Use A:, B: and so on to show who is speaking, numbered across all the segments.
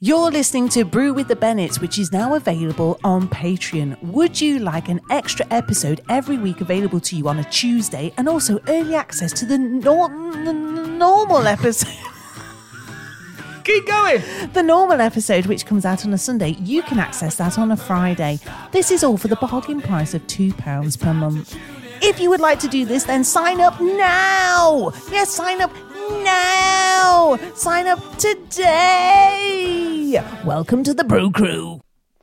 A: You're listening to Brew with the Bennetts, which is now available on Patreon. Would you like an extra episode every week available to you on a Tuesday and also early access to the nor- n- n- normal episode?
B: Keep going.
A: The normal episode, which comes out on a Sunday, you can access that on a Friday. This is all for the bargain price of £2 per month. If you would like to do this, then sign up now! Yes, sign up now! Sign up today! Welcome to the Brew Crew.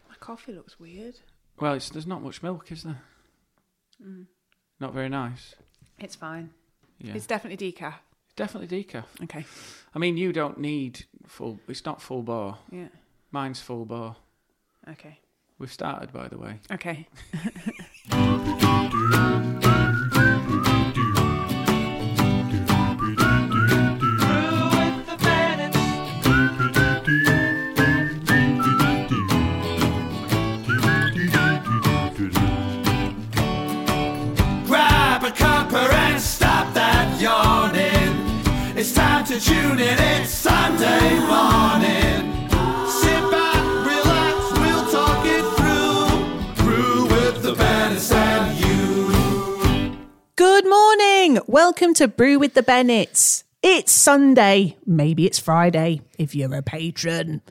C: My coffee looks weird.
B: Well, it's, there's not much milk, is there? Not very nice.
C: It's fine.
B: Yeah,
C: It's definitely decaf.
B: definitely decaf.
C: Okay.
B: I mean, you don't need full. It's not full bar.
C: Yeah.
B: Mine's full bar.
C: Okay.
B: We've started, by the way.
C: Okay.
D: Grab a cuppa and stop that yawning. It's time to tune in, it's Sunday morning. Sit back, relax, we'll talk it through. Through with the Bennett's and you.
A: Good morning! Welcome to Brew with the Bennetts. It's Sunday. Maybe it's Friday if you're a patron.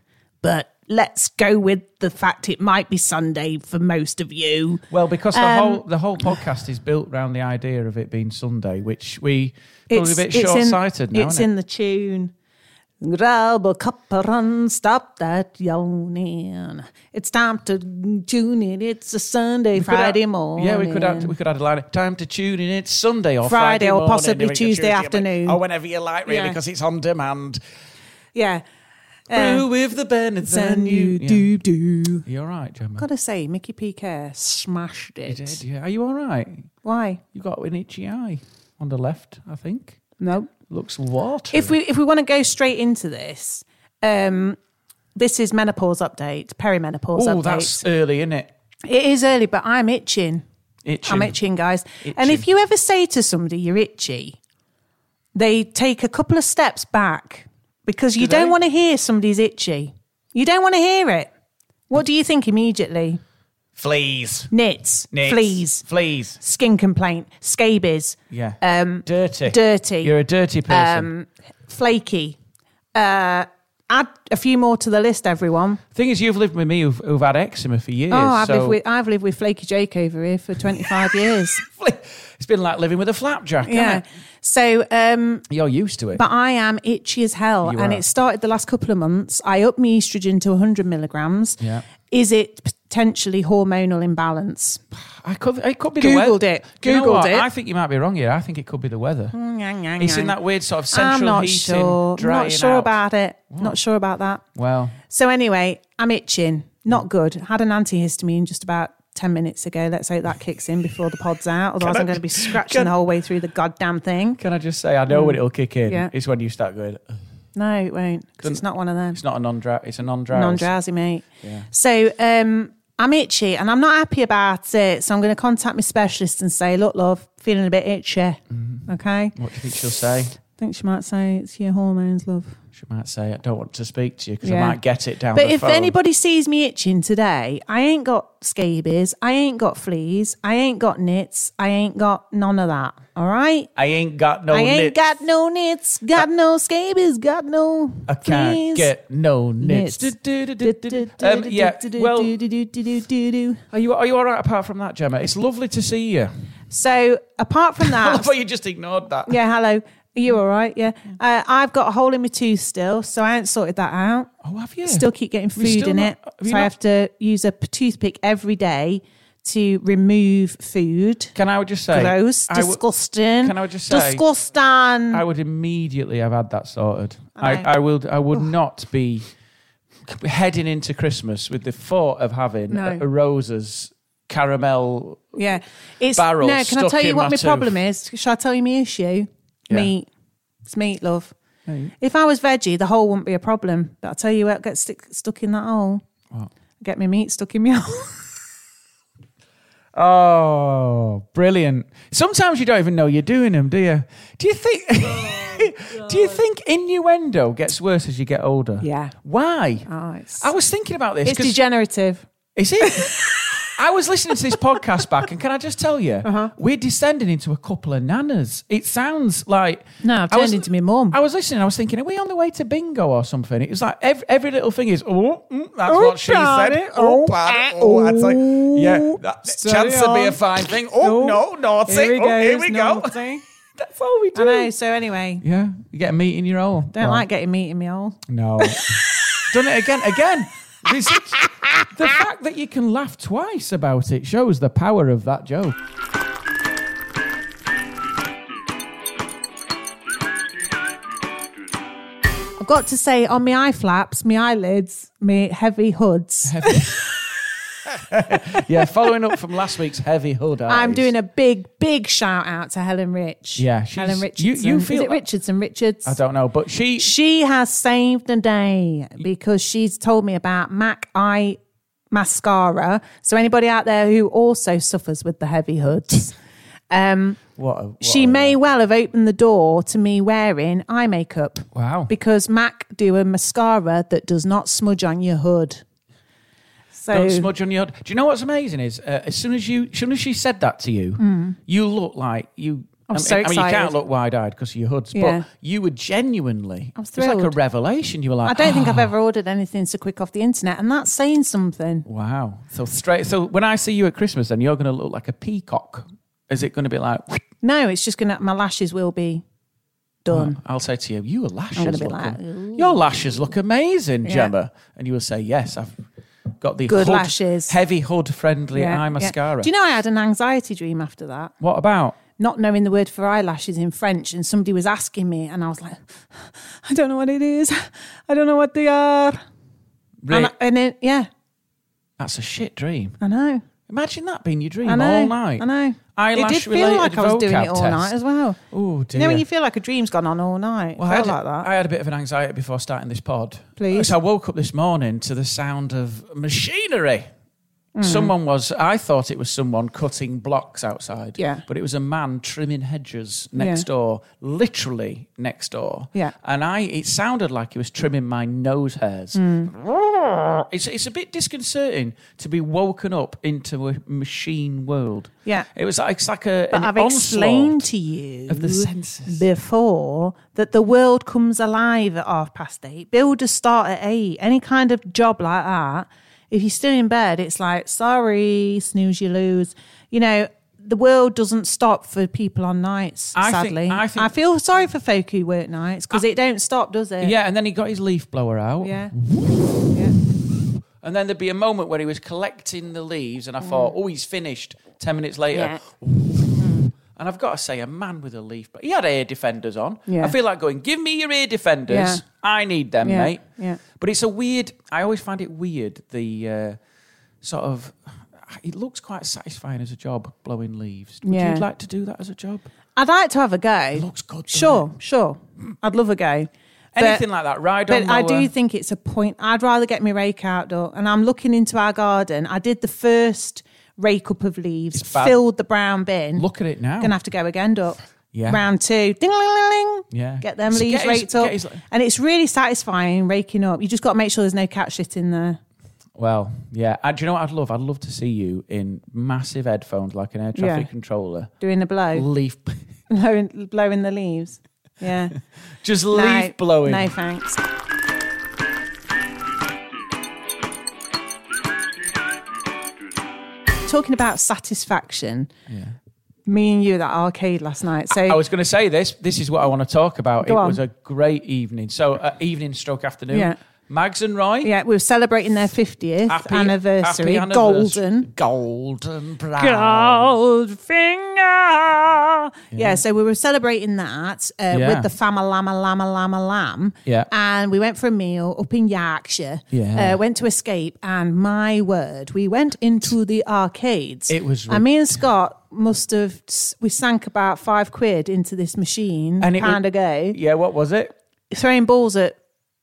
A: But let's go with the fact it might be Sunday for most of you.
B: Well, because the
A: Um,
B: whole the whole podcast is built around the idea of it being Sunday, which we probably a bit
A: in-
B: short sighted now.
A: It's
B: isn't
A: in the tune. Grab a cup of run, stop that yawning. It's time to tune in. It's a Sunday,
B: We could
A: Friday
B: add-
A: morning.
B: Yeah, we could add we could add a line. Time to tune in. It's Sunday or
A: Friday
B: Friday,
A: or
B: morning,
A: possibly
B: we could
A: Tuesday afternoon.
B: or whenever you like, really,
A: Yeah.
B: because it's on demand.
A: Yeah. Uh,
B: Brew with the Bennett's
A: and you
B: Yeah.
A: do do.
B: You're right, Gemma.
A: Gotta say, Mickey P. Kerr smashed
B: You
A: it.
B: did, yeah. Are you all right?
A: Why?
B: You got an itchy eye on the left, I think.
A: No.
B: Looks watery.
A: If we if we want to go straight into this, um, this is menopause update, perimenopause
B: oh,
A: update.
B: that's early, isn't it?
A: It is early, but I'm itching.
B: Itchy.
A: I'm itching, guys. And if
B: Itching.
A: you ever say to somebody you're itchy, they take a couple of steps back because you
B: Do
A: don't
B: they?
A: want to hear somebody's itchy. You don't want to hear it. What do you think immediately?
B: Fleas.
A: Nits,
B: Nits.
A: fleas,
B: Fleas.
A: skin complaint, scabies,
B: Yeah.
A: Um,
B: dirty.
A: dirty.
B: You're a dirty person.
A: Um, flaky. Uh, add a few more to the list, everyone.
B: Thing is, you've lived with me who've, who've had eczema for years.
A: Oh, I've,
B: so
A: lived with, I've lived with Flaky Jake over here for 25 years.
B: it's been like living with a flapjack.
A: Yeah.
B: hasn't
A: So, um,
B: it? You're used to it.
A: but I am itchy as hell.
B: You
A: and
B: are.
A: it started the last couple of months. I upped my estrogen to 100 milligrams.
B: Yeah.
A: Is it potentially hormonal imbalance?
B: I could, it could be the
A: Googled
B: weather.
A: it.
B: You know
A: Googled
B: what?
A: it. Hmm,
B: I think you might be wrong here. I think it could be the weather. It's in that weird sort of central
A: I'm not
B: heating,
A: sure. I'm
B: drying
A: not sure
B: out.
A: about it. Not sure about that.
B: Well,
A: So anyway, I'm itching. Not good. Had an antihistamine just about ten minutes ago. Let's hope that kicks in before the pod's out. Otherwise, I'm going to be scratching
B: can-
A: the whole way through the goddamn thing.
B: can I just say, I know when it'll kick in.
A: Hmm. Yeah.
B: It's when you start going. "Ugh."
A: No, it won't. 'cause it's not one of them.
B: It's not a non-drought. It's a non-drought.
A: Non-drowsy, mate. So um, I'm itchy and I'm not happy about it. So I'm going to contact my specialist and say, "Look, love, feeling a bit itchy."
B: Mm-hmm.
A: Okay.
B: What do you think she'll say?
A: I think she might say it's your hormones, love.
B: She might say, "I don't want to speak to you because
A: Yeah.
B: I might get it down."
A: But
B: the
A: if
B: phone.
A: anybody sees me itching today, I ain't got scabies, I ain't got fleas, I ain't got nits, I ain't got none of that. All right.
B: I ain't got no.
A: I ain't
B: nits.
A: got no nits, got no scabies, got no
B: I can't
A: fleas.
B: get no
A: nits.
B: nits. Um, yeah. Well, are you are you all right apart from that, Gemma? It's lovely to see you.
A: So apart from
B: I
A: that,
B: love how you just ignored that.
A: yeah, hello. Are you all right? Yeah. Uh, I've got a hole in my tooth still, so I ain't sorted that out.
B: Oh, have you?
A: still keep getting
B: We've
A: food
B: still
A: in
B: not- have
A: it.
B: you
A: So I
B: not-
A: have to use a p- toothpick every day to remove food.
B: Can I just say?
A: Gross,
B: I w-
A: disgusting.
B: Can I just say-
A: disgusting?
B: I would immediately have had that sorted. I,
A: know.
B: I, would I would not be heading into Christmas with the thought of having
A: No.
B: a, a rose's caramel.
A: Yeah. It's
B: Barrel
A: No, can I
B: stuck
A: tell you
B: in
A: what my
B: massive-
A: problem is? Shall I tell you my issue?
B: Yeah.
A: Meat. It's meat, love. If I was veggie, the hole wouldn't be a problem. But I'll tell you what gets stick, stuck in that hole. Get my meat stuck in my hole.
B: Oh, brilliant! Sometimes you don't even know you're doing them, do you? Do you think?
A: Oh,
B: do you think innuendo gets worse as you get older?
A: Yeah.
B: Why?
A: Oh, it's-
B: I was thinking about this.
A: It's
B: 'cause-
A: degenerative.
B: Is it? I was listening to this podcast back, and can I just tell you,
A: Uh-huh.
B: we're descending into a couple of nanas. It sounds like
A: No, I've
B: I
A: turned into my mum.
B: I was listening. I was thinking, are we on the way to bingo or something? It was like every, every little thing is oh, mm, that's
A: Oh,
B: what she said.
A: daddy.
B: Oh,
A: Oh,
B: daddy.
A: ah,
B: oh, that's like yeah.
A: oh.
B: That,
A: Steady
B: chance to be a
A: on.
B: fine thing. Oh no, naughty.
A: Here we
B: oh,
A: go.
B: here we go.
A: I
B: That's all we do.
A: know. So anyway,
B: Yeah, you get a meat in your hole.
A: don't
B: Well,
A: like getting meat in my hole.
B: no. Done it again. Again. This- the fact that you can laugh twice about it shows the power of that joke.
A: I've got to say, on my eye flaps, my eyelids, my heavy hoods,
B: Yeah, following up from last week's heavy hood.
A: I'm doing a big, big shout out to Helen Rich.
B: Yeah,
A: Helen
B: she's-
A: Richardson.
B: you- you feel-
A: Is it Richardson? Richards.
B: I don't know, but she.
A: She has saved the day because she's told me about Mac Eye mascara. So anybody out there who also suffers with the heavy hoods, um,
B: What? A, what
A: she
B: a-
A: may well have opened the door to me wearing eye makeup.
B: Wow.
A: Because Mac do a mascara that does not smudge on your hood. So
B: Don't smudge on your. Do you know what's amazing is uh, as soon as you, as soon as she said that to you, you look like you.
A: I was Mm. so
B: I mean, you can't
A: excited.
B: look wide-eyed because of your hoods,
A: Yeah.
B: but you were genuinely.
A: I was
B: it was like a
A: thrilled.
B: revelation. You were
A: I
B: like,
A: don't think I've ever ordered anything so quick off the internet, and that's saying something.
B: "Oh, Wow. So straight. So when I see you at Christmas, then you're going to look like a peacock. Is it going to be like?
A: No, it's just gonna my lashes will be done.
B: I'll say to you, your lashes
A: gonna
B: look.
A: be like,
B: your lashes look amazing, Gemma, and you will say, "Yes, I've got the
A: Good
B: hood-
A: lashes.
B: heavy hood friendly eye mascara."
A: Do you know I had an anxiety dream after that,
B: what about?
A: not knowing the word for eyelashes in French, and somebody was asking me, and I was like, I don't know what it is, I don't know what they are,
B: Really?
A: and, I- and it, yeah,
B: That's a shit dream.
A: I know,
B: Imagine that being your dream
A: I know,
B: all night.
A: I know.
B: Eyelash
A: it did feel like I was doing it all night as well.
B: Oh dear.
A: You know when you feel like a dream's gone on all night,
B: Well,
A: I felt
B: I
A: like
B: had,
A: that.
B: I had a bit of an anxiety before starting this pod.
A: Please.
B: So I woke up this morning to the sound of machinery.
A: Mm.
B: Someone was, I thought it was someone cutting blocks outside.
A: Yeah.
B: But it was a man trimming hedges next
A: Yeah.
B: door, literally next door.
A: Yeah.
B: And I, it sounded like he was trimming my nose hairs.
A: Mm.
B: It's, it's a bit disconcerting to be woken up into a machine world.
A: Yeah.
B: It was like, it's like a,
A: But
B: an
A: I've
B: onslaught
A: explained to you
B: of the senses.
A: before that the world comes alive at half past eight. Builders start at eight. Any kind of job like that, if you're still in bed, it's like, sorry, snooze, you lose. You know, the world doesn't stop for people on nights,
B: I think-
A: sadly.
B: I think-
A: feel sorry for folk who work nights because it don't stop, does it?
B: Yeah, and then he got his leaf blower out.
A: Yeah.
B: And then there'd be a moment where he was collecting the leaves, and I thought, oh, he's finished. Ten minutes later.
A: Mm. Yeah.
B: And I've got to say, a man with a leaf, but he had ear defenders on.
A: Yeah.
B: I feel like going, give me your ear defenders.
A: Yeah.
B: I need them,
A: Yeah,
B: mate.
A: yeah.
B: But it's a weird, I always find it weird, the uh, sort of, it looks quite satisfying as a job, blowing leaves. Would
A: Yeah.
B: you like to do that as a job?
A: I'd like to have a go.
B: looks good, doesn't
A: Sure, sure. I'd love a go. But-
B: Anything like that, ride
A: But
B: on
A: I do
B: mower.
A: think it's a point. I'd rather get my rake out door, and I'm looking into our garden. I did the first rake up of leaves,
B: bad.
A: filled the brown bin.
B: Look at it now.
A: gonna have to go again, duck.
B: Yeah.
A: Round two, ding, ling, ling, ling.
B: Yeah.
A: Get them
B: So
A: leaves
B: get his-
A: raked up,
B: get his-
A: and it's really satisfying raking up. You just got to make sure there's no cat shit in there.
B: Well, yeah. And do you know what I'd love? I'd love to see you in massive headphones, like an air traffic
A: Yeah.
B: controller.
A: Doing a blow,
B: Leaf,
A: blowing, blowing the leaves. Yeah,
B: just
A: No,
B: leaf blowing.
A: No thanks. Talking about satisfaction. Me and you at that arcade last night. So
B: I was going to say this. This is what I want to talk about.
A: Go
B: it
A: on.
B: was a great evening. So, uh, evening stroke afternoon.
A: Yeah.
B: Mags and Roy.
A: yeah, we were celebrating their fiftieth
B: Happy
A: anniversary.
B: happy anniversary.
A: Golden.
B: Golden brown.
A: Goldfinger. Banger! Yeah. so we were celebrating that uh,
B: Yeah.
A: with the Fama Lama Lama Lama Lamb.
B: Yeah.
A: And we went for a meal up in Yorkshire.
B: Yeah.
A: Uh, went to Escape, and my word, we went into the arcades.
B: It was
A: And me and Scott must have, s- we sank about five quid into this machine,
B: And it
A: pound
B: was-
A: a go,
B: Yeah, what was it?
A: throwing balls at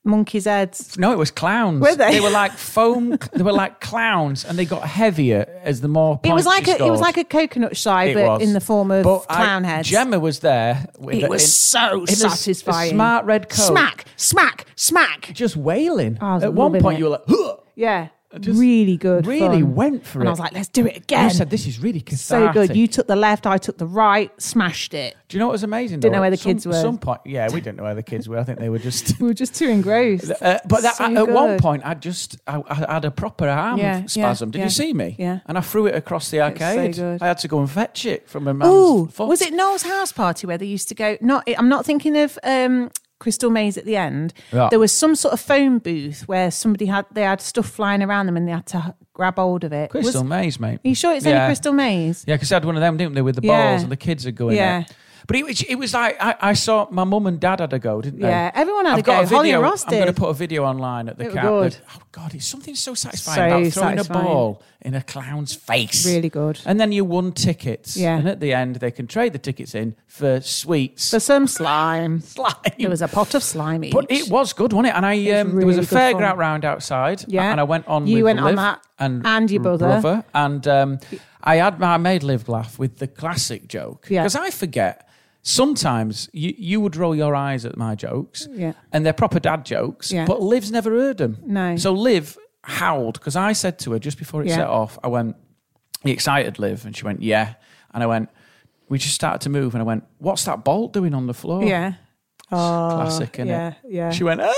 A: monkeys' heads.
B: No, it was clowns.
A: Were they?
B: They were like foam. they were like clowns, and they got heavier as the more.
A: It was
B: points
A: like
B: you
A: a, it was
B: scored.
A: like a coconut shy,
B: It
A: but
B: was.
A: in the form of
B: But I-
A: clown heads.
B: Gemma was there. With
A: It
B: the-
A: was
B: in-
A: so
B: in a s- a
A: satisfying.
B: smart red coat.
A: Smack, smack, smack.
B: Just wailing.
A: I was
B: At one
A: loving
B: point,
A: Oh, it.
B: you were like, "Huh."
A: Yeah, really good.
B: really
A: fun.
B: went for
A: and I
B: it.
A: was like, let's do it again.
B: you said this is really
A: so
B: cathartic.
A: good. You took the left, I took the right, smashed it.
B: Do you know what was amazing?
A: Didn't
B: though?
A: know where the
B: At some-
A: kids were.
B: Some point, yeah, we didn't know where the kids were. I think they were just.
A: We were just too engrossed.
B: Uh, but that,
A: So
B: at one
A: good.
B: point, I just I, I had a proper arm
A: Yeah, yeah,
B: spasm. Did
A: yeah.
B: you see me?
A: Yeah.
B: And I threw it across the
A: so
B: arcade.
A: good.
B: I had to go and fetch it from a man's
A: Ooh,
B: foot.
A: was it Noel's house party where they used to go? Not, I'm not thinking of um, Crystal Maze at the end.
B: Right.
A: There was some sort of phone booth where somebody had they had stuff flying around them and they had to grab hold of it.
B: Crystal
A: Was-
B: Maze, mate?
A: Are you sure it's
B: yeah.
A: only Crystal Maze?
B: Yeah, because I had one of them, didn't they, with the
A: Yeah.
B: balls and the kids are going.
A: Yeah.
B: Yeah. But it was, it was like I, I saw my mum and dad had a go, didn't they?
A: Yeah, everyone had
B: I've
A: a
B: got
A: go.
B: A video.
A: Holly and Ross
B: I'm going to
A: did.
B: put a video online at the
A: They were
B: camp.
A: good.
B: that- oh God, it's something so satisfying
A: So
B: about throwing
A: satisfying.
B: a ball in a clown's face.
A: Really good.
B: And then you won tickets.
A: Yeah.
B: And at the end, they can trade the tickets in for sweets.
A: For some slime.
B: slime.
A: There was a pot of slime each.
B: But it was good, wasn't it? And I
A: was
B: um, there was
A: really
B: a
A: good fun.
B: fairground round outside.
A: Yeah.
B: and I went on.
A: You
B: with
A: went on
B: Liv
A: that
B: and
A: and your brother.
B: and um, I had my maid live laugh with the classic joke
A: Yeah.
B: because I forget. Sometimes you, you would roll your eyes at my jokes,
A: Yeah.
B: and they're proper dad jokes.
A: Yeah.
B: But Liv's never heard them.
A: No.
B: So Liv howled because I said to her just before it
A: Yeah.
B: set off, I went, "You excited, Liv?" And she went, "Yeah." And I went, "We just started to move," and I went, "What's that bolt doing on the floor?"
A: Yeah.
B: Oh.
A: Oh,
B: classic, innit?
A: yeah, yeah.
B: She went, ah!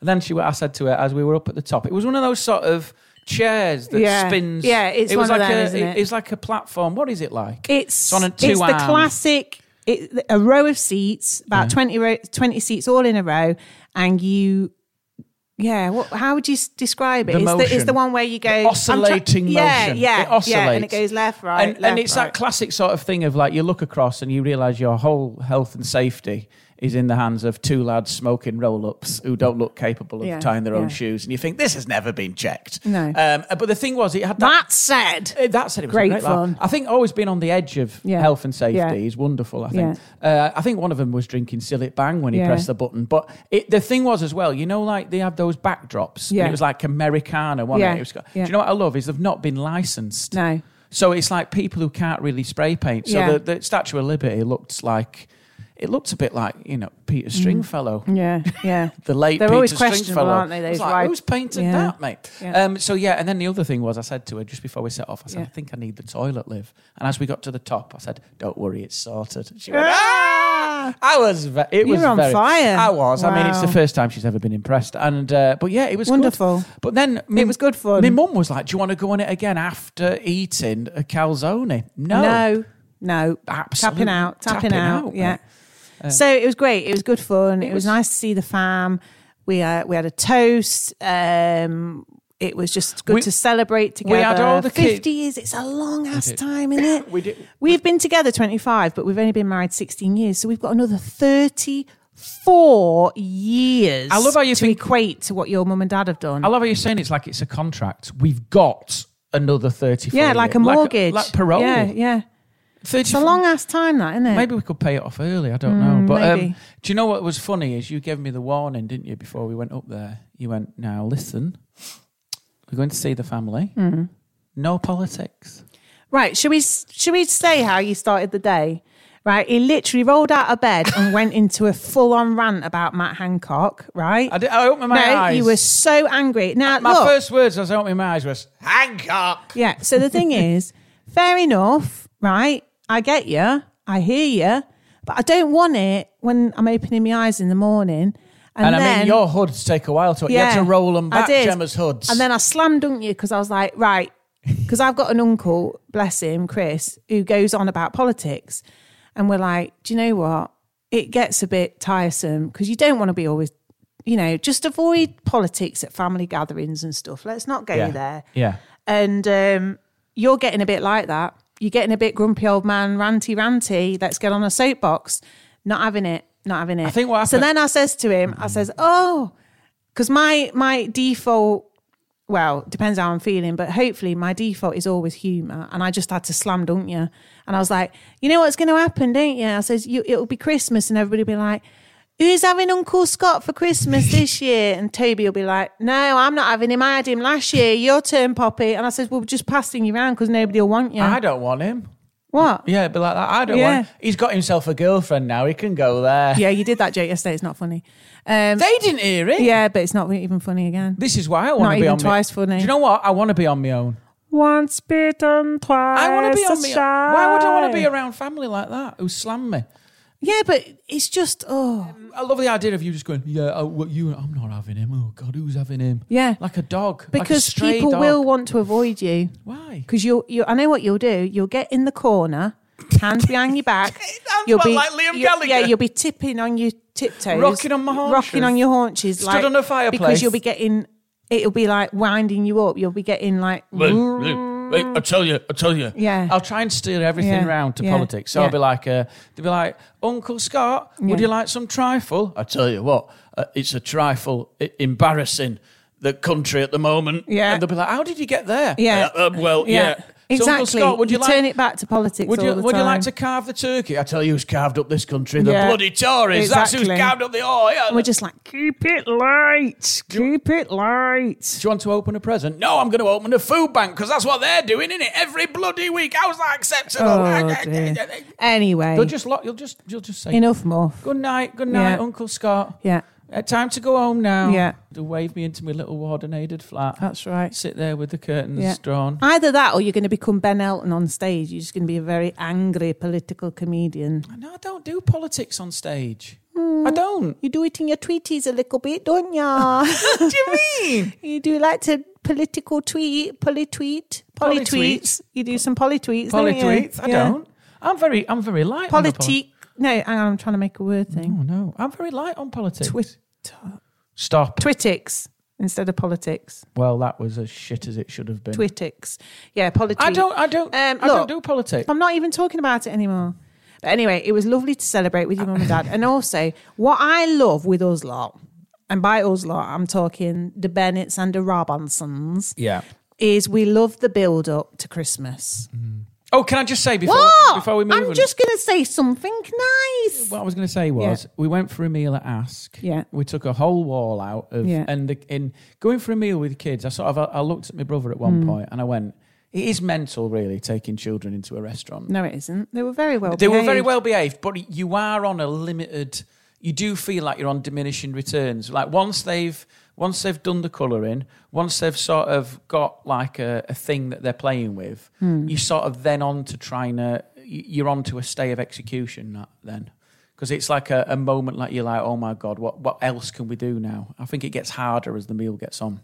B: and then she went, I said to her as we were up at the top, it was one of those sort of chairs that
A: Yeah.
B: spins.
A: Yeah, it's
B: it was
A: one of
B: like
A: them,
B: a,
A: isn't it?
B: It's like a platform. What is it like?
A: It's,
B: on a
A: it's the
B: two-arm.
A: classic, it, a row of seats, about 20, row, 20 seats all in a row. And you, yeah, what, how would you s- describe it?
B: The
A: it's, The, it's
B: motion.
A: the one where you go. I'm try-
B: oscillating motion.
A: Yeah, yeah.
B: it oscillates.
A: Yeah, and it goes left, right.
B: And,
A: left,
B: and it's
A: right.
B: that classic sort of thing of like you look across and you realise your whole health and safety is in the hands of two lads smoking roll ups who don't look capable of
A: Yeah,
B: tying their own
A: yeah.
B: shoes. And you think, this has never been checked.
A: No.
B: Um, but the thing was, it had that.
A: That said,
B: Uh, That said, it was
A: Great
B: great, great laugh.
A: fun.
B: I think always being on the edge of
A: Yeah.
B: health and safety
A: Yeah.
B: is wonderful. I think. Uh, I think one of them was drinking Sillet Bang when he
A: Yeah.
B: pressed the button. But it, the thing was as well, you know, like they have those backdrops.
A: Yeah.
B: And it was like Americana, wasn't
A: Yeah.
B: it? it was,
A: Yeah.
B: Do you know what I love is they've not been licensed.
A: no.
B: So it's like people who can't really spray paint. So
A: Yeah.
B: the, the Statue of Liberty looked like it looked a bit like you know Peter Stringfellow
A: Yeah, yeah.
B: the late
A: They're
B: Peter
A: always questionable,
B: Stringfellow.
A: aren't they?
B: I was
A: Those
B: like,
A: ride-
B: who's painted
A: Yeah.
B: that, mate?
A: Yeah.
B: Um, so yeah, and then the other thing was, I said to her just before we set off, I said,
A: Yeah.
B: I think I need the toilet, Liv. And as we got to the top, I said, Don't worry, it's sorted. And She went, Ah! I was, ve- it
A: You
B: was
A: were on
B: very-
A: fire.
B: I was. I mean, it's the
A: Wow.
B: first time she's ever been impressed. And uh, but yeah, it was good.
A: Wonderful.
B: But then me-
A: It was good fun.
B: My mum was like, Do you want to go on it again after eating a calzone? No,
A: No, no.
B: Absolute
A: Tapping out, tapping,
B: tapping
A: out.
B: out,
A: Yeah.
B: mate.
A: so it was great. It was good fun. It, was,
B: was-
A: nice to see the fam. We uh, we had a toast. Um, it was just good
B: We-
A: to celebrate together.
B: had all the kids-
A: fifty years. It's a long ass time, isn't it?
B: We did-
A: We've been together twenty five, but we've only been married sixteen years. So we've got another thirty four years.
B: I love how you
A: to
B: think-
A: equate to what your mum and dad have done.
B: I love how you're saying it's like it's a contract. We've got another 34
A: yeah, like a
B: year-
A: mortgage,
B: like, parole.
A: Yeah, yeah. It's a long ass time, that isn't it?
B: Maybe we could pay it off early. I don't know. But
A: Mm, maybe.
B: um, do you know what was funny? Is you gave me the warning, didn't you, before we went up there? You went, now listen, we're going to see the family.
A: Mm.
B: No politics.
A: Right, should we should we say how you started the day? Right, he literally rolled out of bed and went into a full on rant about Matt Hancock. Right,
B: I, did, I opened my
A: no,
B: eyes.
A: you were so angry. Now
B: my
A: look,
B: first words as I opened my eyes was Hancock.
A: yeah. So the thing is, fair enough, right? I get you, I hear you, but I don't want it when I'm opening my eyes in the morning. And,
B: And I
A: then-
B: mean, your hoods take a while to. You had to roll them back, Gemma's hoods.
A: And then I slam dunked you because I was like, right, because I've got an uncle, bless him, Chris, who goes on about politics. And we're like, do you know what? It gets a bit tiresome because you don't want to be always, you know, just avoid politics at family gatherings and stuff. Let's not go
B: yeah.
A: there.
B: Yeah.
A: And um, you're getting a bit like that. you're getting a bit grumpy old man, ranty ranty. Let's get on a soapbox. Not having it. Not having it.
B: I think what
A: so
B: happened-
A: then I says to him, I says, oh, because my my default. Well, depends how I'm feeling, but hopefully my default is always humour, and I just had to slam dunk you. And I was like, you know what's going to happen, don't you? I says you, it'll be Christmas, and everybody will be like, who's having Uncle Scott for Christmas this year? And Toby will be like, no, I'm not having him. I had him last year. Your turn, Poppy. And I says, well, we're just passing you around because nobody will want you.
B: I don't want him.
A: what?
B: Yeah, but like that. I don't
A: Yeah.
B: want. He's got himself a girlfriend now. He can go there.
A: Yeah, you did that joke yesterday. It's not funny. Um,
B: They didn't hear it.
A: yeah, but it's not even funny again.
B: This is why I want
A: Not
B: to be
A: even
B: on my-
A: twice funny.
B: Do you know what? I want to be on my own.
A: Once bitten, twice.
B: I want to be on my
A: the
B: own. Why would I want to be around family like that who slam me?
A: Yeah, but it's just oh
B: I love the idea of you just going, yeah, oh, well, you, I'm not having him. Oh God, who's having him?
A: Yeah.
B: like a dog. like a
A: because
B: stray
A: people
B: dog.
A: will want to avoid you
B: Why?
A: because you'll you. I know what you'll do. You'll get in the corner, hands behind your back.
B: Hands
A: you'll
B: back like Liam
A: you- Yeah,
B: Gallagher.
A: you'll be tipping on your tiptoes,
B: Rocking on my haunches.
A: rocking on your haunches,
B: Stood
A: like
B: on a fireplace.
A: because you'll be getting. It'll be like winding you up. You'll be getting like
E: Wait, I tell you, I tell you.
A: yeah.
B: I'll try and steer everything
A: Yeah,
B: round to
A: yeah,
B: politics. So
A: yeah.
B: I'll be like, uh, they'll be like, Uncle Scott, would
A: Yeah.
B: you like some trifle? I tell you what, uh, it's a trifle I- embarrassing the country at the moment.
A: Yeah.
B: and they'll be like, how did you get there?
A: Yeah.
B: Uh, uh, well, yeah. So, Uncle
A: Exactly.
B: Scott, would you, like?
A: turn it back to politics?
B: would you
A: all the
B: would you like to
A: time.
B: carve the turkey? I tell you, who's carved up this country? The
A: Yeah.
B: bloody Tories. That's who's
A: Exactly.
B: carved up the oh, oil.
A: And we're just like, keep it light, keep it light.
B: Do you want to open a present? No, I'm going to open a food bank because that's what they're doing, isn't it? Every bloody week. How's that acceptable?
A: Oh, dear. Anyway,
B: You'll just lock. You'll just. You'll just say.
A: enough more.
B: Good night. Good night,
A: Yeah.
B: Uncle Scott.
A: Yeah,
B: Uh, time to go home now.
A: Yeah.
B: To wave me into my little wardenated flat.
A: that's right.
B: Sit there with the curtains
A: Yeah.
B: drawn.
A: Either that, or you're going to become Ben Elton on stage. You're just going to be a very angry political comedian.
B: No, I don't do politics on stage.
A: Hmm.
B: I don't.
A: You do it in your tweeties a little bit, don't ya?
B: What do you mean?
A: you do like to political tweet, polytweet,
B: Polytweets.
A: polytweets. You do some polytweets. don't you?
B: Polytweets? I
A: Yeah.
B: don't. I'm very. I'm very light. on the poli-
A: Politique. No, hang on, I'm trying to make a word thing.
B: oh no, I'm very light on politics.
A: Twitter.
B: Stop.
A: Twitix instead of politics.
B: well, that was as shit as it should have been.
A: Twitix. Yeah, politics.
B: I don't. I don't.
A: Um,
B: I
A: look,
B: don't do politics.
A: I'm not even talking about it anymore. But anyway, it was lovely to celebrate with your mum and dad. And also, what I love with us lot, and by us lot, I'm talking the Bennetts and the Robinsons,
B: Yeah.
A: is we love the build up to Christmas.
B: Oh, can I just say before
A: what?
B: before we move
A: I'm
B: on?
A: just going to say something nice.
B: What I was going to say was, we went for a meal at Ask.
A: Yeah.
B: We took a whole wall out of,
A: Yeah.
B: and the, in going for a meal with kids, I sort of, I, I looked at my brother at
A: Hmm.
B: one point and I went, it is mental, really, taking children into a restaurant.
A: No, it isn't. They were very well
B: they were very
A: behaved.
B: well behaved, but you are on a limited. You do feel like you're on diminishing returns. Like once they've once they've done the colouring, once they've sort of got like a, a thing that they're playing with,
A: Hmm.
B: you sort of then on to trying to you- you're on to a stay of execution that then. Because it's like a, a moment like you're like, oh my god, what what else can we do now? I think it gets harder as the meal gets on.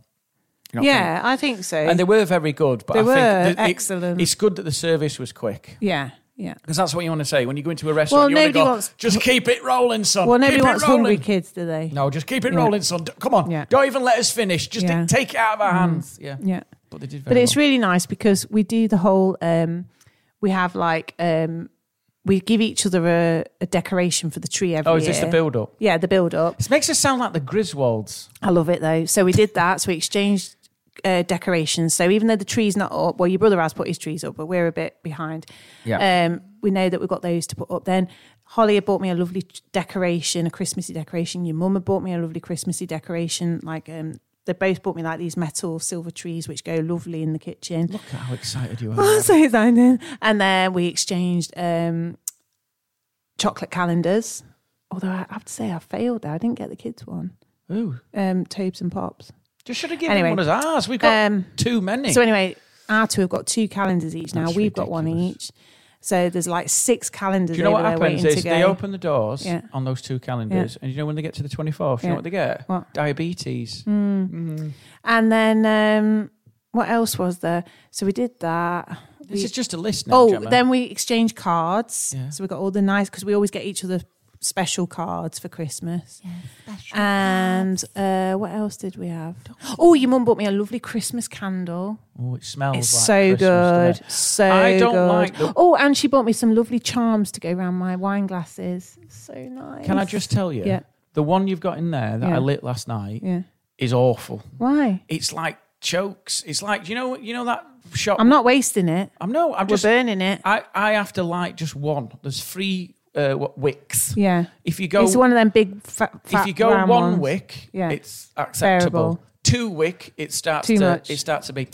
B: You know what I think?
A: Yeah, I think so.
B: and they were very good, but
A: They
B: I think
A: were
B: that it-
A: excellent.
B: it's good that the service was quick.
A: yeah, yeah.
B: Because that's what you want to say when you go into a restaurant.
A: Well,
B: you want to
A: nobody
B: go,
A: wants-
B: just keep it rolling, son.
A: Well, nobody
B: keep
A: wants
B: it rolling.
A: hungry kids, do they?
B: No, just keep it
A: Yeah.
B: rolling, son. D- Come on,
A: Yeah.
B: don't even let us finish. Just
A: Yeah. Mm.
B: take it out of our hands. Yeah,
A: Yeah.
B: But they did. Very
A: but it's
B: well.
A: really nice because we do the whole um we have like um we give each other a, a decoration for the tree every
B: Oh, is this the
A: year.
B: build-up?
A: yeah the build up
B: It makes us sound like the Griswolds.
A: i love it though so we did that so we exchanged uh, decorations so even though the tree's not up well your brother has put his trees up but we're a bit behind
B: Yeah.
A: um we know that we've got those to put up then holly had bought me a lovely t- decoration a christmassy decoration your mum had bought me a lovely christmassy decoration like um they both bought me like these metal silver trees which go lovely in the kitchen
B: Look at how excited you
A: Oh,
B: are.
A: I'm so excited. And then we exchanged um, chocolate calendars. Although I have to say I failed there. I didn't get the kids one.
B: Ooh,
A: Um, Tobes and Pops.
B: just should have given
A: Anyway.
B: one as ours. We've got
A: Um,
B: too many.
A: So anyway, our two have got two calendars each now.
B: That's
A: We've got one
B: ridiculous.
A: each. So there's like six calendars
B: do you know
A: over
B: what
A: there
B: happens
A: waiting
B: is
A: to
B: they
A: go.
B: open the doors
A: Yeah.
B: on those two calendars, and you know when they get to the twenty fourth, you
A: Yeah.
B: know what they get?
A: What? Mm-hmm.
B: Diabetes.
A: Hmm. and then um, what else was there? So we did that.
B: This
A: We-
B: is just a list now.
A: Oh,
B: Gemma.
A: then we exchange cards.
B: Yeah.
A: So we got all the nice because we always get each other special cards for Christmas. and uh, what else did we have? Oh, your mum bought me a lovely Christmas candle.
B: Oh, it smells.
A: It's
B: like
A: so
B: Christmas, doesn't
A: good.
B: it?
A: So
B: I don't
A: good.
B: like the-
A: Oh, and she bought me some lovely charms to go around my wine glasses. So nice.
B: Can I just tell you?
A: Yeah.
B: The one you've got in there that
A: Yeah.
B: I lit last night
A: Yeah.
B: is awful.
A: Why?
B: It's like chokes. It's like you know you know that shop.
A: I'm not wasting it.
B: I'm no. I'm
A: We're
B: just.
A: burning it.
B: I I have to light just one. There's three uh, what, wicks.
A: yeah.
B: If you go,
A: it's one of them big fat. fat
B: if you go
A: round
B: one
A: ones.
B: wick,
A: Yeah.
B: it's acceptable.
A: Bearable.
B: Two wick, it starts
A: Too
B: to
A: much.
B: it starts to be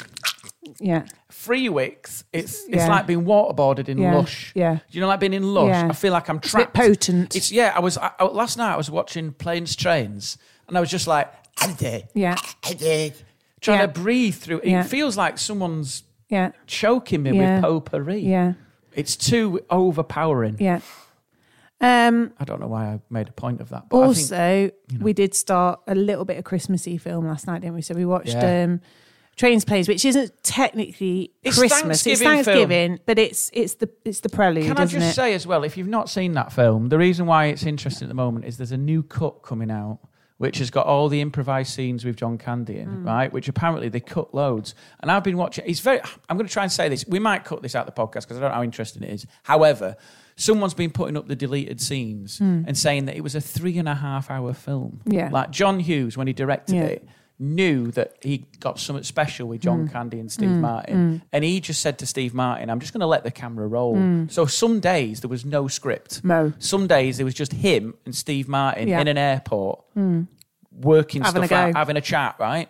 A: Yeah.
B: three wicks. It's it's
A: Yeah.
B: like being waterboarded in
A: Yeah.
B: lush.
A: Yeah.
B: you know, like being in lush.
A: Yeah.
B: I feel like I'm
A: a bit
B: trapped.
A: potent.
B: It's yeah. I was I, I- last night. I was watching planes, trains, and I was just like trying
A: Yeah. Yeah.
B: to breathe through. It
A: Yeah.
B: feels like someone's
A: Yeah.
B: choking me
A: Yeah.
B: with potpourri.
A: Yeah.
B: It's too overpowering.
A: Yeah. Um,
B: I don't know why I made a point of that. But I
A: also,
B: think,
A: we did start a little bit of Christmassy film last night, didn't we? So we watched
B: Yeah.
A: um, Trains Plays, which isn't technically
B: It's
A: Christmas. it's
B: Thanksgiving film.
A: Thanksgiving, but it's it's the it's the prelude,
B: can I
A: isn't
B: just
A: it?
B: say as well, if you've not seen that film, the reason why it's interesting at the moment is there's a new cut coming out. Which has got all the improvised scenes with John Candy in,
A: Hmm.
B: right? Which apparently they cut loads. And I've been watching. It's very. I'm going to try and say this. We might cut this out of the podcast because I don't know how interesting it is. However, someone's been putting up the deleted scenes and saying that it was a three and a half hour film.
A: Hmm. Yeah.
B: Like John Hughes, when he directed
A: Yeah.
B: it, knew that he got something special with John
A: Mm.
B: Candy and Steve Martin. And he just said to Steve Martin, I'm just going to let the camera roll. So some days there was no script.
A: Mm. No.
B: Some days it was just him and Steve Martin
A: Yeah. Mm.
B: in an airport working
A: Having a
B: stuff out,
A: go.
B: having a chat, right?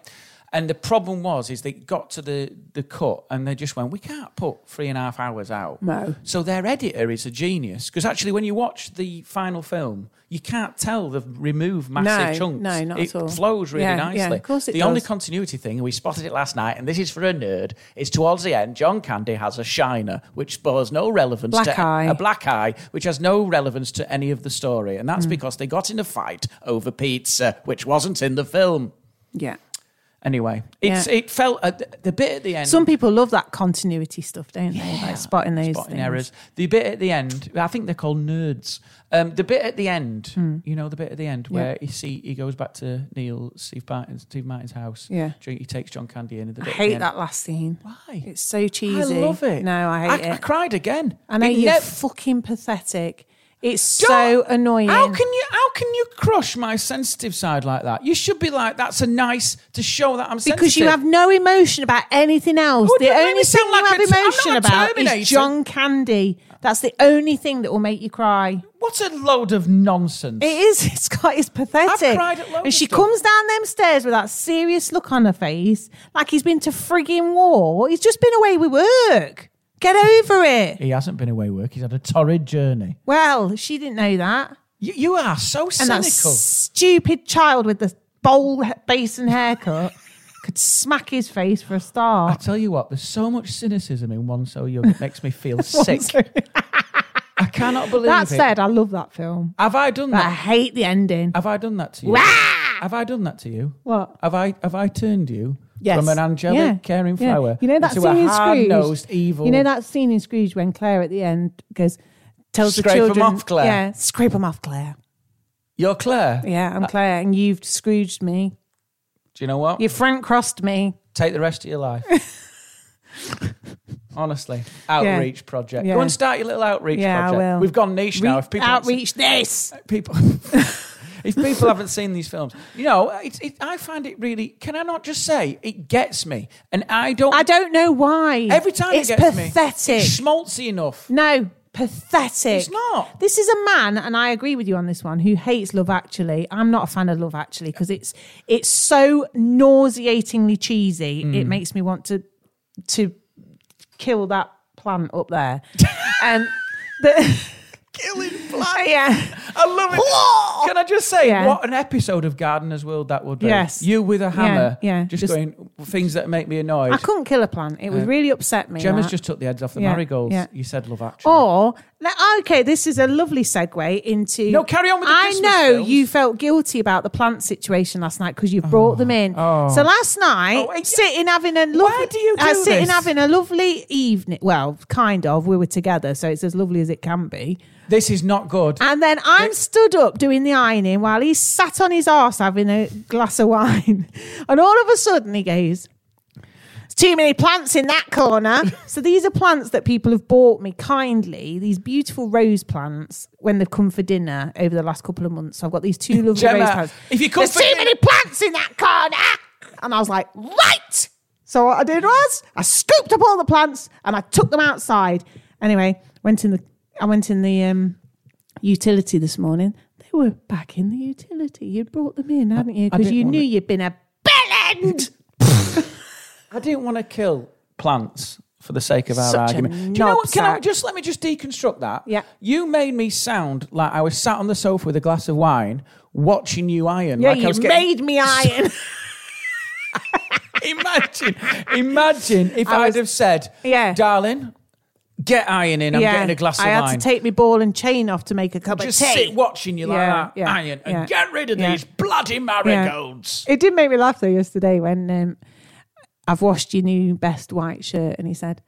B: And the problem was is they got to the, the cut and they just went, we can't put three and a half hours out.
A: No.
B: So their editor is a genius because actually when you watch the final film, you can't tell they've removed massive
A: No,
B: chunks.
A: no, not
B: it
A: at all.
B: flows really
A: Yeah, yeah,
B: nicely.
A: of course it
B: the only
A: does.
B: continuity thing, and we spotted it last night, and this is for a nerd, is towards the end, John Candy has a shiner, which bears no relevance
A: Black
B: to
A: eye.
B: a black eye, which has no relevance to any of the story. And
A: Hmm.
B: that's because they got in a fight over pizza, which wasn't in the film.
A: Yeah.
B: Anyway, it's
A: Yeah.
B: it felt uh, the, the bit at the end.
A: Some people love that continuity stuff, don't they? Like spotting those
B: spotting
A: things.
B: errors. The bit at the end, I think they're called nerds. Um, the bit at the end,
A: Hmm.
B: you know, the bit at the end where he see he goes back to Neil Steve Martin's Steve Martin's house.
A: Yeah.
B: drink, he takes John Candy in. and The
A: I
B: bit at the
A: hate
B: end-
A: that last scene.
B: Why?
A: It's so cheesy.
B: I love it.
A: No, I hate
B: I,
A: it.
B: cried again.
A: I know
B: It
A: you're
B: nev-
A: fucking pathetic. It's
B: Don't-
A: so annoying.
B: How can you how can you crush my sensitive side like that? You should be like, that's a nice to show that I'm sensitive.
A: because you have no emotion about anything else.
B: Oh,
A: the
B: don't make
A: only
B: me
A: thing
B: sound
A: you
B: like
A: have
B: a t- I'm not
A: emotion
B: a
A: about
B: Terminator.
A: is John Candy. That's the only thing that will make you cry.
B: what a load of nonsense.
A: It is. It's got. It's pathetic.
B: I've cried at loads
A: and
B: of
A: she
B: stuff.
A: comes down them stairs with that serious look on her face, like he's been to frigging war. He's just been away with work. Get over it.
B: he hasn't been away work. He's had a torrid journey.
A: Well, she didn't know that.
B: You, you are so
A: And that
B: cynical.
A: stupid child with the bowl ha- basin haircut could smack his face for a
B: I
A: start.
B: tell you what, there's so much cynicism in one so young. It makes me feel sick. I cannot believe
A: That
B: it.
A: said, I love that film.
B: have I done
A: But I
B: that?
A: hate the ending.
B: Have I done that to you? Have I done that to you?
A: What?
B: Have I have I turned you
A: Yes.
B: from an angelic
A: Yeah.
B: caring
A: Yeah.
B: flower
A: You know that
B: into a
A: scene in Scrooge.
B: hard-nosed evil?
A: You know that scene in Scrooge when Claire at the end goes, tells the
B: Scrape 'em
A: children,
B: off, Claire.
A: Yeah, scrape them off, Claire.
B: You're Claire.
A: Yeah, I'm Claire, and you've Scrooged me.
B: Do you know what?
A: You Frank crossed me.
B: Take the rest of your life. Honestly, outreach project.
A: Yeah.
B: Go and start your little outreach
A: Yeah, I
B: project.
A: will.
B: We've gone niche now. If people haven't seen-
A: outreach this.
B: people if people haven't seen these films you know it, it, i find it really can i not just say it gets me and i don't
A: I don't know why.
B: every time
A: it's
B: it gets me
A: pathetic.
B: it's schmaltzy enough
A: No, pathetic.
B: It's not.
A: This is a man, and I agree with you on this one, who hates Love Actually. I'm not a fan of Love Actually because it's it's so nauseatingly cheesy.
B: Mm.
A: It makes me want to to kill that plant up there. um, the,
B: killing blood
A: yeah,
B: i love it can i just say
A: Yeah.
B: what an episode of gardener's world that would be
A: Yes.
B: you with a hammer
A: yeah,
B: just,
A: just-
B: going things that make me annoyed
A: I couldn't kill a plant. It was really upset me.
B: gemma's
A: that.
B: just took the heads off the
A: Yeah,
B: marigolds
A: yeah. Oh.
B: you said love actually
A: Or now- okay, this is a lovely segue into.
B: No, carry on with the
A: I
B: Christmas
A: know
B: films.
A: you felt guilty about the plant situation last night because you brought them in. So last night,
B: Oh, I-
A: sitting having a lovely,
B: do you
A: uh,
B: do
A: sitting
B: this?
A: having a lovely evening. Well, kind of. We were together, so it's as lovely as it can be.
B: This is not good.
A: And then I'm stood up doing the ironing while he's sat on his arse having a glass of wine. And all of a sudden he goes, There's too many plants in that corner. so these are plants that people have bought me kindly, these beautiful rose plants when they've come for dinner over the last couple of months. I've got these two lovely
B: Gemma,
A: rose plants.
B: if you come
A: There's
B: for
A: too
B: dinner-
A: many plants in that corner. And I was like, Right. So what I did was I scooped up all the plants and I took them outside. Anyway, went in the I went in the um utility this morning. They were back in the utility. You'd brought them in, hadn't you? Because
B: didn't
A: you
B: want
A: knew you'd been a bellend.
B: I didn't want to kill plants for the sake of our
A: Such a
B: argument. Do you know what? Can I
A: knobsack.
B: just let me just deconstruct that?
A: Yeah.
B: You made me sound like I was sat on the sofa with a glass of wine watching you iron.
A: Yeah,
B: like I
A: you
B: was getting-
A: made me iron.
B: Imagine, imagine if
A: I
B: I would
A: was-
B: have said,
A: Yeah.
B: darling, get ironing. I'm getting a glass
A: I
B: of
A: had
B: wine.
A: to take my ball and chain off to make a cup
B: just
A: of tea.
B: sit watching you like
A: Yeah,
B: that,
A: yeah,
B: iron,
A: yeah,
B: and get rid of
A: yeah.
B: these bloody marigolds.
A: It did make me laugh though yesterday when um, I've washed your new best white shirt, and he said,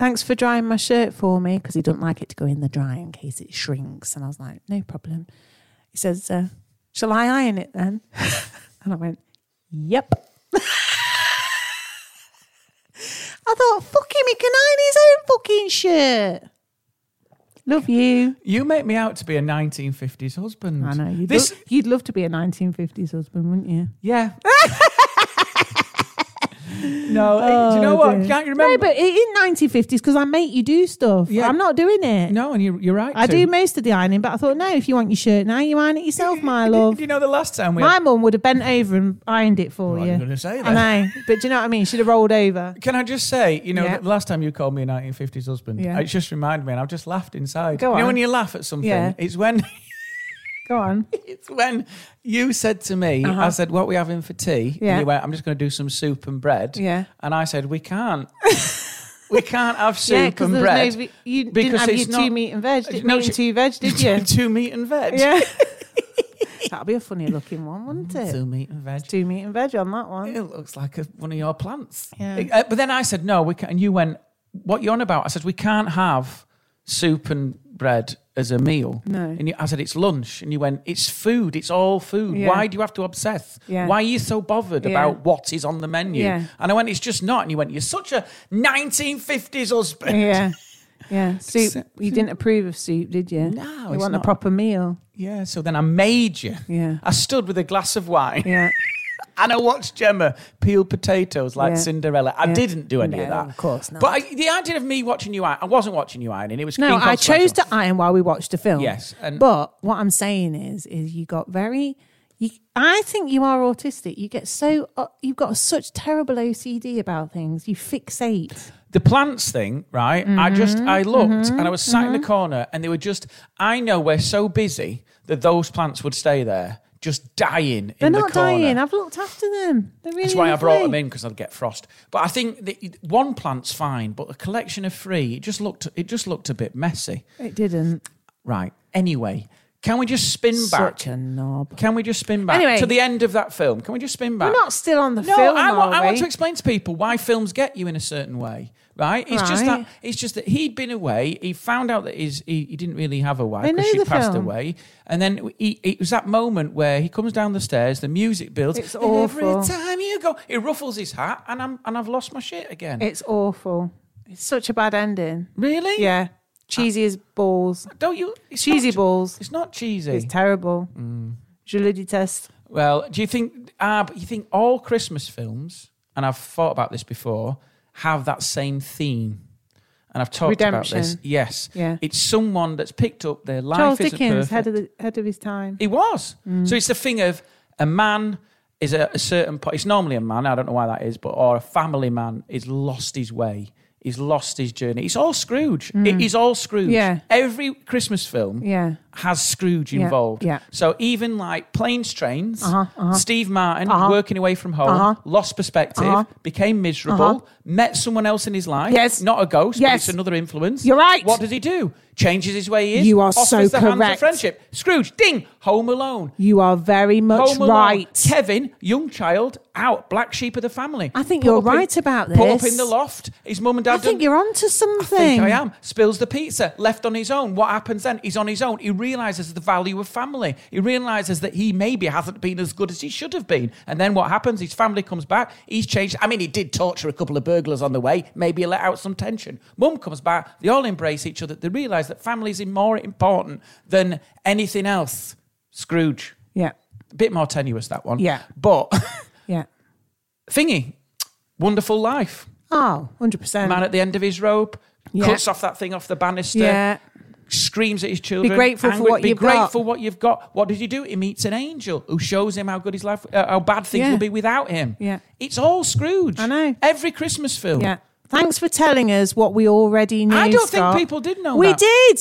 A: "Thanks for drying my shirt for me," because he doesn't like it to go in the dryer in case it shrinks. And I was like, "No problem." He says, uh, "Shall I iron it then?" and I went, "Yep." I thought, "Fuck him! He can iron his own fucking shirt." Love you.
B: You make me out to be a 1950s husband.
A: I know you'd,
B: This,
A: lo- you'd love to be a 1950s husband, wouldn't you?
B: yeah. no, eh,
A: Oh,
B: do you know what? Can't you
A: No,
B: remember?
A: but i- in 1950s, because I make you do stuff.
B: Yeah.
A: I'm not doing it.
B: No, and you're, you're right.
A: I
B: to.
A: do most of the ironing, but I thought, no, if you want your shirt now, you iron it yourself, my love.
B: Do you know the last time we?
A: My mum would have bent over and ironed it for you.
F: I'm going to say
A: I
F: that.
A: know, but do you know what I mean? She'd have rolled over.
B: Can I just say, you know,
A: Yeah.
B: the last time you called me a 1950s husband,
A: Yeah.
B: it just reminded me, and I've just laughed inside.
A: Go
B: you know
A: on.
B: when you laugh at something,
A: Yeah.
B: it's when
A: Go on.
B: it's when you said to me, I said, "What we having for tea?"
A: Uh-huh. Yeah.
B: And you went, "I'm just going to do some soup and bread."
A: Yeah.
B: And I said, "We can't." We can't have soup
A: Yeah, 'cause
B: and
A: there was
B: bread.
A: no ve- you didn't
B: because
A: have
B: it's Uh,
A: your two meat and veg, didn't- meat and
B: she-
A: two veg, did you?
B: two meat and veg.
A: Yeah. That'd be a funny looking one, wouldn't it?
B: Two meat and veg.
A: Two meat and veg on that one.
B: It looks like a, one of your plants.
A: Yeah.
B: It- uh, but then I said, no, we can And you went, what you on about? I said, we can't have soup and bread as a meal.
A: No.
B: And you, I said, it's lunch. And you went, it's food. It's all food.
A: Yeah.
B: Why do you have to obsess?
A: Yeah.
B: Why are you so bothered
A: Yeah.
B: about what is on the menu?
A: Yeah.
B: And I went, it's just not. And you went, you're such a 1950s husband.
A: Yeah. Yeah. Soup.
B: Soup.
A: You didn't approve of soup, did you?
B: No,
A: You
B: it's
A: want a
B: not.
A: proper meal.
B: Yeah, so then I made you.
A: Yeah.
B: I stood with a glass of wine
A: Yeah.
B: and I watched Gemma peel potatoes like
A: Yeah.
B: Cinderella. I
A: Yeah.
B: didn't do any
A: No,
B: of that.
A: of course not.
B: But I, the idea of me watching you iron, I wasn't watching you ironing. It was
A: No, I chose
B: inconsequential.
A: to iron while we watched the film.
B: Yes, and-
A: but what I'm saying is, is you got very. You, I think you are autistic. You get so uh, you've got such terrible OCD about things. You fixate.
B: the plants thing, right?
A: Mm-hmm,
B: I just I looked and I was sat in the corner and they were just. I know we're so busy that those plants would stay there, just dying.
A: They're
B: in
A: not
B: the corner.
A: dying. I've looked after them. They're really.
B: That's why I brought them
A: lovely.
B: in because I'd get frost. But I think that it- one plant's fine, but a collection of three, it just looked it just looked a bit messy.
A: It didn't.
B: Right. Anyway, can we just spin back?
A: Such a knob.
B: Can we just spin back
A: Anyway.
B: to the end of that film? Can we just spin back?
A: We're not still on the
B: no,
A: film.
B: I, wa-
A: are
B: I want
A: we?
B: to explain to people why films get you in a certain way, right? It's just
A: Right.
B: that it's just that he'd been away. He found out that his he, he didn't really have a
A: I
B: wife
A: know
B: because she
A: the
B: passed
A: film.
B: away, and then he, it was that moment where he comes down the stairs, the music builds.
A: It's
B: and every
A: awful.
B: time you go, he ruffles his hat, and I'm and I've lost my shit again.
A: It's awful. It's such a bad ending.
B: really?
A: Yeah, cheesy as balls.
B: Don't you? It's
A: Cheesy
B: not,
A: balls.
B: It's not cheesy.
A: It's terrible.
B: Mm.
A: Je le déteste.
B: Well, do you think? Uh, but you think all Christmas films, and I've thought about this before, have that same theme. And I've talked about this.
A: Redemption.
B: Yes,
A: Yeah.
B: it's someone that's picked up their life.
A: Charles
B: isn't
A: Dickens,
B: perfect.
A: head of the Mm. head of his time.
B: He was. So it's the thing of a man is at a certain point. It's normally a man. I don't know why that is, but or a family man is lost his way. He's lost his journey. It's all Scrooge. It is all Scrooge.
A: Mm. Yeah.
B: Every Christmas film
A: Yeah.
B: has Scrooge
A: Yeah,
B: involved.
A: yeah.
B: So even like Planes, Trains,
C: Uh-huh,
B: Steve Martin working away from home, lost perspective,
C: Uh-huh.
B: became miserable, met someone else in his life.
A: Yes.
B: Not a ghost, but
A: Yes.
B: it's another influence.
A: You're right.
B: What does he do? changes his way he is.
C: You are
B: Offers
C: so
B: the hands of
C: correct.
B: friendship. Scrooge, ding, Home Alone.
C: You are very much
B: Home Alone.
C: right.
B: Kevin, young child, out, black sheep of the family.
C: I think
B: Put
C: you're
B: up in-
C: right about
B: Put up
C: this.
B: in the loft. His mum and dad.
C: I think
B: done-
C: you're onto something.
B: I think I am. Spills the pizza, left on his own. What happens then? He's on his own. He realizes the value of family. He realizes that he maybe hasn't been as good as he should have been. And then what happens? His family comes back. He's changed. I mean, he did torture a couple of burglars on the way. Maybe he let out some tension. Mum comes back. They all embrace each other. They realize that family is more important than anything else. Scrooge.
C: Yeah.
B: A bit more tenuous, that one.
C: Yeah.
B: But
C: Yeah.
B: thingy, wonderful life.
C: Oh, 100%.
B: Man at the end of his rope.
C: Yeah.
B: Cuts off that thing off the banister
C: yeah.
B: screams at his children.
C: grateful for
B: angry-
C: what
B: be
C: you've
B: grateful
C: got.
B: for what you've got. What did he do? He meets an angel who shows him how good his life, uh, how bad things
C: Yeah.
B: will be without him.
C: Yeah.
B: it's all Scrooge.
C: I know.
B: Every Christmas film.
C: Yeah. Thanks for telling us what we already knew.
B: I don't think
C: Scott.
B: people did know
C: We
B: that.
C: did.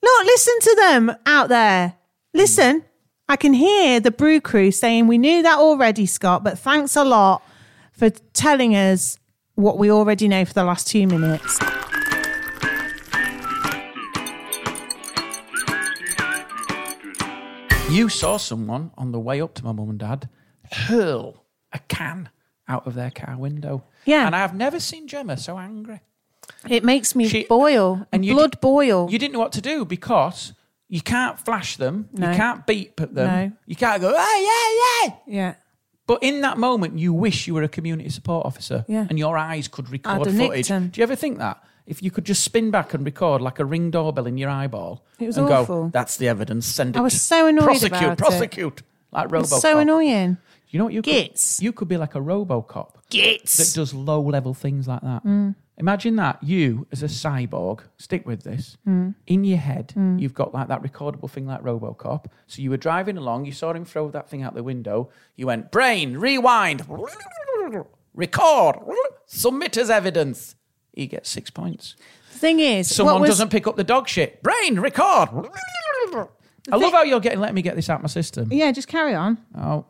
C: Look, listen to them out there. Listen, I can hear the brew crew saying we knew that already, Scott, but thanks a lot for telling us what we already know for the last two minutes.
B: You saw someone on the way up to my mum and dad hurl a can out of their car window.
C: Yeah.
B: and I have never seen Gemma so angry.
C: It makes me
B: She-
C: boil and
B: you
C: blood
B: di-
C: boil.
B: You didn't know what to do because you can't flash them.
C: No.
B: You can't beep at them.
C: No.
B: You can't go, hey, yeah, yeah.
C: yeah.
B: But in that moment, you wish you were a community support officer
C: Yeah.
B: and your eyes could record
C: I'd have nicked
B: footage.
C: him.
B: Do you ever think that? If you could just spin back and record like a ring doorbell in your eyeball
C: It was
B: and
C: awful.
B: go, that's the evidence, send it.
C: I was
B: to-
C: so annoyed
B: Prosecute,
C: about it.
B: prosecute. Like
C: It's
B: Robocop.
C: so annoying.
B: You know what you
C: Gits.
B: could You could be like a Robocop that
C: Gits.
B: does low level things like that.
C: Mm.
B: Imagine that you, as a cyborg, stick with this.
C: Mm.
B: In your head, you've got like that recordable thing like Robocop. So you were driving along, you saw him throw that thing out the window. You went, brain, rewind, record, submit as evidence. He gets six points.
C: The thing is,
B: Someone
C: what was,
B: doesn't pick up the dog shit. Brain, record. I love
C: thing-
B: how you're getting, let me get this out my system.
C: Yeah, just carry on.
B: Oh,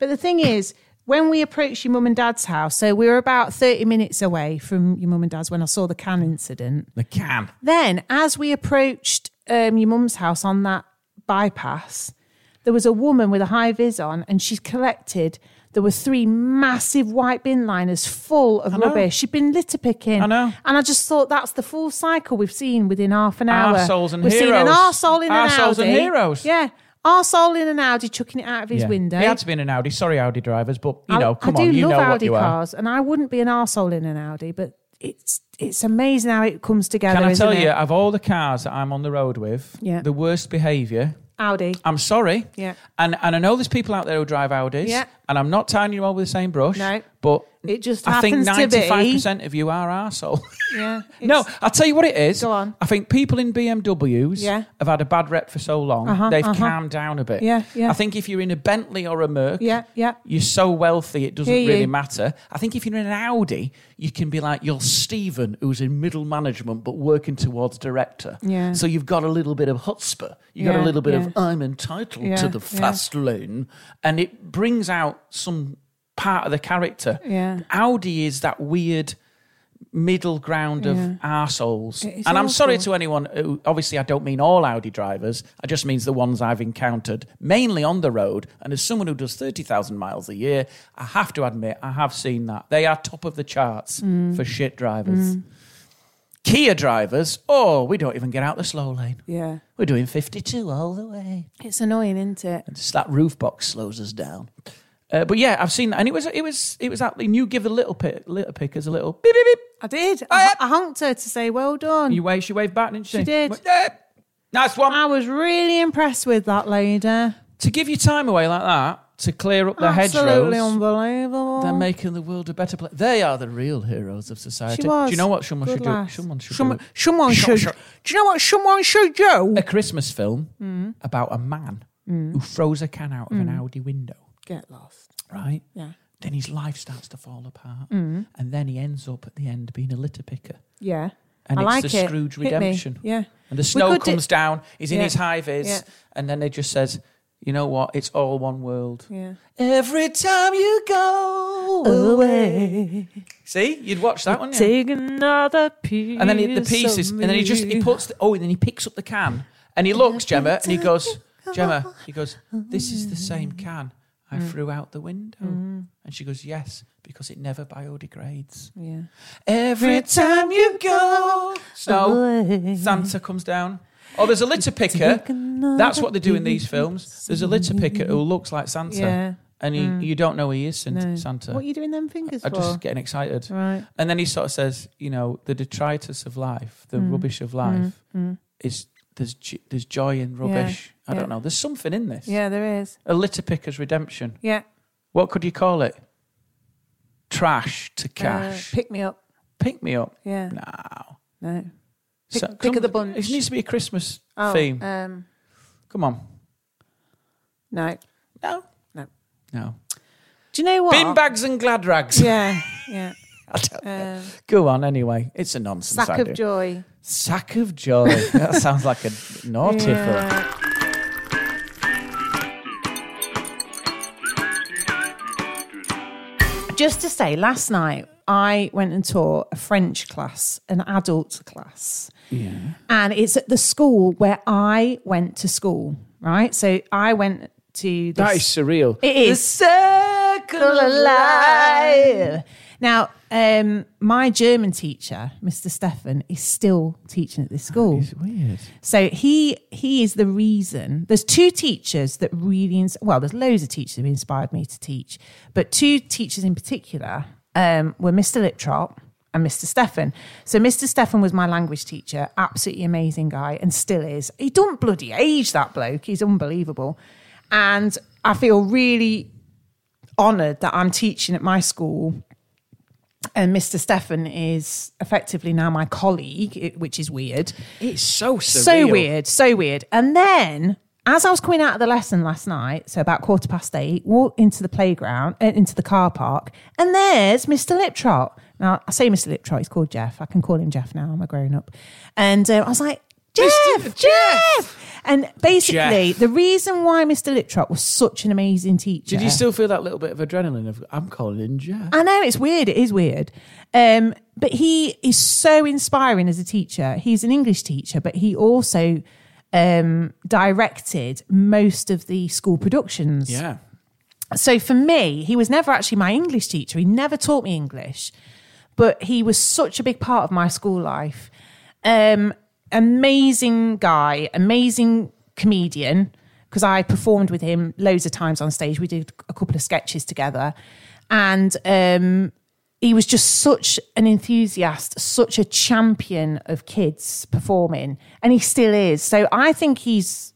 C: But the thing is, when we approached your mum and dad's house, so we were about 30 minutes away from your mum and dad's when I saw the can incident.
B: the can.
C: Then, as we approached um, your mum's house on that bypass, there was a woman with a high vis on and she's collected. There were three massive white bin liners full of
B: know.
C: rubbish. She'd been litter picking.
B: I know.
C: And I just thought that's the full cycle we've seen within half an hour.
B: Arseholes and
C: We've seen an
B: heroes.
C: arsehole in an
B: Arseholes and
C: Audi.
B: heroes.
C: Yeah. Arsehole in an Audi chucking it out of his
B: Yeah.
C: window.
B: He had to be in an Audi. Sorry, Audi drivers, but you
C: I-
B: know, come
C: I do
B: on, you
C: love
B: know
C: Audi
B: what you are.
C: cars, and I wouldn't be an arsehole in an Audi, but it's it's amazing how it comes together.
B: Can I
C: isn't
B: tell
C: it?
B: you, of all the cars that I'm on the road with,
C: Yeah.
B: the worst behaviour.
C: Audi?
B: I'm sorry.
C: Yeah.
B: And and I know there's people out there who drive Audis.
C: Yeah.
B: And I'm not tying you all with the same brush.
C: No.
B: But
C: It just
B: I think
C: happens to be.
B: 95% of you are arsehole.
C: Yeah.
B: no,
C: it's-
B: I'll tell you what it is.
C: Go on.
B: I think people in BMWs
C: Yeah.
B: have had a bad rep for so long,
C: Uh-huh,
B: they've
C: uh-huh.
B: calmed down a bit.
C: Yeah, yeah.
B: I think if you're in a Bentley or a Merc,
C: Yeah, yeah.
B: you're so wealthy it doesn't
C: Hear you.
B: really matter. I think if you're in an Audi, you can be like you're Stephen, who's in middle management but working towards director.
C: Yeah.
B: So you've got a little bit of chutzpah. You've got
C: Yeah,
B: a little bit
C: yeah.
B: of I'm entitled
C: Yeah,
B: to the
C: yeah.
B: fast lane, and it brings out some part of the character.
C: Yeah.
B: Audi is that weird middle ground of arseholes.
C: It is
B: And I'm sorry
C: awful.
B: to anyone who, obviously, I don't mean all Audi drivers. I just means the ones I've encountered, mainly on the road. And as someone who does 30,000 miles a year, I have to admit, I have seen that. They are top of the charts
C: Mm.
B: for shit drivers. Kia drivers, oh, we don't even get out the slow lane.
C: yeah.
B: We're doing 52 all the way.
C: It's annoying, isn't it?
B: Just that roof box slows us down. Uh, but yeah, I've seen that, and it was it was it was that. And you give the little pick, little pickers a little beep beep beep.
C: I did. I, I honked her to say well done.
B: You waved, she waved back, didn't she?
C: She did.
B: Went, "Yeah, Nice one.
C: I was really impressed with that lady.
B: to give you time away like that to clear up the
C: Absolutely
B: hedgerows.
C: unbelievable.
B: They're making the world a better place. They are the real heroes of society.
C: She was.
B: Do you know what someone
C: Good
B: should
C: lass.
B: do? Someone should
C: Someone-
B: do
C: someone
B: Sure,
C: should.
B: sure.
C: Do you know what someone should do?
B: a Christmas film
C: Mm.
B: about a man who throws a can out of an Audi window.
C: Get lost.
B: Right.
C: Mm. Yeah. Mm.
B: Then his life starts to fall apart, and then he ends up at the end being a litter picker.
C: Yeah.
B: And
C: I
B: it's
C: like
B: the
C: it.
B: Scrooge
C: Hit me.
B: redemption.
C: Yeah.
B: And the
C: We
B: snow
C: could do-
B: comes down, he's in
C: Yeah.
B: his high vis,
C: Yeah.
B: and then it just says, you know what? It's all one world.
C: Yeah.
B: Every time you go away. See, you'd watch that one. Yeah.
C: Take another piece.
B: And then he, the pieces, and then he just he puts. The, oh, and then he picks up the can, and he looks Gemma, and he goes, Gemma, he goes, this is the same can I threw out the window, and she goes, yes, because it never biodegrades.
C: Yeah.
B: Every time you go, so
C: Mm-hmm.
B: Santa comes down. Oh, there's a litter picker. That's what they do in these films. There's a litter picker who looks like Santa,
C: Yeah. Mm.
B: and he, you don't know he is Santa. Santa.
C: What are you doing them fingers
B: I'm
C: for?
B: just getting excited.
C: Right.
B: And then he sort of says, you know, the detritus of life,
C: Mm.
B: the rubbish of life, is there's j- there's joy in rubbish. I
C: yeah.
B: don't know. There's something in this.
C: Yeah, there is.
B: A litter picker's redemption.
C: Yeah. Uh,
B: What could you call it? Trash to
C: Uh,
B: cash. pick,
C: pick me up.
B: me up.
C: Yeah.
B: No.
C: No. Pick-
B: So-
C: pick of the bunch.
B: It needs to be a Christmas
C: Oh,
B: theme.
C: Um,
B: Come on.
C: no.
B: No.
C: No.
B: No.
C: Do you know what?
B: Bin bags and glad rags.
C: Yeah. Yeah.
B: I don't know.
C: Um,
B: Go on anyway. It's a nonsense.
C: sack
B: idea.
C: of joy.
B: Sack of joy. that sounds like a naughty film.
C: Yeah. Just to say, last night I went and taught a French class, an adult class. And it's at the school where I went to school, right? So I went to this.
B: That is surreal.
C: It is. circle of life. Now, um, my German teacher, Mr. Stefan, is still teaching at this school.
B: weird.
C: So he he is the reason. There's two teachers that really ins- well. There's loads of teachers who inspired me to teach, but two teachers in particular um, were Mr. Liptrop and Mr. Stefan. So Mr. Stefan was my language teacher, absolutely amazing guy, and still is. He don't bloody age that bloke. He's unbelievable, and I feel really honoured that I'm teaching at my school and Mr. Stefan is effectively now my colleague, it- which is weird.
B: It's so surreal.
C: So weird, so weird. And then, as I was coming out of the lesson last night, so about quarter past eight, walked into the playground, uh, into the car park, and there's Mr. Liptrot. Now, I say Mr. Liptrot, he's called Jeff. I can call him Jeff now, I'm a grown up. And uh, I was like, Jeff, Jeff, And basically,
B: Jeff.
C: the reason why Mr. Liptrot was such an amazing teacher.
B: Did you still feel that little bit of adrenaline of I'm calling in Jeff?
C: I know it's weird. It is weird. Um, but he is so inspiring as a teacher. He's an English teacher, but he also um, directed most of the school productions.
B: Yeah.
C: So for me, he was never actually my English teacher. He never taught me English, but he was such a big part of my school life. Um, amazing guy, amazing comedian, because I performed with him loads of times on stage. We did a couple of sketches together. And um, he was just such an enthusiast, such a champion of kids performing, and he still is. So I think he's.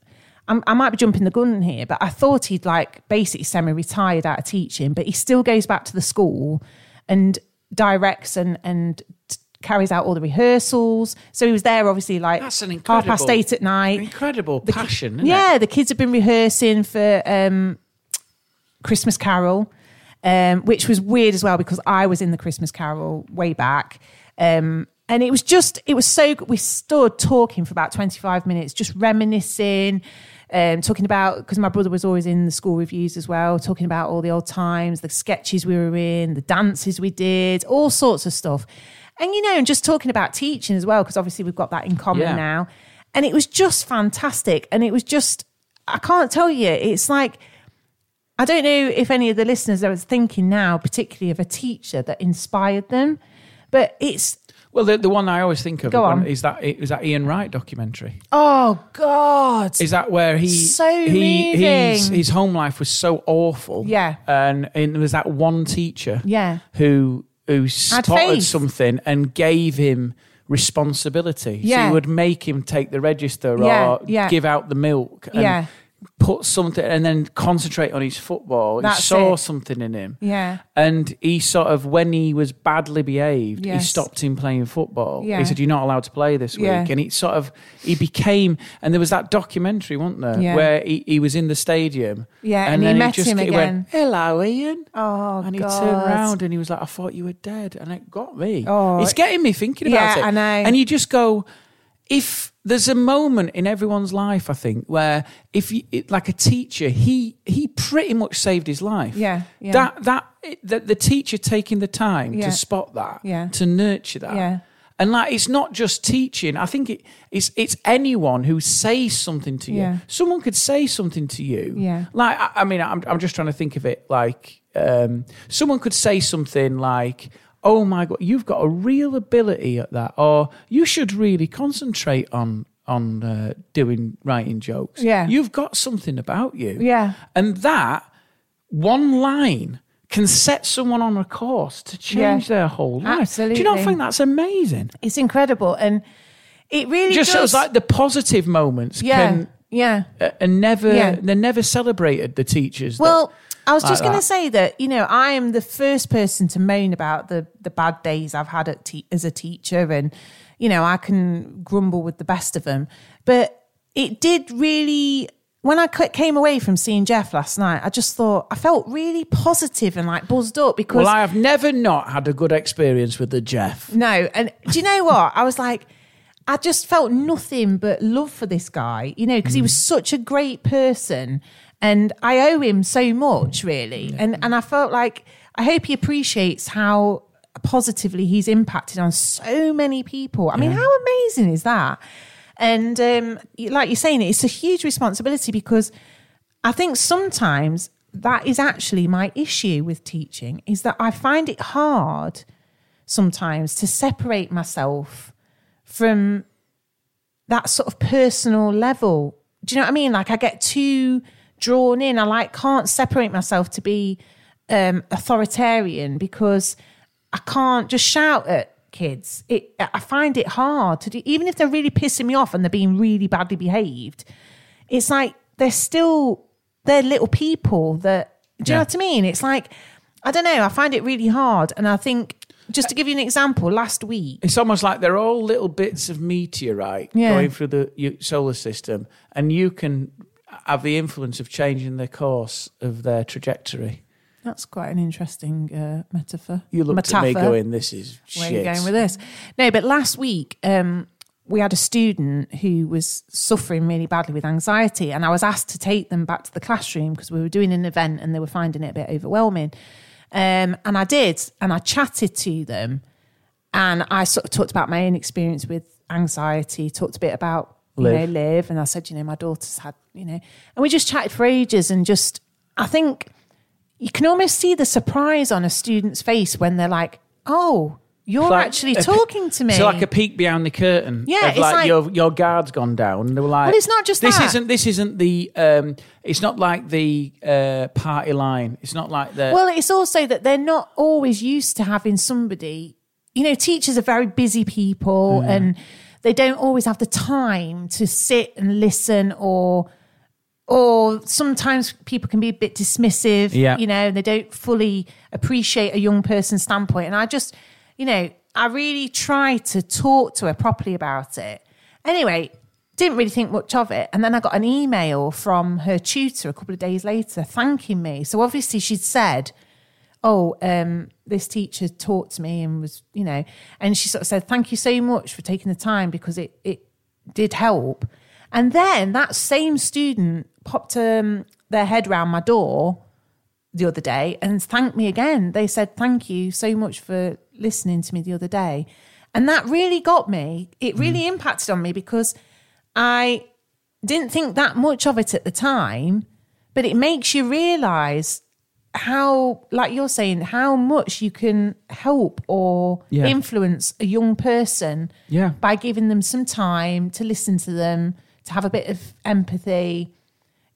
C: I'm, I might be jumping the gun here, but I thought he'd like basically semi-retired out of teaching, but he still goes back to the school and directs and and t- carries out all the rehearsals. So he was there obviously like
B: That's an
C: half past
B: incredible-
C: eight at night.
B: Incredible
C: The ki-
B: passion. isn't
C: yeah, the kids have been rehearsing for um, Christmas Carol, um, which was weird as well because I was in the Christmas Carol way back. Um, and it was just, it was so good. We stood talking for about 25 minutes, just reminiscing, um, talking about, because my brother was always in the school reviews as well, talking about all the old times, the sketches we were in, the dances we did, all sorts of stuff. And, you know, and just talking about teaching as well, because obviously we've got that in common
B: Yeah.
C: now. And it was just fantastic. And it was just, I can't tell you, it's like, I don't know if any of the listeners are thinking now, particularly of a teacher that inspired them, but it's
B: it? Well, the, the one I always think of
C: Go
B: one
C: on.
B: is that is that Ian Wright documentary.
C: oh god,
B: Is that where he
C: So
B: he his,
C: moving.
B: his home life was so awful?
C: Yeah.
B: and, and there was that one teacher.
C: Yeah.
B: who who spotted
C: faith.
B: something and gave him responsibility. so
C: Yeah.
B: he would make him take the register
C: Yeah,
B: or
C: yeah.
B: give out the milk. And
C: Yeah.
B: Put something and then concentrate on his football.
C: That's
B: he saw
C: it.
B: something in him.
C: Yeah.
B: And he sort of, when he was badly behaved, he
C: Yes.
B: stopped him playing football.
C: Yeah.
B: He said, You're not allowed to play this week.
C: Yeah.
B: And he sort of, he became, and there was that documentary, wasn't there,
C: Yeah.
B: where he, he was in the stadium.
C: Yeah, and he
B: then
C: met him
B: he
C: again.
B: went, Hello, Ian.
C: Oh,
B: And he
C: God.
B: turned round and he was like, I thought you were dead. And it got me.
C: Oh.
B: it's getting me thinking about
C: Yeah,
B: it.
C: I know.
B: And you just go, if there's a moment in everyone's life, I think, where if you, it, like a teacher, he he pretty much saved his life.
C: Yeah, yeah.
B: That that it, the, the teacher taking the time
C: Yeah.
B: to spot that,
C: Yeah.
B: to nurture that,
C: Yeah.
B: and like it's not just teaching. I think it, it's it's anyone who says something to you.
C: Yeah.
B: Someone could say something to you.
C: Yeah.
B: Like I, I mean, I'm I'm just trying to think of it. Like um, someone could say something like. Oh my god, you've got a real ability at that, or you should really concentrate on on uh, doing writing jokes.
C: Yeah.
B: you've got something about you.
C: Yeah.
B: and that one line can set someone on a course to change
C: Yeah.
B: their whole life. Do you not
C: Absolutely.
B: think that's amazing?
C: It's incredible, and it really
B: It just
C: does.
B: shows like the positive moments
C: yeah,
B: can
C: yeah.
B: uh, are never
C: Yeah.
B: they're never celebrated. The teachers. that-
C: Well, I was
B: like
C: just going
B: that.
C: to say that you know I am the first person to moan about the the bad days I've had at te- as a teacher, and you know I can grumble with the best of them, but it did really. When I c- came away from seeing Jeff last night, I just thought I felt really positive and like buzzed up because
B: well, I have never not had a good experience with the Jeff.
C: no, and do you know what? I was like, I just felt nothing but love for this guy, you know, because he was such a great person, and I owe him so much, really. And and I felt like I hope he appreciates how positively he's impacted on so many people. I mean, how amazing is that? And um, y- like you're saying, it's a huge responsibility because I think sometimes that is actually my issue with teaching is that I find it hard sometimes to separate myself from that sort of personal level. Do you know what I mean? Like I get too drawn in. I like can't separate myself to be um, authoritarian because I can't just shout at kids. It I find it hard to do, even if they're really pissing me off and they're being really badly behaved. It's like they're still they're little people that. Do you know
B: Yeah.
C: what I mean? It's like I don't know. I find it really hard, and I think just to give you an example, last week.
B: It's almost like they're all little bits of meteorite
C: Yeah.
B: going through the u- solar system, and you can have the influence of changing the course of their trajectory.
C: That's quite an interesting uh, metaphor.
B: You looked at me
C: Metaphor.
B: going, "This is
C: Where
B: shit."
C: are you going with this? No, but last week um, we had a student who was suffering really badly with anxiety, and I was asked to take them back to the classroom because we were doing an event and they were finding it a bit overwhelming. Um, and I did, and I chatted to them, and I sort of talked about my own experience with anxiety, talked a bit about you
B: Liv.
C: know live, and I said, you know, my daughter's had, you know, and we just chatted for ages, and just I think you can almost see the surprise on a student's face when they're like, "Oh, you're
B: It's like
C: actually
B: a-
C: talking to me."
B: It's like a peek behind the curtain.
C: Yeah,
B: of
C: it's
B: like,
C: like-
B: your your guard's gone down. And they were like,
C: Well, it's not just
B: this
C: that.
B: isn't this isn't the um, it's not like the uh, party line. It's not like the
C: well, it's also that they're not always used to having somebody. You know, teachers are very busy people,
B: Mm.
C: and they don't always have the time to sit and listen, or or sometimes people can be a bit dismissive.
B: Yeah.
C: you know, and they don't fully appreciate a young person's standpoint. And I just, you know, I really try to talk to her properly about it. Anyway, didn't really think much of it. And then I got an email from her tutor a couple of days later thanking me. So obviously she'd said, Oh, um, this teacher taught to me and was, you know, and she sort of said, Thank you so much for taking the time because it, it did help. And then that same student popped um, their head round my door the other day and thanked me again. They said, Thank you so much for listening to me the other day. And that really got me. It really impacted on me because I didn't think that much of it at the time, but it makes you realize how, like you're saying, how much you can help or
B: Yeah.
C: influence a young person
B: Yeah.
C: by giving them some time to listen to them, to have a bit of empathy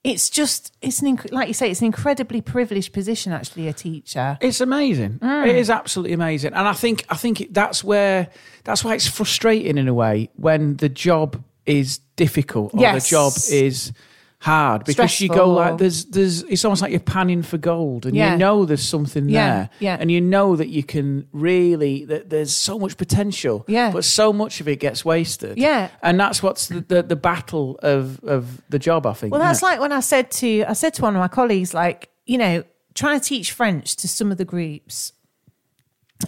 C: it's just it's an inc- like you say it's an incredibly privileged position actually a teacher
B: It's amazing.
C: Mm.
B: It is absolutely amazing, and I think I think it, that's where that's why it's frustrating in a way when the job is difficult or
C: Yes.
B: the job is hard because you go
C: Stressful.
B: like there's there's it's almost like you're panning for gold and
C: Yeah.
B: you know there's something
C: Yeah,
B: there
C: yeah.
B: and you know that you can really that there's so much potential
C: Yeah.
B: but so much of it gets wasted
C: Yeah.
B: and that's what's the the, the battle of of the job I think
C: well
B: isn't
C: that's
B: it?
C: like when i said to i said to one of my colleagues like you know trying to teach french to some of the groups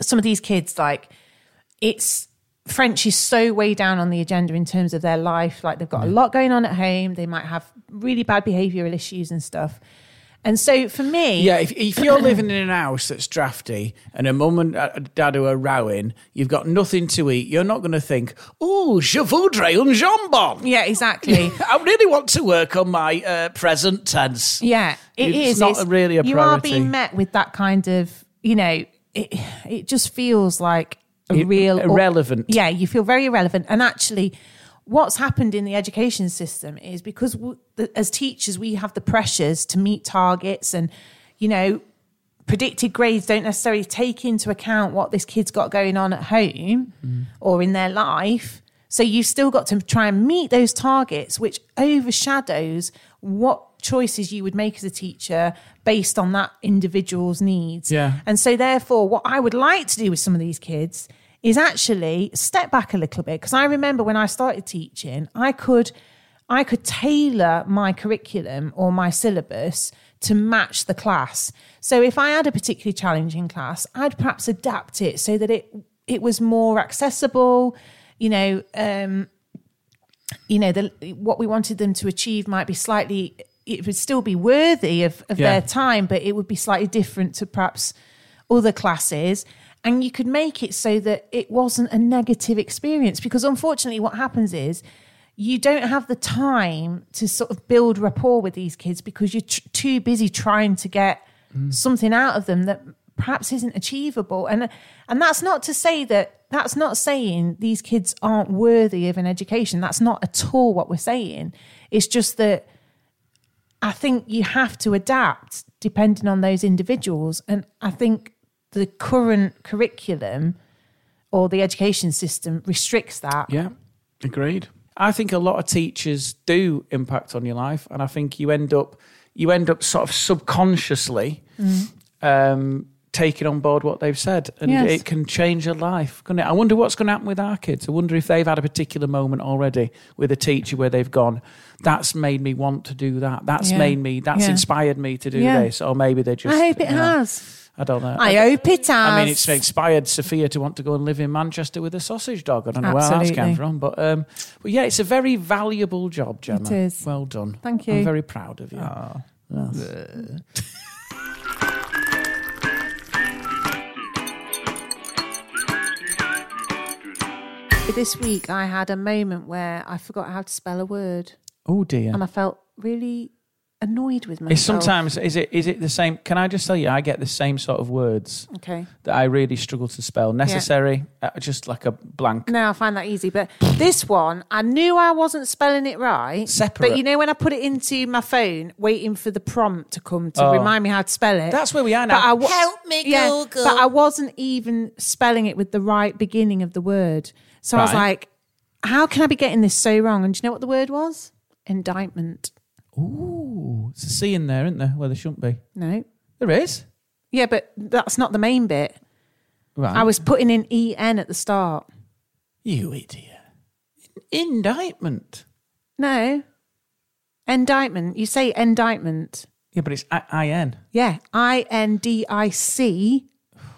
C: some of these kids like it's French is so way down on the agenda in terms of their life. Like they've got a lot going on at home. They might have really bad behavioural issues and stuff. And so for me,
B: Yeah, if, if you're living in an house that's drafty and a mum and a- a dad who are rowing, you've got nothing to eat, you're not going to think, oh, je voudrais un jambon.
C: yeah, exactly.
B: I really want to work on my uh, present tense.
C: Yeah, it is.
B: It's not really a
C: You are
B: priority.
C: being met with that kind of, you know, it, it just feels like a
B: Ir-
C: real
B: irrelevant.
C: yeah, you feel very irrelevant. And actually, what's happened in the education system is because w the, as teachers we have the pressures to meet targets, and you know, predicted grades don't necessarily take into account what this kid's got going on at home
B: Mm.
C: or in their life. So you've still got to try and meet those targets, which overshadows what choices you would make as a teacher based on that individual's needs.
B: Yeah.
C: And so, therefore, what I would like to do with some of these kids is actually step back a little bit because I remember when I started teaching, I could. I could tailor my curriculum or my syllabus to match the class. So if I had a particularly challenging class, I'd perhaps adapt it so that it it was more accessible. You know, um, you know, the, what we wanted them to achieve might be slightly. It would still be worthy of, of
B: Yeah.
C: their time, but it would be slightly different to perhaps other classes. And you could make it so that it wasn't a negative experience because unfortunately, what happens is you don't have the time to sort of build rapport with these kids because you're tr- too busy trying to get something out of them that perhaps isn't achievable and and that's not to say that that's not saying these kids aren't worthy of an education that's not at all what we're saying it's just that I think you have to adapt depending on those individuals. And I think the current curriculum or the education system restricts that.
B: Yeah, agreed. I think a lot of teachers do impact on your life, and I think you end up you end up sort of subconsciously um, taking on board what they've said, and
C: Mm. Yes.
B: it can change your life. Can it? I wonder what's going to happen with our kids. I wonder if they've had a particular moment already with a teacher where they've gone, "That's made me want to do that. That's
C: Yeah.
B: made me. That's
C: Yeah.
B: inspired me to do
C: Yeah.
B: this." Or maybe they just.
C: I hope it
B: you know,
C: has.
B: I don't know.
C: I hope it has.
B: I mean, it's inspired Sophia to want to go and live in Manchester with a sausage dog. I don't know where that came
C: Absolutely.
B: from, but um, but yeah, it's a very valuable job, Gemma.
C: It is.
B: Well done.
C: Thank
B: I'm
C: you.
B: very proud of you. Yes.
C: This week I had a moment where I forgot how to spell a word
B: Oh dear.
C: and I felt really annoyed with myself.
B: It's sometimes is it is it the same? Can I just tell you? I get the same sort of words
C: Okay.
B: that I really struggle to spell. Necessary, uh, just like a blank.
C: No, I find that easy. But this one, I knew I wasn't spelling it right.
B: Separate.
C: But you know, when I put it into my phone, waiting for the prompt to come to remind me how to spell it.
B: Oh. That's where we are now.
C: But I wa- Help me, Google. But I wasn't even spelling it with the right beginning of the word. So I was
B: Right.
C: like, how can I be getting this so wrong? And do you know what the word was? Indictment.
B: Ooh, it's a C in there, isn't there? Where there shouldn't be.
C: No.
B: There is.
C: Yeah, but that's not the main bit.
B: Right.
C: I was putting in EN at the start.
B: you idiot. Indictment.
C: No. Indictment. You say indictment.
B: Yeah, but it's I N.
C: Yeah, I N D I C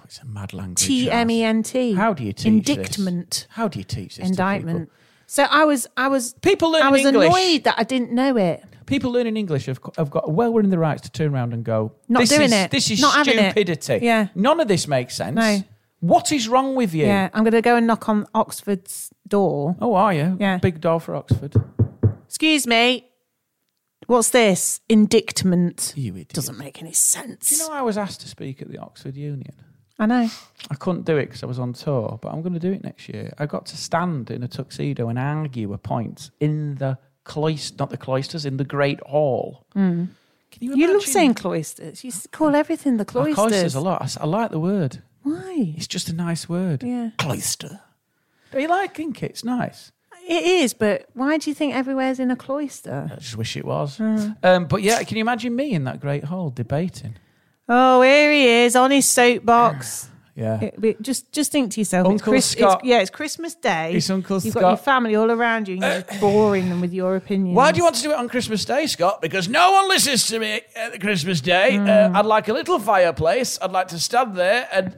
B: It's a mad language.
C: T M E N T.
B: How do you teach
C: Indictment?
B: This? How do you teach this?
C: Indictment.
B: To
C: So I was, I was,
B: People learn
C: I was
B: English.
C: annoyed that I didn't know it.
B: people? people learning English have, have got well within the rights to turn around and go.
C: Not
B: this
C: doing
B: is,
C: it.
B: This is
C: Not having it.
B: stupidity.
C: Yeah.
B: None of this makes sense.
C: No.
B: What is wrong with you?
C: Yeah, I'm going to go and knock on Oxford's door.
B: Oh, are you?
C: Yeah.
B: Big door for Oxford.
C: Excuse me. What's this? Indictment.
B: You idiot.
C: Doesn't make any sense.
B: You know, I was asked to speak at the Oxford Union.
C: I know.
B: I couldn't do it because I was on tour, but I'm going to do it next year. I got to stand in a tuxedo and argue a point in the cloister, not the cloisters, in the Great Hall. Can you?
C: Hmm. You love
B: imagine?
C: saying cloisters. You s- call everything the
B: Oh,
C: cloisters.
B: cloisters a lot. I s- I, like the word.
C: Why?
B: It's just a nice word.
C: Yeah.
B: Cloister. Do you like think it's nice?
C: It is, but why do you think everywhere's in a cloister?
B: I just wish it was.
C: Uh-huh.
B: Um, but yeah, can you imagine me in that great hall debating?
C: Oh, here he is on his soapbox.
B: Yeah.
C: It- it- just, just think to yourself. it's
B: Uncle
C: Chris,
B: Scott.
C: It's, yeah, it's Christmas Day.
B: It's Uncle
C: You've got
B: Scott. Uh,
C: your family all around you, and you're just boring them with your opinions.
B: Why do you want to do it on Christmas Day, Scott? Because no one listens Hmm. to me at Christmas Day. Uh, I'd like a little fireplace. I'd like to stand there and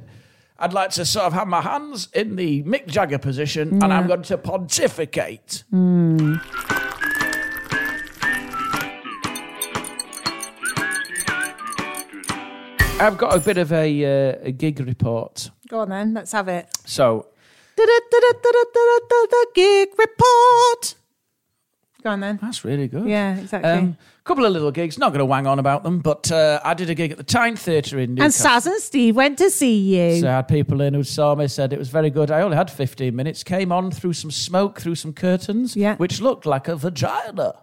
B: I'd like to sort of have my hands in the Mick Jagger position and I'm going to pontificate. Hmm. I've got a bit of a, uh, a gig report.
C: Go on then, let's have it.
B: So
C: Da-da-da-da-da-da-da-da, Gig report. Go on then.
B: that's really good.
C: Yeah, exactly.
B: a couple of little gigs. Not going to wang on about them, but uh, I did a gig at the Tyne Theatre in
C: and
B: Newcastle.
C: Saz and Steve went to see you.
B: So I had people in who saw me, said it was very good. I only had 15 minutes. Came on through some smoke, through some curtains,
C: Yeah. Oh.
B: which looked like a vagina.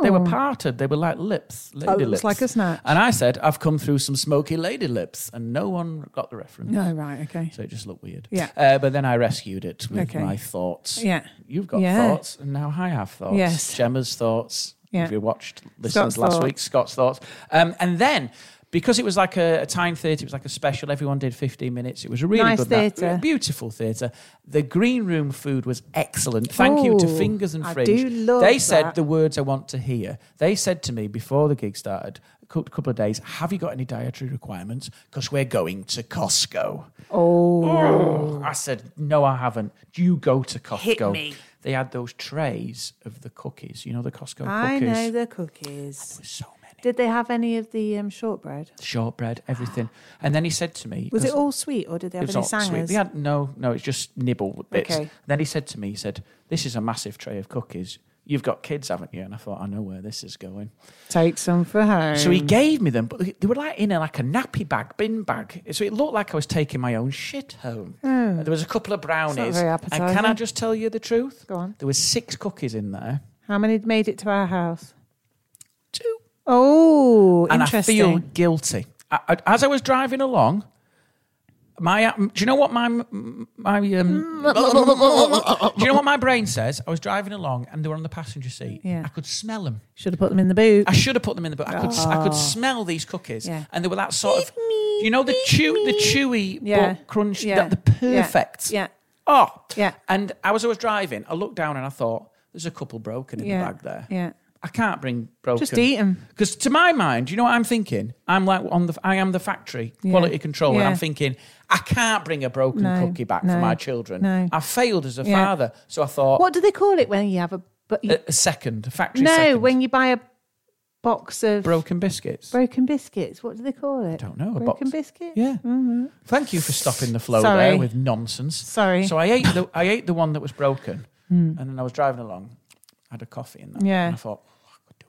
B: They were parted. They were like lips, lady
C: it was
B: lips.
C: like a snatch.
B: And I said, I've come through some smoky lady lips, and no one got the reference.
C: oh, right, okay.
B: So it just looked weird.
C: Yeah.
B: Uh, but then I rescued it with
C: Okay.
B: my thoughts.
C: Yeah.
B: You've got
C: Yeah.
B: thoughts, and now I have thoughts.
C: Yes.
B: Gemma's thoughts.
C: Yeah.
B: If you watched, listened
C: Scott's
B: last
C: thoughts.
B: week, Scott's thoughts. Um, and then. Because it was like a, a time theatre, it was like a special. Everyone did 15 minutes. It was a really
C: Nice
B: good night.
C: theatre.
B: Beautiful theatre. The green room food was excellent. Thank you to
C: Ooh,
B: Fingers and
C: I
B: Fringe.
C: do love
B: they said
C: that.
B: the words I want to hear. They said to me before the gig started, a cou- couple of days, have you got any dietary requirements? Because we're going to Costco. I said, "No, I haven't." Do you go to Costco?
C: me.
B: They had those trays of the cookies. You know the Costco
C: I
B: cookies.
C: know the cookies.
B: So many
C: Did they have any of the um, shortbread?
B: shortbread, everything. And then he said to me,
C: Was it
B: 'cause
C: all sweet or did they
B: it
C: have
B: was
C: any
B: all sweet.
C: sangers?
B: They had no, no. It's just nibble bits.
C: Okay.
B: Then he said to me, he said, "This is a massive tray of cookies." You've got kids, haven't you? And I thought, I know where this is going.
C: Take some for home.
B: So he gave me them, but they they were like in a, like a nappy bag, bin bag. So it looked like I was taking my own shit home. There was a couple of brownies.
C: Hmm. very
B: and can I
C: appetising.
B: just tell you the truth?
C: Go on.
B: There was six cookies in there.
C: How many made it to our house?
B: Two.
C: Oh,
B: And I
C: interesting.
B: feel guilty. I, I, as I was driving along, my um, do you know what my m- my um, do you know what my brain says? I was driving along and they were on the passenger seat.
C: Yeah.
B: I could smell them.
C: Should have put them in the boot.
B: I should have put them in the book. I could I could smell these cookies,
C: Oh. Yeah.
B: and they were that sort of
C: Eat me,
B: you know the
C: eat
B: chew the
C: me.
B: chewy
C: Yeah.
B: but crunch
C: Yeah.
B: that the perfect
C: Yeah.
B: oh
C: Yeah.
B: and I- as I was driving I looked down and I thought there's a couple broken in
C: Yeah.
B: the bag there
C: Yeah.
B: I can't bring broken
C: Just eat 'em.
B: because to my mind you know what I'm thinking I'm like on the I am the factory quality control and
C: Yeah.
B: I'm thinking I can't bring a broken
C: No.
B: cookie back for
C: No.
B: my children
C: No.
B: I failed as a
C: Yeah.
B: father so I thought
C: What do they call it when you have a. But you,
B: a, a second a factory
C: no,
B: second.
C: when you buy a box of
B: broken biscuits
C: broken biscuits. What do they call it?
B: don't know, a
C: Broken
B: box-
C: biscuits?
B: Yeah. Thank you for stopping the flow
C: Mm-hmm. Sorry.
B: there with nonsense.
C: Sorry. Hmm.
B: So I ate the I ate the one that was broken, and then I was driving along. I had a coffee in that.
C: Yeah.
B: And I thought,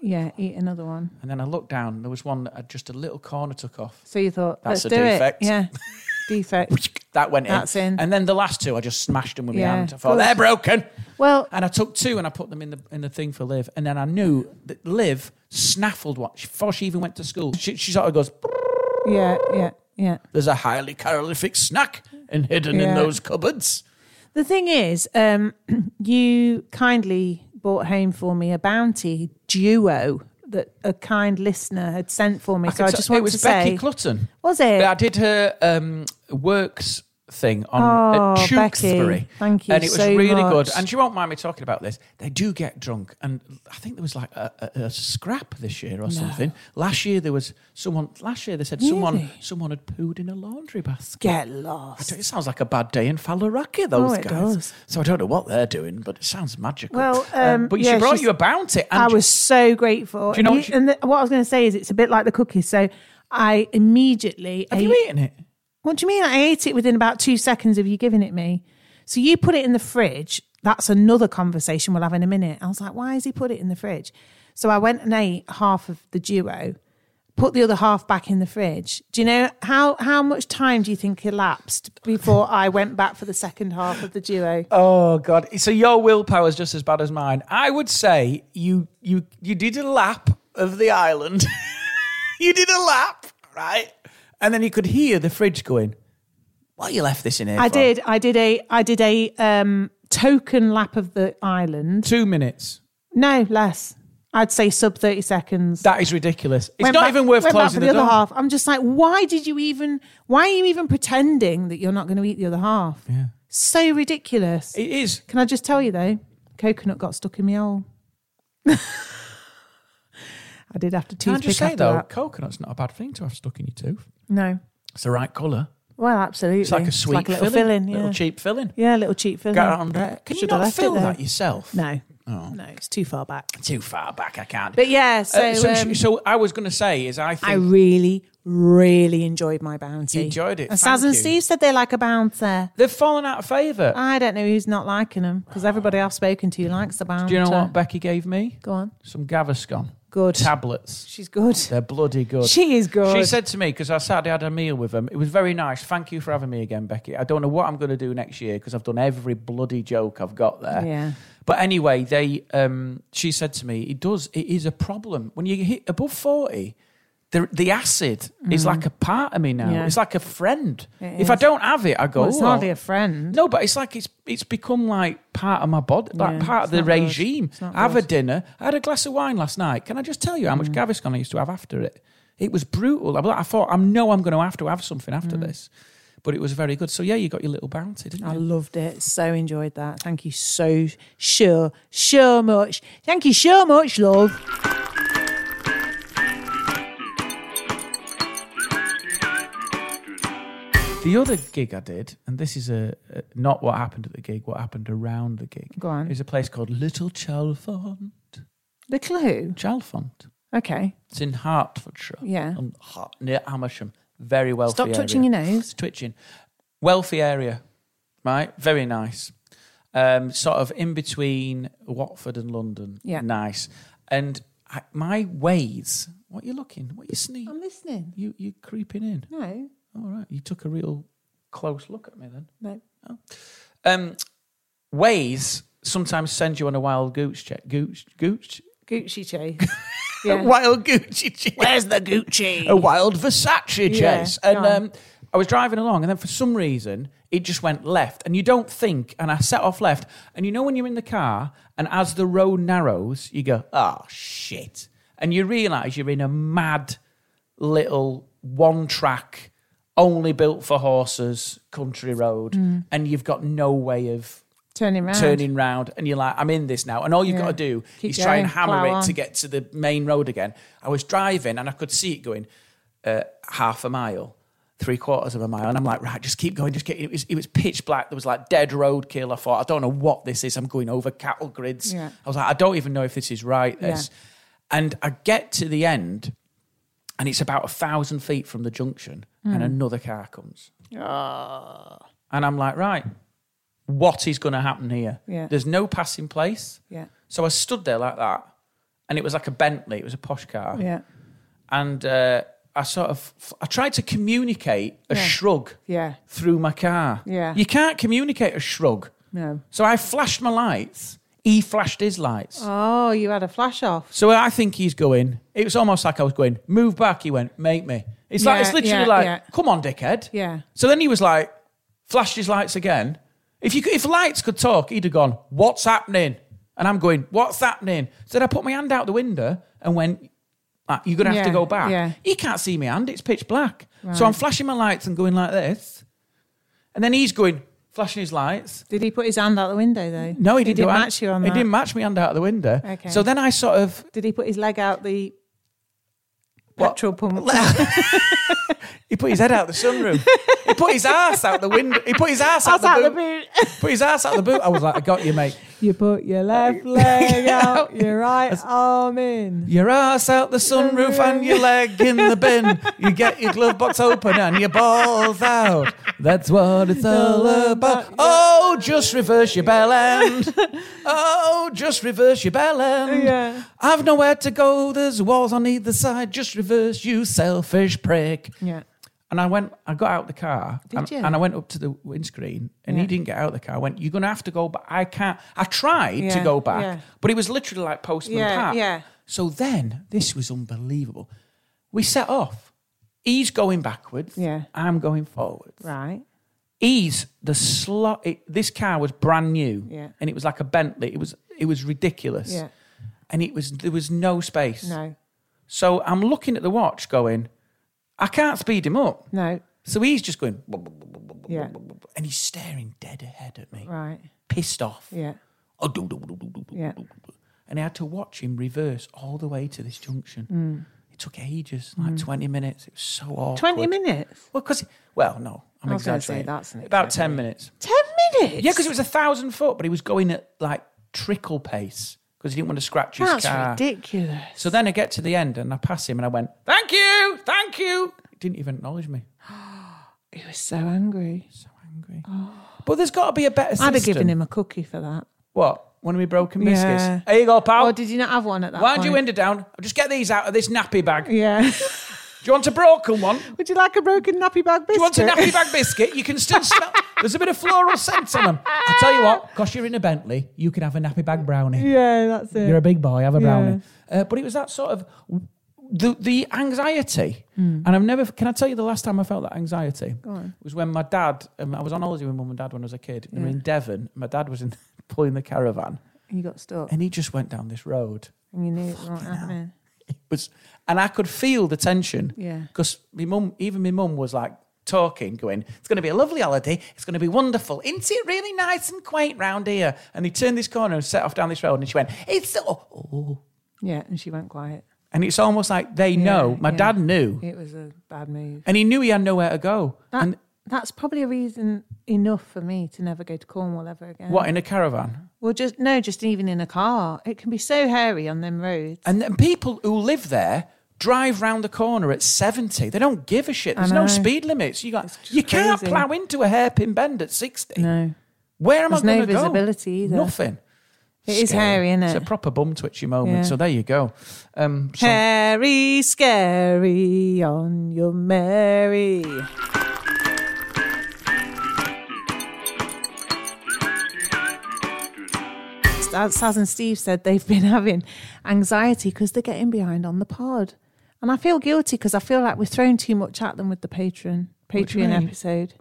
C: Yeah, eat another one.
B: and then I looked down. and There was one that had just a little corner took off.
C: So you thought, let's
B: That's a
C: do
B: defect.
C: it. Yeah. defect.
B: That went
C: That's
B: in.
C: in.
B: And then the last two, I just smashed them with
C: Yeah,
B: my hand. I thought
C: good.
B: they're broken.
C: Well,
B: And I took two and I put them in the in the thing for Liv. And then I knew that Liv snaffled what before she even went to school. She, she sort of goes.
C: yeah, yeah, yeah.
B: There's a highly calorific snack and hidden in
C: Yeah.
B: those cupboards.
C: The thing is, um, you kindly brought home for me a bounty duo that a kind listener had sent for me. so I
B: could
C: just
B: t- it
C: want
B: was
C: to
B: Becky
C: say,
B: Clutton.
C: was it?
B: I did her um, works thing on
C: Oh,
B: at Tewkesbury.
C: Becky, thank you
B: And it was
C: so
B: really good.
C: much.
B: And she won't mind me talking about this. They do get drunk. And I think there was like a, a, a scrap this year or something. Last year there was someone, last year they said someone
C: Really?
B: someone had pooed in a laundry basket.
C: Get
B: I
C: lost.
B: don't- It sounds like a bad day in Faluraki, those
C: Oh, it
B: guys.
C: does.
B: So I don't know what they're doing, but it sounds magical.
C: Well, um,
B: but she
C: yeah,
B: brought
C: she's-
B: you a bounty. And
C: I
B: you-
C: was so grateful.
B: you know
C: and,
B: what she-
C: and the- what I was going to say is, it's a bit like the cookies. So I immediately
B: have
C: ate-
B: you eaten it?
C: What do you mean? I ate it within about two seconds of you giving it me. So you put it in the fridge. That's another conversation we'll have in a minute. I was like, why has he put it in the fridge? So I went and ate half of the duo, put the other half back in the fridge. Do you know how how much time do you think elapsed before I went back for the second half of the duo?
B: Oh God! So your willpower is just as bad as mine. I would say you you you did a lap of the island. you did a lap, right? And then you could hear the fridge going. Why you left this in here?
C: I
B: for?"
C: did. I did a I did a um, token lap of the island.
B: two minutes.
C: No less. I'd say sub thirty seconds.
B: That is ridiculous. It's
C: Went
B: not
C: back-
B: even worth
C: went back
B: closing
C: for the,
B: the, door.
C: other half. I'm just like, why did you even? Why are you even pretending that you're not going to eat the other half? Yeah, so ridiculous.
B: It is.
C: Can I just tell you though, coconut got stuck in my hole. I did have to
B: Can I
C: toothpick
B: just say
C: after
B: though,
C: that.
B: coconut's not a bad thing to have stuck in your tooth.
C: No,
B: It's the right colour.
C: Well, absolutely.
B: It's like a sweet
C: like a little
B: filling,
C: filling, yeah.
B: little cheap filling.
C: Yeah, a little cheap filling.
B: Get on there. Can you
C: Should have
B: not
C: left it
B: fill
C: there.
B: that yourself?
C: No, no, it's too far back.
B: Too far back, I can't.
C: But yeah, so,
B: Uh, so,
C: um,
B: so I was going to say is I think
C: I really, really enjoyed my bounty.
B: You enjoyed it,
C: And
B: thank
C: Saz and
B: you.
C: Steve said they like a bouncer.
B: they've fallen out of favour.
C: I don't know who's not liking them because everybody I've spoken to likes the bouncer.
B: Do you know what Becky gave me?
C: Go on.
B: Some Gaviscon
C: Good.
B: tablets.
C: She's good.
B: They're bloody good.
C: She is good.
B: She said to me because I sat down had a meal with them. It was very nice. Thank you for having me again, Becky. I don't know what I'm going to do next year because I've done every bloody joke I've got there.
C: Yeah.
B: But anyway, they. Um, she said to me, "It does. It is a problem when you hit above forty. The, the acid is like a part of me now.
C: Mm-hmm. Yeah.
B: It's like a friend.
C: It
B: if I
C: is.
B: don't have it, I go.
C: Well, it's
B: "Oh,
C: hardly a friend.
B: no, but it's like it's it's become like part of my body, like
C: Yeah,
B: part of
C: it's
B: the
C: not good.
B: regime.
C: It's not
B: I have a
C: good. Mm.
B: dinner. I had a glass of wine last night. Can I just tell you how much Gaviscon I used to have after it? It was brutal. I, I thought I know I'm going to have to have something after this, but it was very good. So yeah, you got your little bounty, didn't
C: Mm. I
B: you?
C: loved it. So enjoyed that. Thank you so sure, sure much. Thank you so much, love.
B: The other gig I did, and this is a, a not what happened at the gig, what happened around the gig.
C: Go on.
B: Is a place called Little Chalfont.
C: The clue.
B: Chalfont.
C: Okay.
B: It's in Hertfordshire.
C: Yeah.
B: Um, Ha- near Amersham. Very wealthy.
C: Stop
B: area.
C: touching your nose.
B: It's twitching. Wealthy area, right? Very nice. Um, sort of in between Watford and London.
C: Yeah.
B: Nice. And I, my ways. What are you looking? What are you sneaking?
C: I'm listening.
B: You you creeping in?
C: No,
B: All right. You took a real close look at me then. Oh.
C: no.
B: Um, ways sometimes send you on a wild goose check. Gooch gooch.
C: Gucci chase. yeah.
B: Wild Gucci chase. Where's the Gucci? A wild Versace
C: Yeah,
B: chase.
C: go
B: And
C: on.
B: um, I was driving along, and then for some reason, it just went left. And you don't think, and I set off left. And you know when you're in the car, and as the road narrows, you go, oh, shit. And you realize you're in a mad little one track, only built for horses country road,
C: Mm.
B: and you've got no way of
C: Turning round.
B: turning round and you're like, I'm in this now. And all you've
C: Yeah.
B: got to do
C: Keep
B: is try and
C: going,
B: hammer
C: plow
B: it
C: on.
B: to get to the main road again. I was driving and I could see it going uh, half a mile, three quarters of a mile. And I'm like, right, just keep going, just get it. Was, it was pitch black. There was like dead roadkill. I thought, I don't know what this is. I'm going over cattle grids.
C: Yeah.
B: I was like, I don't even know if this is right. This. And I get to the end and it's about a thousand feet from the junction
C: Mm.
B: and another car comes. And I'm like, right, what is going to happen here?
C: Yeah.
B: There's no passing place.
C: Yeah.
B: So I stood there like that, and it was like a Bentley. It was a posh car,
C: Yeah.
B: and uh, I sort of I tried to communicate a shrug
C: Yeah.
B: through my car.
C: Yeah.
B: You can't communicate a shrug.
C: No.
B: So I flashed my lights. He flashed his lights.
C: Oh, you had a flash off.
B: So I think he's going. It was almost like I was going, move back. He went, make me. It's like
C: Yeah,
B: it's literally
C: yeah,
B: like,
C: yeah.
B: come on, dickhead.
C: Yeah.
B: So then he was like, flashed his lights again. If you could- if lights could talk, he'd have gone, what's happening? And I'm going, what's happening? So then I put my hand out the window and went, "Ah, you're gonna have to
C: Yeah,
B: go back.
C: yeah.
B: You can't see my hand; it's pitch black. So I'm flashing my lights and going like this, and then he's going flashing his lights.
C: Did he put his hand out the window though?
B: No, he didn't,
C: didn't
B: go out-
C: match you on
B: He
C: that.
B: didn't match me hand out the window.
C: Okay.
B: So then I sort of
C: Did he put his leg out the
B: What?
C: petrol pump?
B: He put his head out the sunroom. he put his ass out the window. He put his ass out,
C: Out
B: the,
C: out the
B: boot.
C: boot.
B: Put his ass out the boot. I was like, I got you, mate.
C: you put your left leg out, your right arm in.
B: Your ass out the sunroof and your leg in the bin. You get your glove box open and your balls out. That's what it's all about. Oh, just reverse your bell end. Oh, just reverse your bell end.
C: Yeah.
B: I've nowhere to go. There's walls on either side. Just reverse, you selfish prick.
C: Yeah.
B: And I went, I got out the car and,
C: you?
B: and I went up to the windscreen and he
C: Yeah.
B: didn't get out of the car. I went, You're going to have to go back. I can't. I tried to
C: Yeah,
B: go back,
C: yeah.
B: but it was literally like Postman
C: Yeah,
B: Pat.
C: yeah.
B: So then this was unbelievable. We set off. He's going backwards.
C: Yeah.
B: I'm going forwards.
C: Right.
B: He's the slot. It, this car was brand new.
C: Yeah.
B: And it was like a Bentley. It was, it was ridiculous.
C: Yeah.
B: And it was, there was no space.
C: No.
B: So I'm looking at the watch going, I can't speed him up.
C: No.
B: So he's just going,
C: Yeah.
B: and he's staring dead ahead at me,
C: Right.
B: pissed off.
C: Yeah.
B: Oh, do, do, do, do, do, do,
C: Yeah.
B: do. And I had to watch him reverse all the way to this junction. It took ages, like 20 minutes. It was so awkward.
C: 20 Mm. minutes?
B: Well, because, well, no, I'm
C: I was gonna say
B: exaggerating.
C: that's an
B: About 10 minutes.
C: 10 minutes?
B: Yeah, because it was a thousand foot, but he was going at like trickle pace because he didn't want to scratch his
C: That's
B: car.
C: ridiculous.
B: So then I get to the end and I pass him and I went, thank you, thank you. He didn't even acknowledge me.
C: He was so angry.
B: So angry. But there's got to be a better system.
C: I'd have given him a cookie for that.
B: What? One of my broken biscuits?
C: Yeah.
B: Here you go, pal.
C: Oh, did you not have one at that
B: Wind
C: point?
B: your window down. Just get these out of this nappy bag. Do
C: Yeah.
B: you want a broken one? Do
C: Would you like a broken nappy bag biscuit?
B: you want a nappy bag biscuit? You can still smell. There's a bit of floral scent on them. I tell you what, because you're in a Bentley, you can have a nappy bag brownie.
C: Yeah, that's it.
B: You're a big boy. Have a brownie. Uh, but it was that sort of the the anxiety,
C: Hmm.
B: and I've never. Can I tell you the last time I felt that anxiety? Was when my dad. Um, I was on holiday with mum and dad when I was a kid. and We were in Devon. My dad was in pulling the caravan,
C: You got stuck
B: and he just went down this road.
C: and you knew it wasn't happening.
B: was, and I could feel the tension.
C: Yeah.
B: Because my mum, even my mum, was like talking, going, "It's going to be a lovely holiday. It's going to be wonderful. Isn't it really nice and quaint round here?" And they turned this corner and set off down this road, and she went, "It's so." Oh.
C: Yeah, and she went quiet.
B: And it's almost like they know. My
C: yeah.
B: dad knew,
C: It was a bad move.
B: and he knew he had nowhere to go.
C: That,
B: and
C: that's probably a reason enough for me to never go to Cornwall ever again.
B: what in a caravan?
C: Well, just no, just even in a car, it can be so hairy on them roads.
B: And then people who live there drive round the corner at 70. They don't give a shit. There's no
C: know.
B: speed limits. You got you can't
C: crazy.
B: plow into a hairpin bend at 60.
C: No,
B: Where am
C: There's
B: I
C: no
B: going to go?
C: visibility either.
B: Nothing.
C: it is hairy, isn't
B: It's
C: it?
B: a proper bum twitchy moment.
C: Yeah.
B: So there you go. Um, so-
C: Hairy, scary on your merry. As Saz and Steve said, they've been having anxiety because they're getting behind on the pod, and I feel guilty because I feel like we're throwing too much at them with the Patreon
B: do you
C: Patreon
B: mean?
C: episode.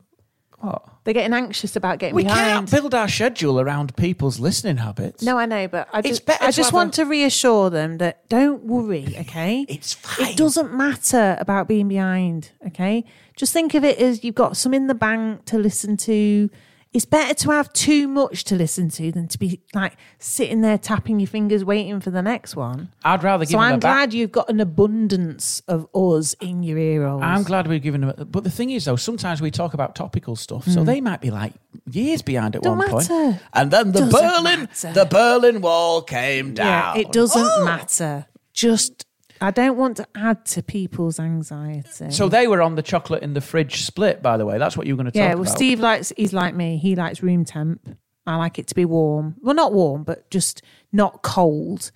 B: what?
C: They're getting anxious about getting
B: We
C: behind.
B: can't build our schedule around people's listening habits.
C: No, I know, but I just,
B: better
C: I
B: to
C: just
B: have
C: want
B: a-
C: to reassure them that don't worry, okay?
B: It's fine.
C: It doesn't matter about being behind, okay? Just think of it as you've got some in the bank to listen to. It's better to have too much to listen to than to be like sitting there tapping your fingers waiting for the next one.
B: I'd rather give
C: So
B: them a
C: I'm
B: back.
C: glad you've got an abundance of us in your ear holes.
B: I'm glad we've given them. a- But the thing is, though, sometimes we talk about topical stuff, so they might be like years behind at
C: Hmm. Don't
B: one point.
C: matter.
B: And then the
C: Doesn't
B: Berlin,
C: matter.
B: the Berlin Wall came
C: yeah,
B: down. Oh!
C: it doesn't matter. Just I don't want to add to people's anxiety.
B: So they were on the chocolate in the fridge split, by the way. That's what you were going to talk
C: Yeah, well,
B: about.
C: Steve likes, he's like me. He likes room temp. I like it to be warm. Well, not warm, but just not cold.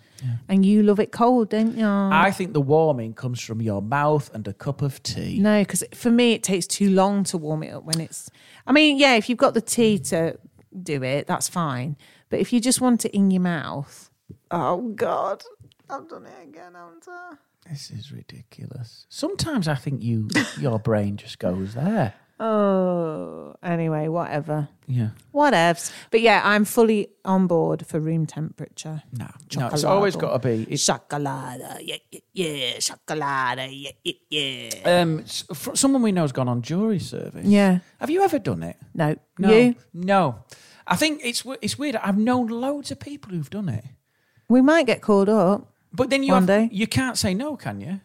C: And you love it cold, don't you?
B: I think the warming comes from your mouth and a cup of tea.
C: no, because for me, it takes too long to warm it up when it's. I mean, yeah, if you've got the tea to do it, that's fine. But if you just want it in your mouth, oh, God. I've done it again, haven't I?
B: This is ridiculous. Sometimes I think you your brain just goes there.
C: Oh, anyway, whatever.
B: Yeah.
C: Whatevs. But yeah, I'm fully on board for room temperature.
B: No. No, it's always gotta be- it's-
C: chocolada. Yeah, yeah, yeah, chocolada. Yeah, yeah, yeah.
B: Um s- fr- someone we know's gone on jury service.
C: Yeah.
B: Have you ever done it?
C: No,
B: No.
C: you.
B: No. I think it's w- it's weird. I've known loads of people who've done it.
C: We might get called up.
B: But then you
C: One
B: have-
C: day.
B: you can't say no, can you?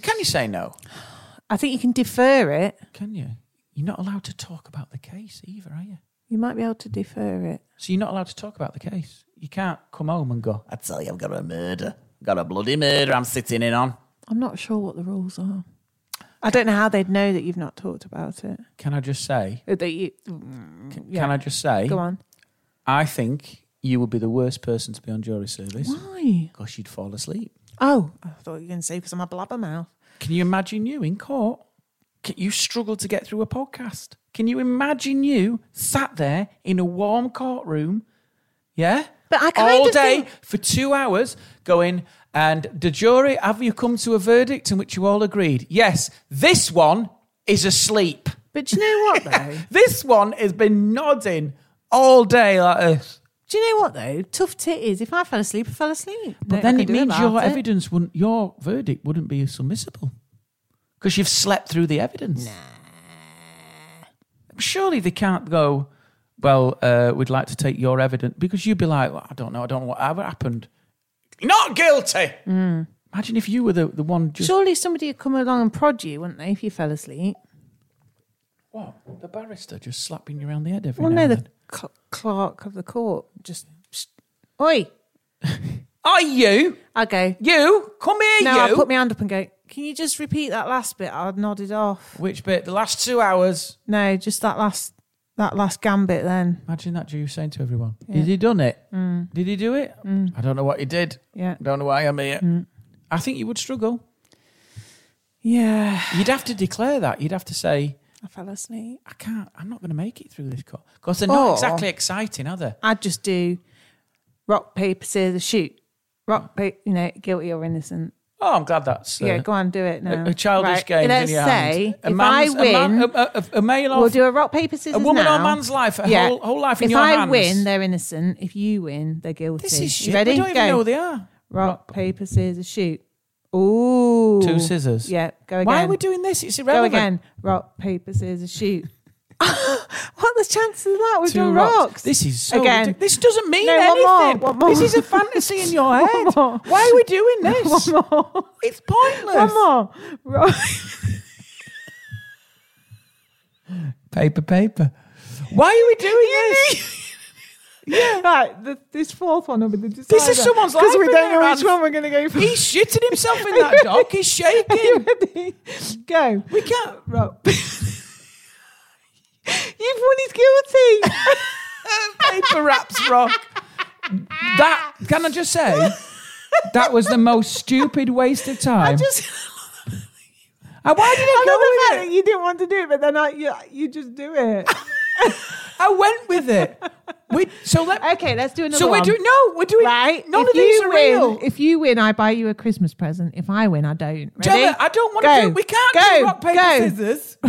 B: Can you say no?
C: I think you can defer it.
B: Can you? You're not allowed to talk about the case either, are you?
C: You might be able to defer it.
B: So you're not allowed to talk about the case. You can't come home and go, I tell you, I've got a murder. got a bloody murder I'm sitting in on.
C: I'm not sure what the rules are. I don't know how they'd know that you've not talked about it.
B: Can I just say,
C: Uh, That you mm,
B: can I just say,
C: go on.
B: I think you would be the worst person to be on jury service
C: Why?
B: because you'd fall asleep.
C: Oh, I thought you were going to say because I'm a blabbermouth.
B: Can you imagine you in court? Can- You struggle to get through a podcast. Can you imagine you sat there in a warm courtroom? Yeah?
C: But I kind
B: All
C: of
B: day
C: think-
B: for two hours going, and the jury, have you come to a verdict in which you all agreed? Yes, this one is asleep.
C: But do you know what though?
B: This one has been nodding all day like this.
C: Do you know what though? Tough titties. If I fell asleep, I fell asleep.
B: But
C: No,
B: then
C: I
B: it
C: can do
B: means
C: about
B: your
C: it.
B: evidence wouldn't, your verdict wouldn't be submissible because you've slept through the evidence. Surely they can't go. Well, uh, we'd like to take
C: Hmm.
B: your evidence because you'd be like, well, I don't know, I don't know what ever happened. Not guilty. Imagine if you were the, the one just.
C: Surely somebody would come along and prod you, wouldn't they, if you fell asleep?
B: What? The barrister just slapping you around the head every
C: Well,
B: now
C: no,
B: and
C: the
B: then.
C: cl- clerk of the court just, oi,
B: Are you?
C: I go.
B: You? Come here,
C: No,
B: you!
C: I put my hand up and go. Can you just repeat that last bit? I nodded off.
B: Which bit? The last two hours.
C: No, just that last that last gambit. Then
B: Imagine that Jew saying to everyone, Did he done it? Did he do it? I don't know what he did.
C: Mm. Yeah. Mm.
B: I don't know why I'm here. I think you would struggle.
C: yeah,
B: You'd have to declare that. You'd have to say,
C: I fell asleep.
B: I can't, I'm not going to make it through this call. Because they're not
C: Or-
B: exactly exciting, are they?
C: I'd just do rock paper scissors shoot. Rock paper, you know, guilty or innocent.
B: Oh, I'm glad that's. uh,
C: yeah, go on, do it now.
B: a, a childish
C: Right,
B: game.
C: Let's
B: in your
C: say
B: hand. A
C: if I
B: man's-
C: win,
B: a, man, a, a, a male or
C: we'll do a rock paper scissors.
B: woman
C: now.
B: or man's life, a whole- whole life in
C: if
B: your
C: I
B: hands.
C: win, they're innocent. If you win, they're guilty.
B: This is
C: You
B: shit.
C: Ready?
B: We don't
C: go.
B: even know they are.
C: rock paper scissors shoot. Ooh,
B: Two scissors.
C: Yeah, go again.
B: Why are we doing this? It's
C: Go
B: irrelevant.
C: again. Rock, paper, scissors, shoot. what the chances of that? We've
B: Two
C: done
B: rocks.
C: rocks.
B: This is so
C: Again.
B: ridic- This doesn't mean
C: No, one
B: anything.
C: more, one more.
B: This is a fantasy in your head.
C: more.
B: Why are we doing this?
C: One more.
B: It's pointless.
C: One more. Rock.
B: Paper, paper. Why are we doing this?
C: right, the, this fourth one will be the decider.
B: This is someone's life
C: Because we
B: in
C: don't
B: their
C: know which
B: hands.
C: one we're going to go for.
B: He's shitting himself in that dog. He's
C: Are you
B: shaking.
C: ready? Go.
B: We can't.
C: Rock. You've won his guilty.
B: Paper wraps rock. That, can I just say, that was the most stupid waste of time.
C: Just,
B: And why did
C: I love the
B: I go
C: fact
B: with
C: that
B: it?
C: you didn't want to do it, but then I, you, you just do it.
B: I went with it. We, so let,
C: Okay, let's do another
B: so we're
C: one.
B: doing, no, we're doing,
C: Right?
B: none
C: if
B: of these
C: you
B: are
C: win,
B: real.
C: If you win, I buy you a Christmas present. If I win, I don't. Ready?
B: Tell her, I don't want
C: Go.
B: to do. We can't
C: Go.
B: do rock paper
C: Go.
B: scissors.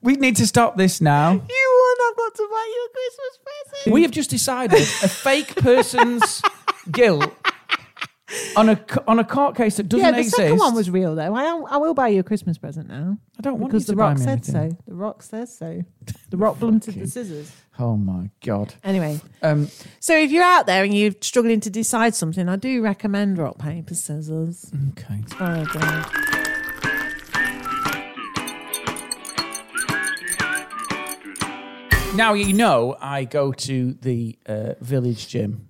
B: we need to stop this now.
C: You won. I've got to buy you a Christmas present.
B: We have just decided a fake person's guilt on a c- on a court case that doesn't
C: yeah, the
B: exist.
C: second one was real though. I, I will buy you a Christmas present now
B: I don't want
C: because the
B: you to buy
C: Rock
B: me
C: said
B: anything.
C: so. The Rock says so. The Rock blunted the scissors.
B: Oh my god.
C: Anyway,
B: Um,
C: so if you're out there and you're struggling to decide something, I do recommend rock paper scissors.
B: okay.
C: Very good.
B: Now you know I go to the uh, village gym.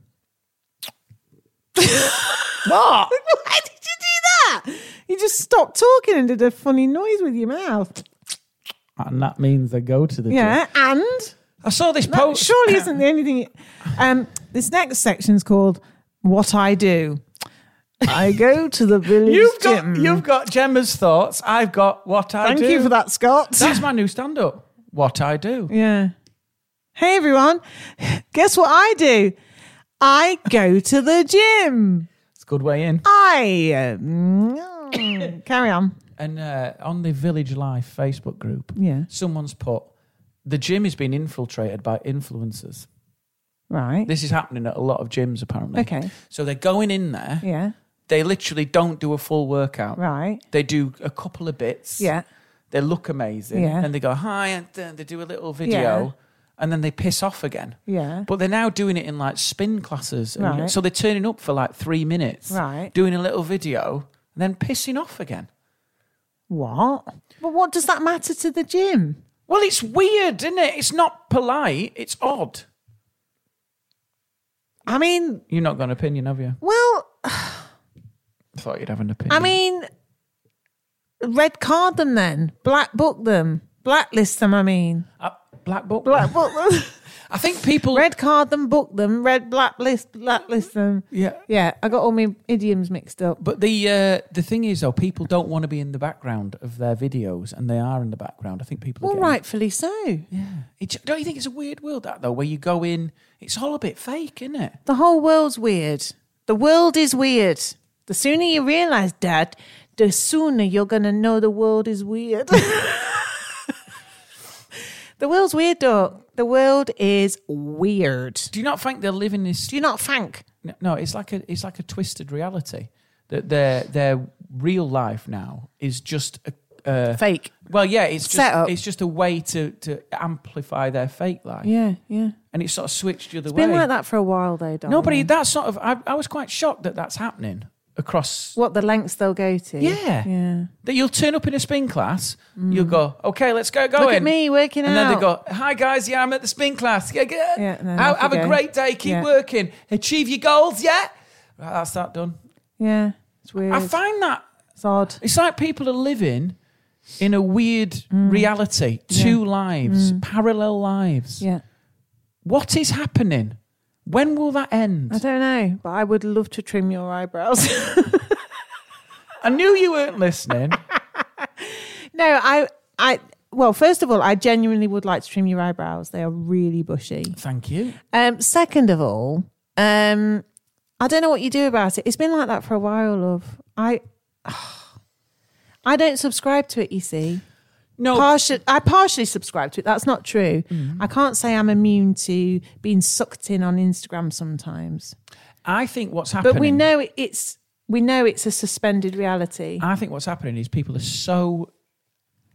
B: what?
C: Why did you do that? You just stopped talking and did a funny noise with your mouth.
B: And that means I go to the gym.
C: Yeah, and
B: I saw this
C: that
B: post.
C: surely isn't the only thing. you- um, this next section's called "What I Do." I go to the village
B: You've got
C: gym.
B: you've got Gemma's thoughts. I've got what I
C: Thank
B: do.
C: you for that, Scott.
B: That's my new stand up. What I do.
C: yeah. Hey everyone, guess what I do? I go to the gym.
B: It's a good way in.
C: I um, carry on.
B: And uh, on the Village Life Facebook group,
C: Yeah.
B: someone's put the gym is being infiltrated by influencers.
C: Right.
B: This is happening at a lot of gyms apparently.
C: Okay.
B: So they're going in there.
C: Yeah.
B: They literally don't do a full workout.
C: Right.
B: They do a couple of bits.
C: Yeah.
B: They look amazing.
C: Yeah.
B: And they go hi, and then they do a little video,
C: Yeah.
B: and then they piss off again.
C: Yeah.
B: But they're now doing it in like spin classes. and-
C: Right.
B: So they're turning up for like three minutes,
C: Right.
B: doing a little video, and then pissing off again.
C: What? But what does that matter to the gym?
B: Well, it's weird, isn't it? It's not polite. It's odd.
C: I mean,
B: You're not got an opinion, have you?
C: well,
B: I thought you'd have an opinion.
C: I mean, red card them then, black book them, blacklist them. I mean,
B: Uh, black book.
C: black book them,
B: I think people.
C: red card them, book them, red blacklist, blacklist them.
B: Yeah.
C: Yeah, I got all my idioms mixed up.
B: But the uh, the thing is, though, people don't want to be in the background of their videos, and they are in the background. I think people.
C: Well,
B: are getting-
C: rightfully so.
B: It, don't you think it's a weird world that though, where you go in? It's all a bit fake, isn't it?
C: The whole world's weird. The world is weird. The sooner you realize that, the sooner you're going to know the world is weird. the world's weird, dog. The world is weird.
B: Do you not think they're living this
C: Do you not thank?
B: No, no, it's like a it's like a twisted reality that their their real life now is just a, uh,
C: fake.
B: well, yeah, it's just
C: Setup.
B: it's just a way to to amplify their fake life,
C: Yeah, yeah.
B: and it's sort of switched the other
C: It's
B: way.
C: been like that for a while though, darling.
B: No, but it- that's sort of I, I was quite shocked that that's happening across.
C: what the lengths they'll go to.
B: Yeah.
C: yeah.
B: That you'll turn up in a spin class, you'll go, okay, let's go going.
C: Mm. Look at me working
B: And
C: out.
B: then they go, hi guys, yeah, I'm at the spin class. Yeah, good.
C: Yeah, and then
B: have,
C: off
B: have
C: you
B: a
C: go.
B: great day. Keep
C: Yeah.
B: working. Achieve your goals. Yeah. Right, that's that done.
C: Yeah, it's weird.
B: I find that
C: it's odd.
B: it's like people are living in a weird
C: Mm.
B: reality, two lives, parallel lives.
C: Yeah,
B: What is happening? When will that
C: I
B: end?
C: don't know, but I would love to trim your eyebrows.
B: I knew you weren't listening.
C: no, I, I. Well, first of all, I genuinely would like to trim your eyebrows. They are really bushy.
B: Thank you.
C: Um, second of all, um, I don't know what you do about it. It's been like that for a while, love. I, I don't subscribe to it. You see,
B: No,
C: Partial, I partially subscribe to it. That's not true. I can't say I'm immune to being sucked in on Instagram sometimes.
B: I think what's happening.
C: But we know it- it's we know it's a suspended reality.
B: I think what's happening is people are so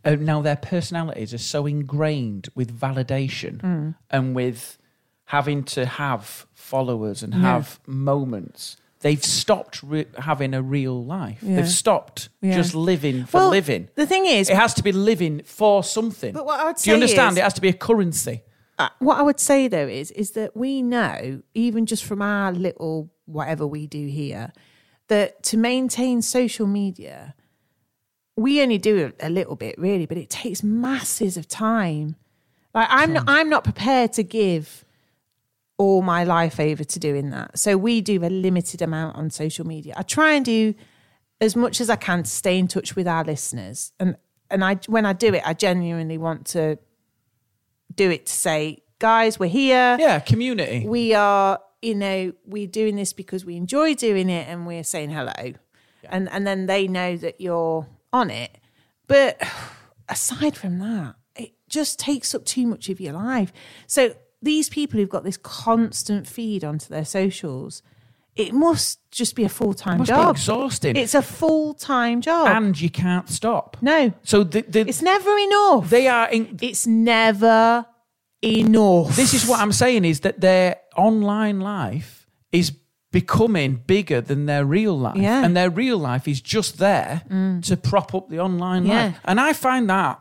B: uh, now their personalities are so ingrained with validation
C: Mm.
B: and with having to have followers and have moments. They've stopped re- having a real life.
C: Yeah.
B: They've stopped
C: Yeah.
B: just living for
C: Well,
B: living.
C: The thing is,
B: It has to be living for something.
C: But what I would
B: Do
C: say
B: you understand?
C: is-
B: it has to be a currency.
C: uh, what I would say though is is that we know even just from our little whatever we do here that to maintain social media we only do a, a little bit really but it takes masses of time like I'm not I'm not prepared to give all my life over to doing that so we do a limited amount on social media I try and do as much as I can to stay in touch with our listeners and and I when I do it I genuinely want to do it to say, guys, we're here.
B: Yeah, community.
C: We are, you know, we're doing this because we enjoy doing it and we're saying hello. And and then they know that you're on it. But aside from that, it just takes up too much of your life. So these people who've got this constant feed onto their socials, it must just be a full time
B: Must be
C: job.
B: exhausting.
C: It's a full time job.
B: and you can't stop.
C: no.
B: So the, the,
C: It's never enough.
B: they are in,
C: it's never enough.
B: this is what I'm saying is that their online life is becoming bigger than their real life.
C: Yeah. Mm.
B: And their real life is just there to prop up the online life.
C: Yeah.
B: And I find that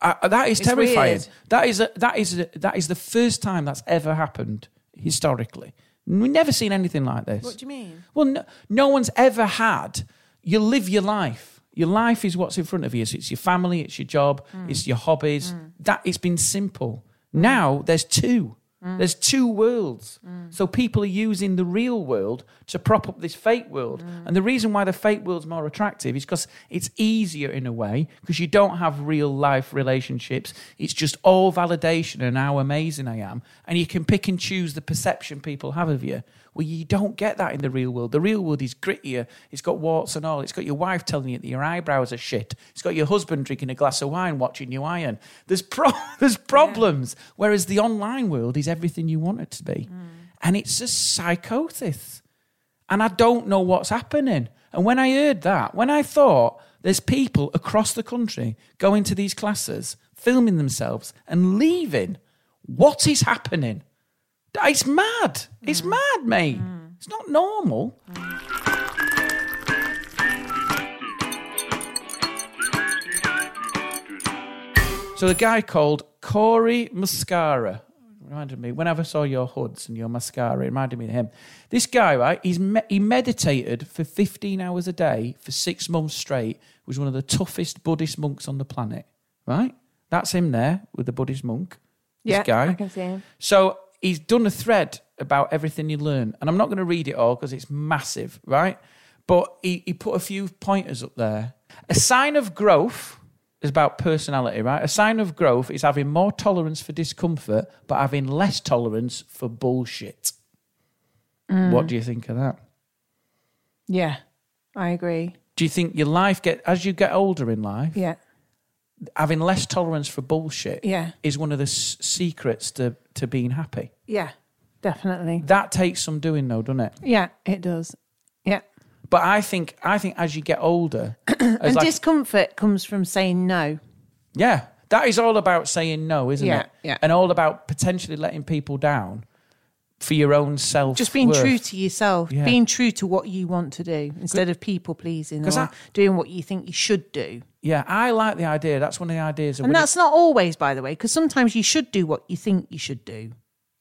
B: I, that is
C: It's
B: terrifying.
C: weird.
B: That is a, that is a, that is the first time that's ever happened historically. We've never seen anything like this.
C: What do you mean?
B: Well, no, no one's ever had. You live your life. Your life is what's in front of you. So it's your family, it's your job, it's your hobbies. That it's been simple. Now there's two. There's two worlds. So people are using the real world to prop up this fake world. And the reason why the fake world's more attractive is because it's easier in a way because you don't have real life relationships. It's just all validation and how amazing I am. And you can pick and choose the perception people have of you. Well, you don't get that in the real world. The real world is grittier. It's got warts and all. It's got your wife telling you that your eyebrows are shit. It's got your husband drinking a glass of wine, watching you iron. There's pro- there's problems. Whereas the online world is everything you want it to be, and it's a psychosis. And I don't know what's happening. And when I heard that, when I thought there's people across the country going to these classes, filming themselves and leaving, what is happening? It's mad. It's mad, mate. It's not normal. So the guy called Corey Mascara reminded me whenever I saw your hoods and your mascara, it reminded me of him. This guy, right? He's me- he meditated for 15 hours a day for six months straight. Was one of the toughest Buddhist monks on the planet. Right? That's him there with the Buddhist monk. This
C: Yeah,
B: guy.
C: I can see him.
B: So he's done a thread about everything he learned, and I'm not going to read it all because it's massive, right? But he, he put a few pointers up there. A sign of growth is about personality, right? A sign of growth is having more tolerance for discomfort, but having less tolerance for bullshit. What do you think of that?
C: Yeah, I agree.
B: Do you think your life get as you get older in life,
C: Yeah,
B: having less tolerance for bullshit
C: Yeah.
B: is one of the s- secrets to to being happy?
C: yeah, definitely.
B: That takes some doing, though, doesn't it?
C: Yeah, it does. Yeah,
B: But I think I think as you get older, as
C: And
B: like,
C: discomfort comes from saying no.
B: yeah, that is all about saying no, isn't
C: Yeah,
B: it?
C: yeah.
B: And all about potentially letting people down for your own self.
C: Just being true to yourself,
B: Yeah.
C: being true to what you want to do instead of people pleasing or
B: 'Cause I-
C: doing what you think you should do.
B: Yeah, I like the idea. That's one of the ideas. Of
C: And
B: when it-
C: that's not always, by the way, because sometimes you should do what you think you should do.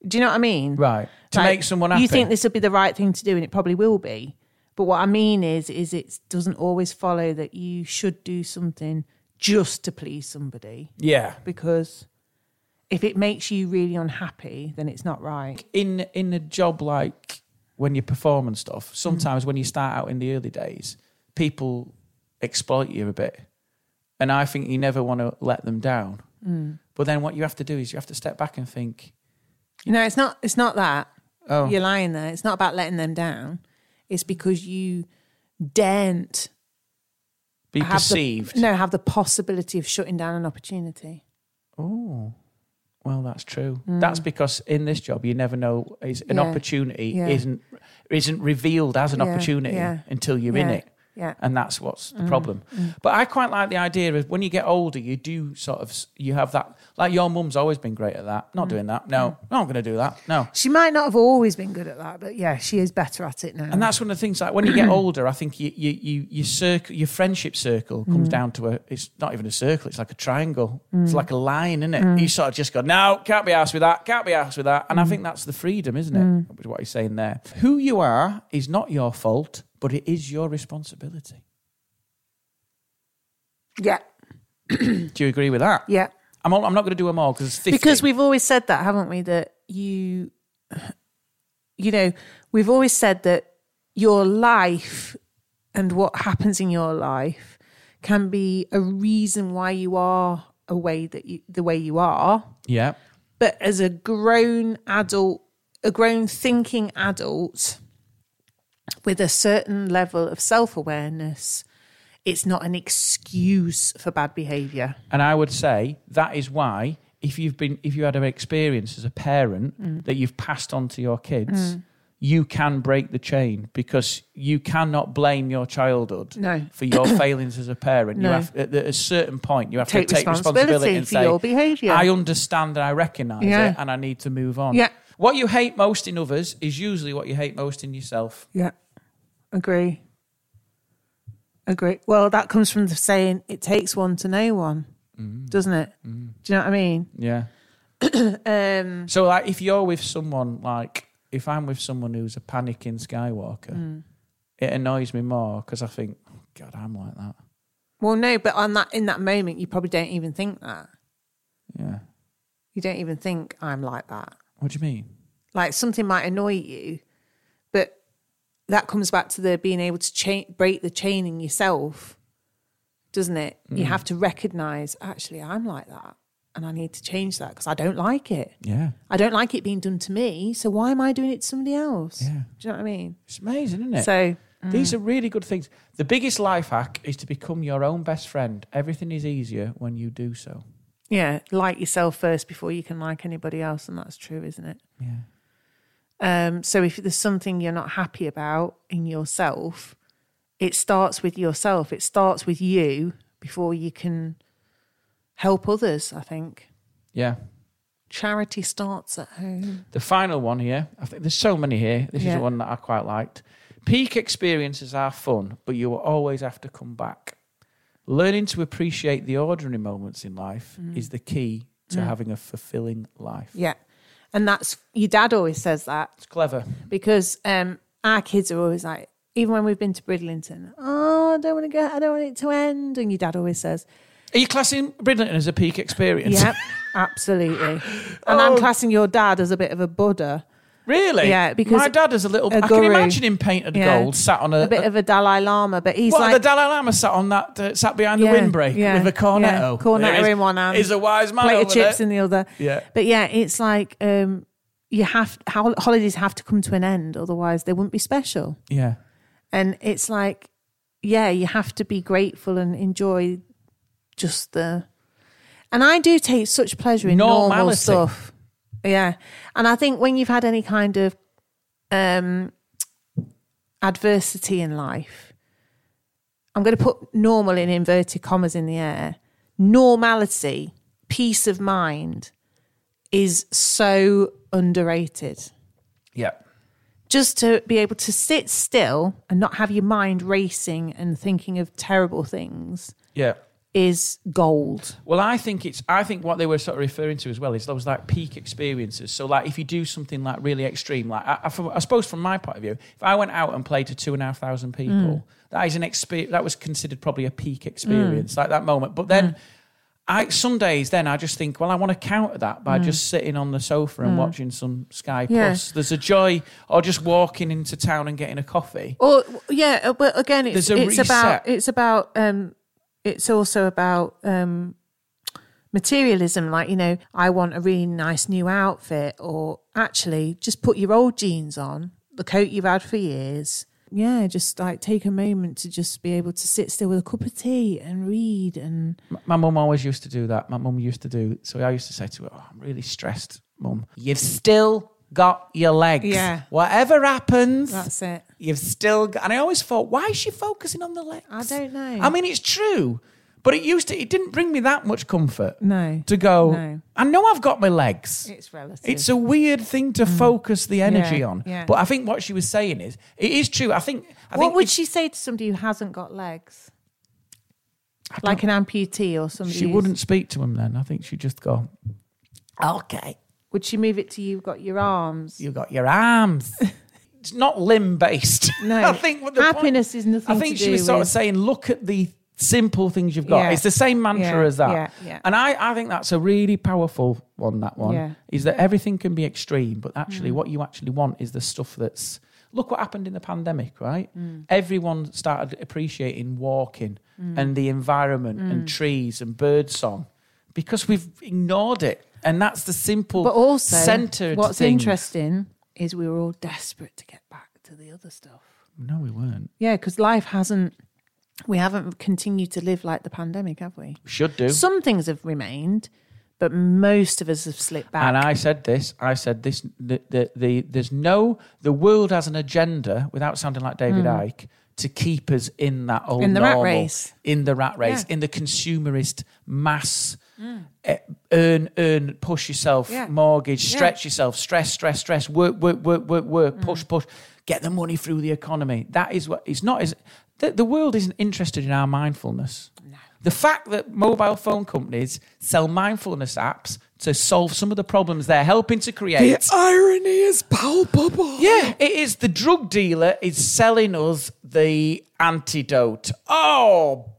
C: Do you know what I mean?
B: Right. To
C: Like,
B: make someone happy.
C: You think this will be the right thing to do, and it probably will be. But what I mean is, is it doesn't always follow that you should do something just to please somebody.
B: Yeah.
C: Because if it makes you really unhappy, then it's not right.
B: in in a job like when you perform and
C: Mm-hmm.
B: stuff, sometimes when you start out in the early days, people exploit you a bit, and I think you never want to let them down.
C: Mm.
B: But then what you have to do is you have to step back and think,
C: No, it's not. It's not that.
B: Oh.
C: You're lying there. It's not about letting them down. It's because you daren't
B: be
C: have
B: perceived.
C: The, no, have the possibility of shutting down an opportunity.
B: Oh, well, that's true. That's because in this job, you never know. Is
C: Mm.
B: an
C: Yeah.
B: opportunity
C: Yeah.
B: isn't isn't revealed as an
C: Yeah.
B: opportunity
C: Yeah.
B: until you're in
C: Yeah.
B: it.
C: Yeah.
B: and that's what's the problem. But I quite like the idea of when you get older, you do sort of s- you have that. Like your mum's always been great at that. Not doing that. No, not going to do that. No.
C: She might not have always been good at that, but yeah, she is better at it now.
B: And that's one of the things. Like when you get older, I think you you you your circle, your friendship circle comes down to a. It's not even a circle. It's like a triangle. It's like a line, isn't it? You sort of just go, no, can't be asked with that. Can't be asked with that. And I think that's the freedom, isn't it? Which is what he's saying there. Who you are is not your fault, but it is your responsibility.
C: yeah,
B: Do you agree with that?
C: yeah.
B: I'm, all, I'm not going to do them all because it's 50.
C: Because we've always said that, haven't we? That you, you know, we've always said that your life and what happens in your life can be a reason why you are a way that you, the way you are.
B: yeah.
C: but as a grown adult, a grown thinking adult with a certain level of self awareness, it's not an excuse for bad behavior.
B: And I would say that is why if you've been if you had an experience as a parent
C: Mm.
B: that you've passed on to your kids, you can break the chain because you cannot blame your childhood
C: No.
B: for your failings as a parent. You
C: No.
B: have at a certain point you have
C: Take
B: to take
C: responsibility
B: responsibility and
C: for
B: say
C: your behaviour.
B: I understand and I recognise
C: Yeah.
B: it and I need to move on.
C: Yeah.
B: What you hate most in others is usually what you hate most in yourself.
C: Yeah, agree. Agree. Well, that comes from the saying, it takes one to know one, doesn't it? Do you know what I mean?
B: Yeah.
C: Um,
B: So like if you're with someone like if I'm with someone who's a panicking Skywalker, it annoys me more because I think, oh, God, I'm like that.
C: well, no, but on that in that moment, you probably don't even think that.
B: Yeah.
C: You don't even think I'm like that.
B: What do you mean?
C: like something might annoy you but that comes back to the being able to cha- break the chain in yourself doesn't it you have to recognize actually i'm like that and i need to change that because i don't like it
B: Yeah.
C: i don't like it being done to me so why am i doing it to somebody else
B: Yeah.
C: do you know what i mean
B: It's amazing, isn't it?
C: so
B: These are really good things. The biggest life hack is to become your own best friend. Everything is easier when you do so.
C: yeah like yourself first before you can like anybody else and that's true isn't it
B: Yeah.
C: Um, so if there's something you're not happy about in yourself, it starts with yourself. It starts with you before you can help others. I think
B: Yeah.
C: charity starts at home.
B: The final one here, I think there's so many here. This
C: Yeah.
B: is one that I quite liked. Peak experiences are fun, but you will always have to come back. Learning to appreciate the ordinary moments in life is the key to having a fulfilling life.
C: Mm. Yeah, and that's your dad always says that
B: It's clever.
C: because um, our kids are always like, even when we've been to Bridlington, oh, I don't want to go. I don't want it to end. And your dad always says,
B: Are you classing Bridlington as a peak experience?
C: "Yep, absolutely." And
A: Oh.
C: I'm classing your dad as a bit of a Buddha.
B: really?
C: Yeah, because
B: my dad is a little.
C: a
B: I can
C: guru.
B: imagine him painted
C: Yeah.
B: gold, sat on a.
C: a bit of a Dalai Lama, but he's
B: what
C: like
B: the Dalai Lama sat on that uh, sat behind
C: Yeah,
B: the windbreak
C: yeah,
B: with a cornetto.
C: yeah. Cornetto
B: There is-
C: in one hand,
B: Is a wise man
C: plate
B: over
C: of chips
B: there.
C: in the other.
B: Yeah.
C: But yeah, it's like um, you have how holidays have to come to an end, otherwise they wouldn't be special.
B: yeah.
C: And it's like, yeah, you have to be grateful and enjoy just the. And I do take such pleasure in normal
B: Normality.
C: stuff. Yeah, and I think when you've had any kind of um, adversity in life, I'm going to put normal in inverted commas in the air. Normality, peace of mind is so underrated.
B: Yeah.
C: Just to be able to sit still and not have your mind racing and thinking of terrible things
B: Yeah.
C: is gold.
B: Well, I think it's. I think what they were sort of referring to as well is those like peak experiences. So, like, if you do something like really extreme, like I, I, from, I suppose from my point of view, if I went out and played to two and a half thousand people, that is an experience. That was considered probably a peak experience, like that moment. But then, I some days then I just think, well, I want to counter that by just sitting on the sofa and watching some Sky
C: Yeah.
B: Plus. There's a joy, or just walking into town and getting a coffee.
C: Or yeah, uh, but again, it's
B: There's a
C: it's about
B: reset.
C: it's about um, it's also about um, materialism. Like you know, I want a really nice new outfit, or actually, just put your old jeans on, the coat you've had for years. Yeah, just like take a moment to just be able to sit still with a cup of tea and read and
B: My mum always used to do that. My mum used to do. So I used to say to her, oh, "I'm really stressed, mum. You've still got your legs.
C: Yeah.
B: Whatever happens,
C: that's it.
B: you've still got." And I always thought, why is she focusing on the legs?
C: I don't know.
B: I mean, it's true, but it used to. It didn't bring me that much comfort.
C: No.
B: To go.
C: No.
B: I know I've got my legs.
C: It's relative.
B: It's a weird thing to focus the energy
C: Mm. Yeah,
B: on.
C: yeah.
B: But I think what she was saying is, it is true. I think. I
C: what
B: think
C: would
B: if-
C: she say to somebody who hasn't got legs? Like an amputee or somebody.
B: She
C: who's-
B: wouldn't speak to him then. I think she'd just go, "Okay."
C: Would she move it to you've got your arms?
B: you got your arms. it's not limb based.
C: No.
B: I think what the
C: Happiness
B: point-
C: is nothing
B: I think
C: to
B: she
C: do
B: was sort
C: with-
B: of saying, look at the simple things you've got.
C: Yeah.
B: It's the same
C: Yeah,
B: mantra as that.
C: yeah, yeah.
B: And I, I think that's a really powerful one. That one
C: Yeah. Mm.
B: is that everything can be extreme, but actually, what you actually want is the stuff that's. Look what happened in the pandemic, right?
C: Mm.
B: Everyone started appreciating walking and the environment
C: Mm.
B: and trees and birdsong because we've ignored it. And that's the simple,
C: But also,
B: centered
C: what's
B: thing.
C: interesting is we were all desperate to get back to the other stuff.
B: No, we weren't.
C: Yeah, because life hasn't, we haven't continued to live like the pandemic, have we?
B: Should do.
C: Some things have remained, but most of us have slipped back.
B: and I said this. I said this. The, the, the, there's no. The world has an agenda, without sounding like David Icke, to keep us in that old
C: In the rat
B: normal,
C: race.
B: in the rat race,
C: Yeah. Mm.
B: in the consumerist mass. eh, Earn, earn, push yourself,
C: Yeah. Mm.
B: mortgage, stretch yourself, stress, stress, stress, work, work, work, work, work, push, push, get the money through the economy. That is what it's not. Is the, the world isn't interested in our mindfulness. The fact that mobile phone companies sell mindfulness apps to solve some of the problems they're helping to create.
D: irony is palpable.
B: yeah, it is the drug dealer is selling us the antidote. Oh,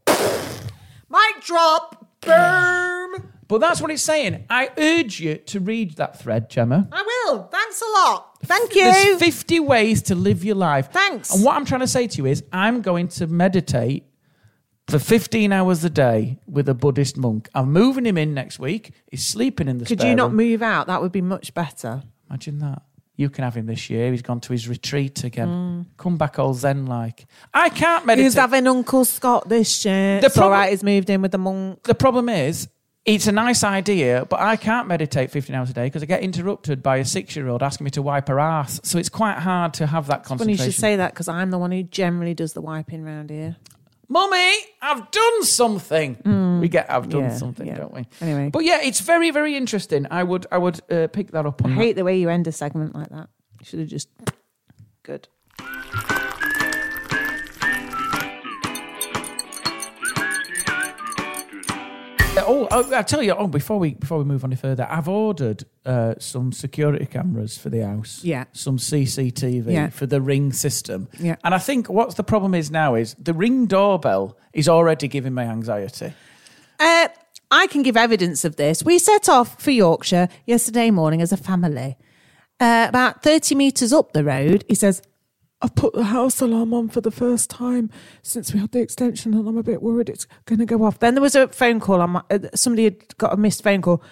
C: Mic drop! Boom!
B: but that's what it's saying. I urge you to read that thread, Gemma.
C: I will. Thanks a lot. Thank
B: There's 50 ways to live your life.
C: Thanks.
B: And what I'm trying to say to you is, I'm going to meditate for 15 hours a day with a Buddhist monk. I'm moving him in next week. He's sleeping in the
C: Could
B: spare
C: you not
B: room.
C: move out? That would be much better.
B: Imagine that. You can have him this year. He's gone to his retreat again.
C: Mm.
B: Come back all zen like. I can't meditate.
C: He's having Uncle Scott this year.
B: The
C: It's all
B: problem-
C: right, he's moved in with the monk.
B: the problem is, it's a nice idea, but I can't meditate 15 hours a day because I get interrupted by a six year old asking me to wipe her ass. So it's quite hard to have that
C: Funny you
B: concentration.
C: should say that because I'm the one who generally does the wiping round here.
B: Mummy, I've done something. We get I've done
C: Mm. Yeah,
B: something,
C: yeah.
B: don't we?
C: Anyway.
B: But yeah, it's very, very interesting. I would I would uh, pick that up on
C: I
B: that.
C: hate the way you end a segment like that. You should have just good.
B: Oh, oh, I tell you. Oh, before we before we move on any further, I've ordered uh, some security cameras for the house.
C: Yeah.
B: Some CCTV
C: Yeah.
B: for the Ring system.
C: Yeah.
B: And I think what's the problem is now is the Ring doorbell is already giving me anxiety.
C: Uh, I can give evidence of this. We set off for Yorkshire yesterday morning as a family. Uh, about 30 metres up the road, he says,
G: I've put the house alarm on for the first time since we had the extension, and I'm a bit worried it's going to go off.
C: Then there was a phone call. On my, uh, somebody had got a missed phone call.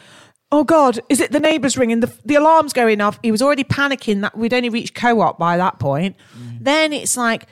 C: Oh God, is it the neighbours ringing? The, the alarm's going off. He was already panicking that we'd only reached co-op by that point. Then it's like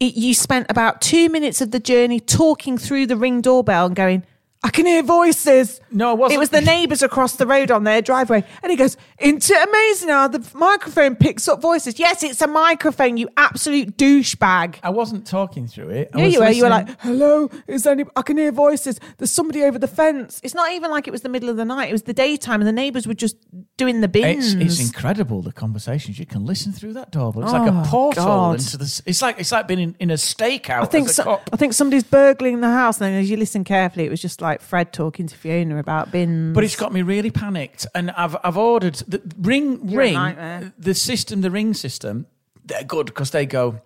C: it, you spent about two minutes of the journey talking through the ring doorbell and going,
G: I can hear voices.
B: No, it wasn't.
G: It was the neighbours across the road on their driveway. And he goes, Into amazing how the microphone picks up voices. Yes, it's a microphone, you absolute douchebag.
B: I wasn't talking through it. I
G: Yeah,
B: was
G: you were. You were
B: listening.
G: like, "Hello, is any? I can hear voices. There's somebody over the fence."
C: It's not even like it was the middle of the night. It was the daytime, and the neighbours were just doing the bins.
B: It's, it's incredible the conversations you can listen through that doorbell. It's like a portal
G: Oh, God.
B: into the. s- It's like it's like being in, in a stakeout.
C: I think
B: as a
C: so,
B: cop.
C: I think somebody's burgling the house, and then as you listen carefully, it was just like Fred talking to Fiona about bins.
B: But it's got me really panicked, and I've I've ordered the ring
C: a
B: ring
C: nightmare.
B: the system the ring system. They're good because they go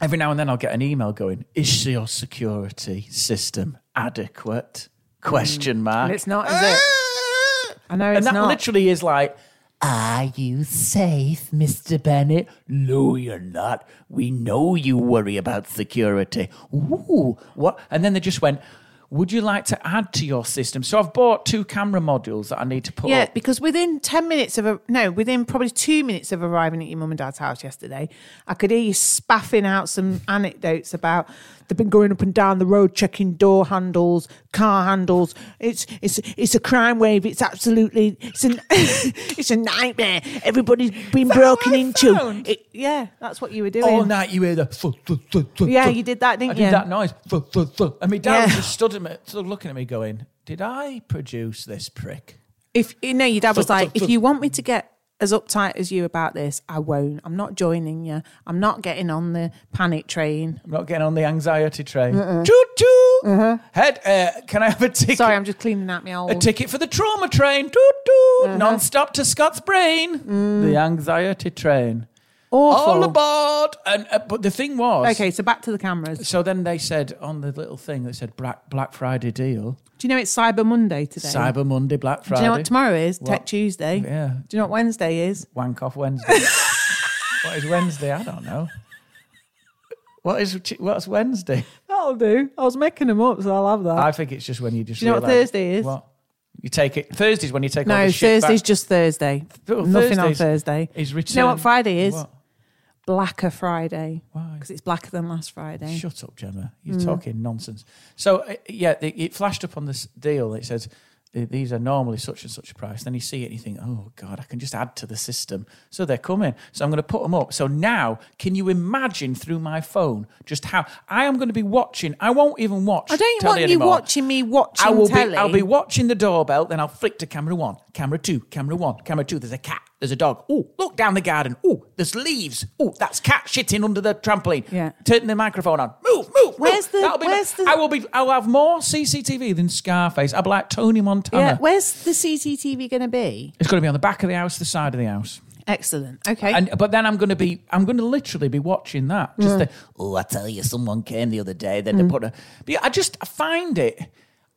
B: every now and then. I'll get an email going: Is your security system adequate? Question mark.
C: it's not, is it? I know
B: and
C: Mm. it's
B: that
C: not.
B: literally is like. Are you safe, Mr. Bennett? No, you're not. We know you worry about security. Ooh, what? And then they just went, Would you like to add to your system? So I've bought two camera modules that I need to put
C: Yeah,
B: up.
C: because within 10 minutes of, a, no, within probably two minutes of arriving at your mum and dad's house yesterday, I could hear you spaffing out some anecdotes about
G: They've been going up and down the road checking door handles, car handles. It's it's it's a crime wave. It's absolutely it's an it's a nightmare. Everybody's been broken into.
C: it, yeah, that's what you were doing.
B: All night Oh, you hear the. fu- fu- fu- fu-
C: Yeah,
B: fu-
C: you Oh, did that, didn't
B: I did
C: you?
B: that noise. Fu- fu- fu. And my dad
C: Yeah.
B: was just stood, at me, stood looking at me going, Did I produce this prick?
C: If you know, your dad was
B: Thud,
C: like,
B: thud,
C: if
B: thud.
C: you want me to get as uptight as you about this, I won't. I'm not joining you. I'm not getting on the panic train.
B: I'm not getting on the anxiety train. Choo choo! Head, uh, can I have a ticket?
C: Mm-hmm. Sorry, I'm just cleaning out my
B: A
C: old.
B: ticket for the trauma train, doo doo,
C: Uh-huh.
B: non stop to Scott's brain.
C: Mm.
B: The anxiety train. All aboard! And uh, but the thing was,
C: Okay, so back to the cameras.
B: So then they said on the little thing that said Black Black Friday deal,
C: Do you know it's Cyber Monday today?
B: Cyber Monday, Black
C: Do
B: Friday.
C: you know what tomorrow is?
B: What?
C: Tech Tuesday.
B: Yeah.
C: Do you know what Wednesday is?
B: Wank off Wednesday. what is Wednesday? I don't know. What is what's Wednesday?
C: That'll do. I was making them up, so I'll have that.
B: I think it's just when you just.
C: Do you know what
B: realise-
C: Thursday is?
B: What you take it Thursday's when you take all
C: no,
B: the shit
C: Thursday's
B: back.
C: just Thursday.
B: Well,
C: Nothing on
B: Thursday's
C: Thursday.
B: Is
C: Do you know what
B: return-
C: Friday is?
B: What?
C: Blacker Friday.
B: Why?
C: Because it's blacker than last Friday.
B: Shut up, Gemma. You're
C: Hmm.
B: talking nonsense. So, uh, yeah, the, it flashed up on this deal. It says, "Th- these are normally such and such a price. Then you see it and you think, oh, God, I can just add to the system. So they're coming. So I'm going to put them up. So now, can you imagine through my phone just how I am going to be watching? I won't even watch.
C: I don't
B: telly
C: want you
B: anymore.
C: watching me watching
B: I will
C: telly.
B: Be, I'll be watching the doorbell, then I'll flick to camera one, camera two, camera one, camera two. There's a cat, there's a dog. Oh, look down the garden. Oh, there's leaves. Oh, that's cat shitting under the trampoline.
C: Yeah.
B: Turn the microphone on. Move, move. move.
C: Where's the-
B: That'll be my-
C: where's the-
B: I will be. I'll have more CCTV than Scarface. I'll be like Tony Montana.
C: Yeah, where's the CCTV going to be?
B: it's going to be on the back of the house, the side of the house.
C: Excellent. Okay.
B: And but then I'm going to be I'm going to literally be watching that. Just
C: Mm.
B: the, oh, I tell you, someone came the other day. Then they put a. But yeah, I just I find it.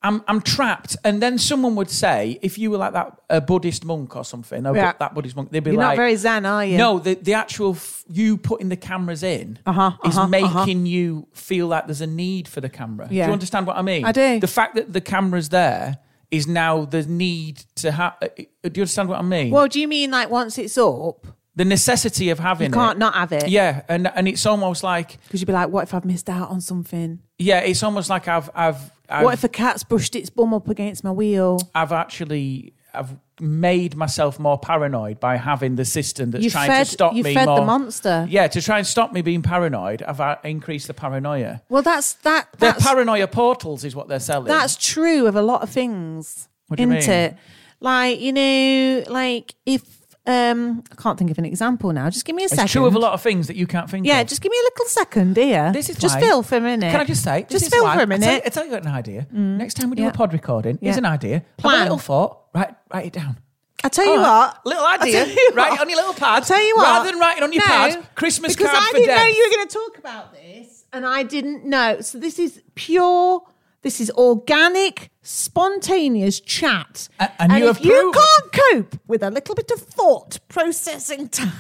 B: I'm I'm trapped. And then someone would say, if you were like that a Buddhist monk or something, a Bu-
C: Yeah.
B: that Buddhist monk, they'd be
C: You're
B: like,
C: not very zen, are you?
B: No, the the actual f- you putting the cameras in
C: Uh-huh,
B: is
C: uh-huh,
B: making
C: uh-huh.
B: you feel like there's a need for the camera. Do
C: Yeah.
B: you understand what I mean?
C: I do.
B: The fact that the camera's there is now the need to have. Do you understand what I mean?
C: Well, Oh, do you mean like once it's up,
B: the necessity of having
C: you can't
B: it.
C: not have it?
B: Yeah, and and it's almost like
C: Because you'd be like, what if I've missed out on something?
B: yeah, it's almost like I've I've I've,
C: what if a cat's brushed its bum up against my wheel?
B: I've actually I've made myself more paranoid by having the system that's
C: You
B: trying
C: fed-
B: to stop
C: you
B: me
C: fed the
B: more.
C: monster.
B: Yeah, to try and stop me being paranoid, I've uh, increased the paranoia.
C: Well, that's that.
B: They're
C: That's,
B: paranoia portals is what they're selling.
C: that's true of a lot of things,
B: What do you
C: isn't
B: mean?
C: it? Like you know, like if um, I can't think of an example now. Just give me a
B: it's
C: second.
B: true of a lot of things that you can't think
C: Yeah,
B: of.
C: just give me a little second, dear.
B: This is
C: just
B: why-
C: feel for a minute.
B: Can I just say? this
C: Just
B: is
C: feel
B: why-
C: for a
B: I tell, you-
C: minute. Mm.
B: I tell you what an idea. Next time we do
C: Yeah.
B: a pod recording, here's
C: Yeah.
B: an idea. Have
C: Plan.
B: a little thought. Write write it down.
C: I tell you what,
B: Little idea.
C: I tell you
B: Write
C: what.
B: it on your little pad.
C: I tell you what,
B: Rather than writing on your
C: No,
B: pad, Christmas
C: because
B: card
C: I
B: for
C: didn't know
B: death.
C: you were going to talk about this, and I didn't know. So this is pure. This is organic, spontaneous chat.
B: A- and you
C: if you
B: approve.
C: can't cope with a little bit of thought processing time,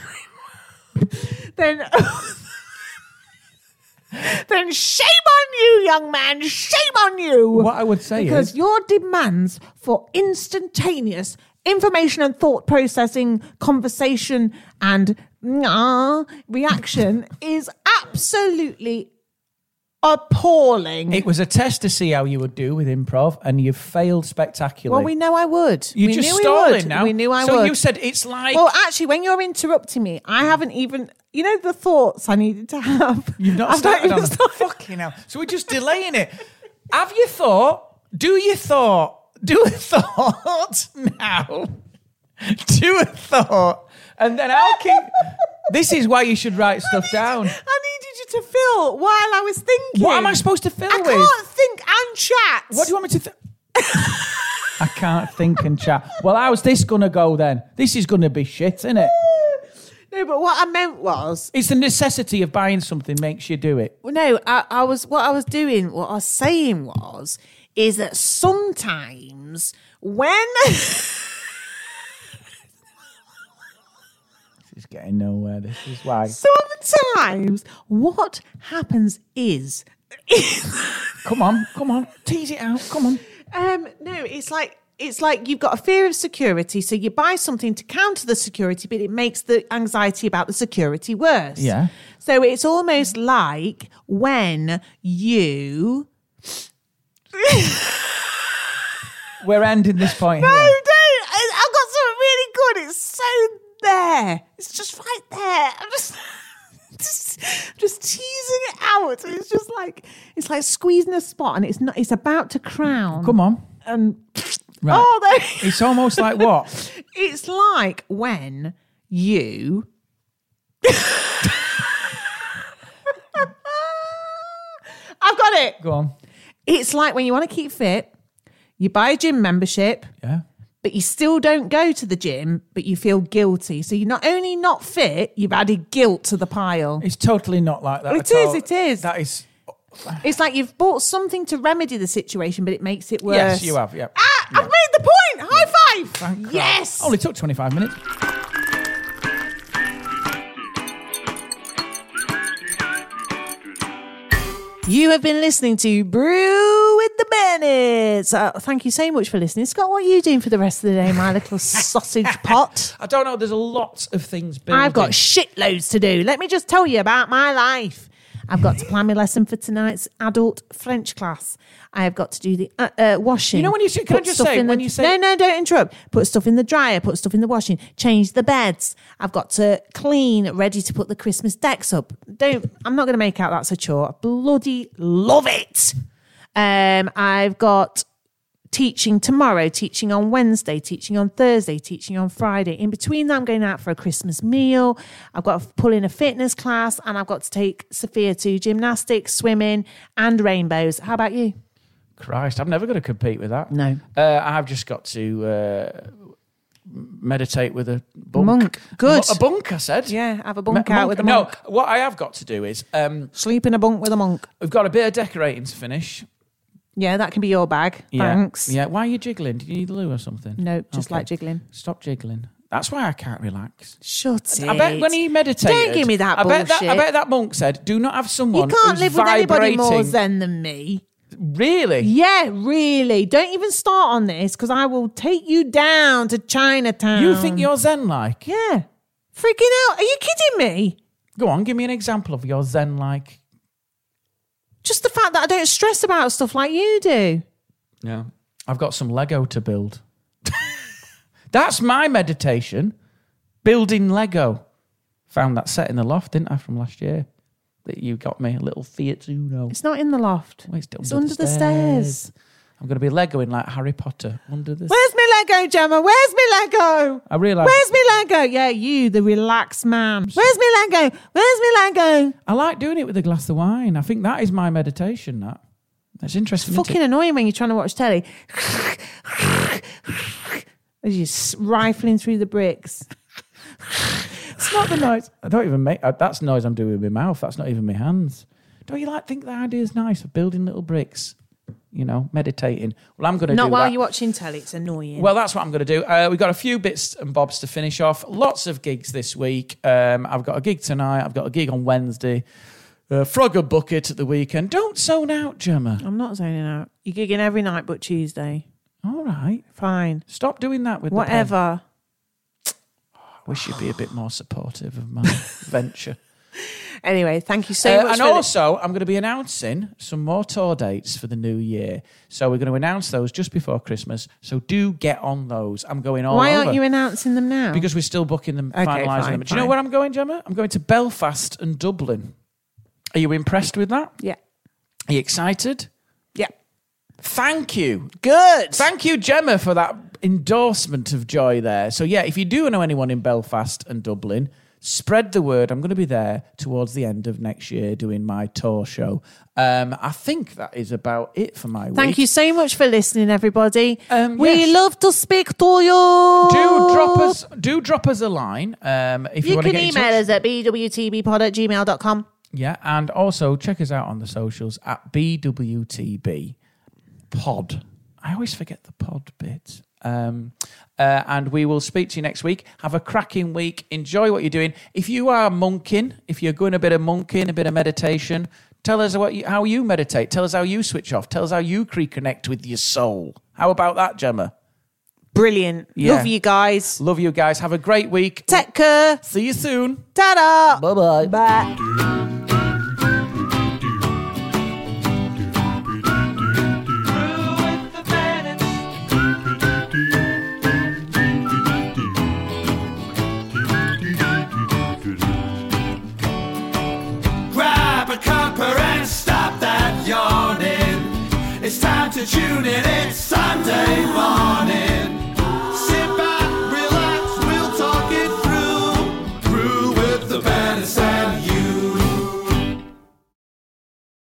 C: then then shame on you, young man. Shame on you.
B: What I would say
C: because
B: is-
C: your demands for instantaneous information and thought processing, conversation and nah, reaction is absolutely appalling.
B: It was a test to see how you would do with improv, and you failed spectacularly.
C: well, we know I would.
B: you
C: we
B: just
C: knew
B: stole
C: I
B: it
C: would.
B: now.
C: We knew I
B: so
C: would.
B: you said it's like
C: well, actually, when you're interrupting me, I
B: Mm.
C: haven't even. You know the thoughts I needed to have.
B: you've not
C: I've
B: started
C: even
B: on
C: started.
B: fucking hell. So we're just delaying it. Have you thought? Do you thought? Do a thought now. Do a thought, and then I'll keep. this is why you should write stuff down.
C: I needed you to fill while I was thinking.
B: What am I supposed to fill
C: I
B: with?
C: can't think and chat.
B: What do you want me to? Th- I can't think and chat. Well, how's this gonna go then? This is gonna be shit, isn't it?
C: no, but what I meant was
B: It's the necessity of buying something makes you do it.
C: Well, no, I, I was what I was doing, what I was saying was, is that sometimes when
B: It's getting nowhere. This is why.
C: sometimes what happens is
B: Come on, come on, tease it out. Come on.
C: um no, it's like it's like you've got a fear of security, so you buy something to counter the security, but it makes the anxiety about the security worse.
B: Yeah.
C: So it's almost like when you
B: We're ending this point
C: Oh, No,
B: here.
C: don't. I- I've got something really good. It's so there. It's just right there. I'm just, just, just teasing it out. It's just like it's like squeezing a spot, and it's not. It's about to crown.
B: Come on.
C: And
B: Right.
C: oh, there.
B: It's almost like what?
C: It's like when you. I've got it.
B: Go on.
C: It's like when you want to keep fit, you buy a gym membership
B: Yeah.
C: but you still don't go to the gym, but you feel guilty. So you're not only not fit, you've added guilt to the pile.
B: It's totally not like that.
C: It
B: at
C: is,
B: all.
C: it is.
B: That is.
C: It's like you've bought something to remedy the situation, but it makes it worse.
B: Yes, you have. Yeah.
C: Ah, I've made the point. High five.
B: Thank Christ.
C: yes.
B: Only took 25 minutes.
C: You have been listening to Brew with the Bennets. Uh, thank you so much for listening. Scott, what are you doing for the rest of the day, my little sausage pot?
B: I don't know. There's a lot of things building.
C: I've got shitloads to do. Let me just tell you about my life. I've got to plan my lesson for tonight's adult French class. I have got to do the uh, uh, washing.
B: You know when you say- can I
C: Put
B: just
C: stuff
B: say,
C: in the-
B: when you say-
C: no, no, don't interrupt. Put stuff in the dryer. Put stuff in the washing. Change the beds. I've got to clean, ready to put the Christmas decks up. Don't. I'm not going to make out that's a chore. I bloody love it. Um, I've got teaching tomorrow, teaching on Wednesday, teaching on Thursday, teaching on Friday. In between that, I'm going out for a Christmas meal. I've got to pull in a fitness class and I've got to take Sophia to gymnastics, swimming, and rainbows. How about you?
B: Christ, I'm never going to compete with that.
C: No.
B: Uh, I've just got to uh, meditate with a bunk.
C: Monk. Good.
B: Mo- A bunk, I said.
C: Yeah, have a
B: Me-
C: bunk out with a monk.
B: No, what I have got to do is um,
C: Sleep in a bunk with a monk.
B: we've got a bit of decorating to finish.
C: Yeah, that can be your bag.
B: Yeah.
C: Thanks.
B: Yeah. Why are you jiggling? Do you need a loo or something?
C: No, just
B: Okay.
C: like jiggling.
B: Stop jiggling. That's why I can't relax.
C: Shut it.
B: I bet when he meditated,
C: Don't give me that
B: I bet that, I
C: bullshit.
B: bet that monk said, "Do not have
C: You
B: someone."
C: can't
B: who's
C: live with anybody more
B: vibrating."
C: zen than me.
B: Really?
C: Yeah, really. Don't even start on this because I will take you down to Chinatown.
B: You think you're zen like?
C: Yeah. Freaking out. Are you kidding me?
B: Go on, give me an example of your zen like.
C: Just the fact that I don't stress about stuff like you do.
B: Yeah. I've got some Lego to build. That's my meditation. Building Lego. Found that set in the loft, didn't I, from last year? That you got me a little Fiat Uno.
C: It's not in the loft.
B: Well, it's down
C: it's
B: to the
C: under the stairs.
B: I'm going to be Legoing like Harry Potter under this.
C: Where's my Lego, Gemma? Where's my Lego?
B: I realise.
C: Where's my Lego? Yeah, you, the relaxed man. Where's my Lego? Where's my Lego?
B: I like doing it with a glass of wine. I think that is my meditation. That that's interesting. isn't
C: Fucking
B: it?
C: annoying when you're trying to watch telly. As you're s- rifling through the bricks.
B: It's not the noise. I don't even make. Uh, that's noise I'm doing with my mouth. That's not even my hands. Don't you like think the idea is nice of building little bricks? You know, meditating. Well, I'm going to
C: Not
B: do
C: while
B: that.
C: you're watching telly. It's annoying.
B: Well, that's what I'm going to do. Uh, we've got a few bits and bobs to finish off. Lots of gigs this week. Um, I've got a gig tonight. I've got a gig on Wednesday. Uh, Frog a bucket at the weekend. Don't zone out, Gemma.
C: I'm not zoning out. You're gigging every night but Tuesday.
B: All right.
C: Fine.
B: Stop doing that with the pen.
C: Whatever.
B: I wish you'd be a bit more supportive of my venture.
C: Anyway, thank you so
B: Uh,
C: much.
B: and
C: for the-
B: also, I'm going to be announcing some more tour dates for the new year. So we're going to announce those just before Christmas. So do get on those. I'm going all
C: why
B: over.
C: aren't you announcing them now?
B: because we're still booking them,
C: Okay,
B: finalising
C: fine,
B: them. Do you know
C: fine.
B: where I'm going, Gemma? I'm going to Belfast and Dublin. Are you impressed with that?
C: yeah,
B: Are you excited?
C: yeah.
B: Thank you.
C: Good.
B: Thank you, Gemma, for that endorsement of joy there. So, yeah, if you do know anyone in Belfast and Dublin, spread the word. I'm going to be there towards the end of next year doing my tour show. Um, I think that is about it for my week.
C: Thank you so much for listening, everybody.
B: Um,
C: we
B: yes.
C: love to speak to you.
B: Do drop us, do drop us a line um, if you,
C: You
B: want to
C: can
B: get in touch.
C: email us at bwtbpod at gmail.com.
B: Yeah, and also check us out on the socials at BWTB Pod. I always forget the pod bit. Um, uh, and we will speak to you next week. Have a cracking week. Enjoy what you're doing. If you are monking, if you're going a bit of monking, a bit of meditation, tell us what you, how you meditate. Tell us how you switch off. Tell us how you reconnect with your soul. How about that, Gemma?
C: Brilliant.
B: Yeah.
C: Love you guys.
B: Love you guys. Have a great week.
C: Take care.
B: See you soon.
C: Ta-da.
B: Bye bye.
C: Bye.
D: Grab a cuppa and stop that yawning. It's time to tune in, it's Sunday morning.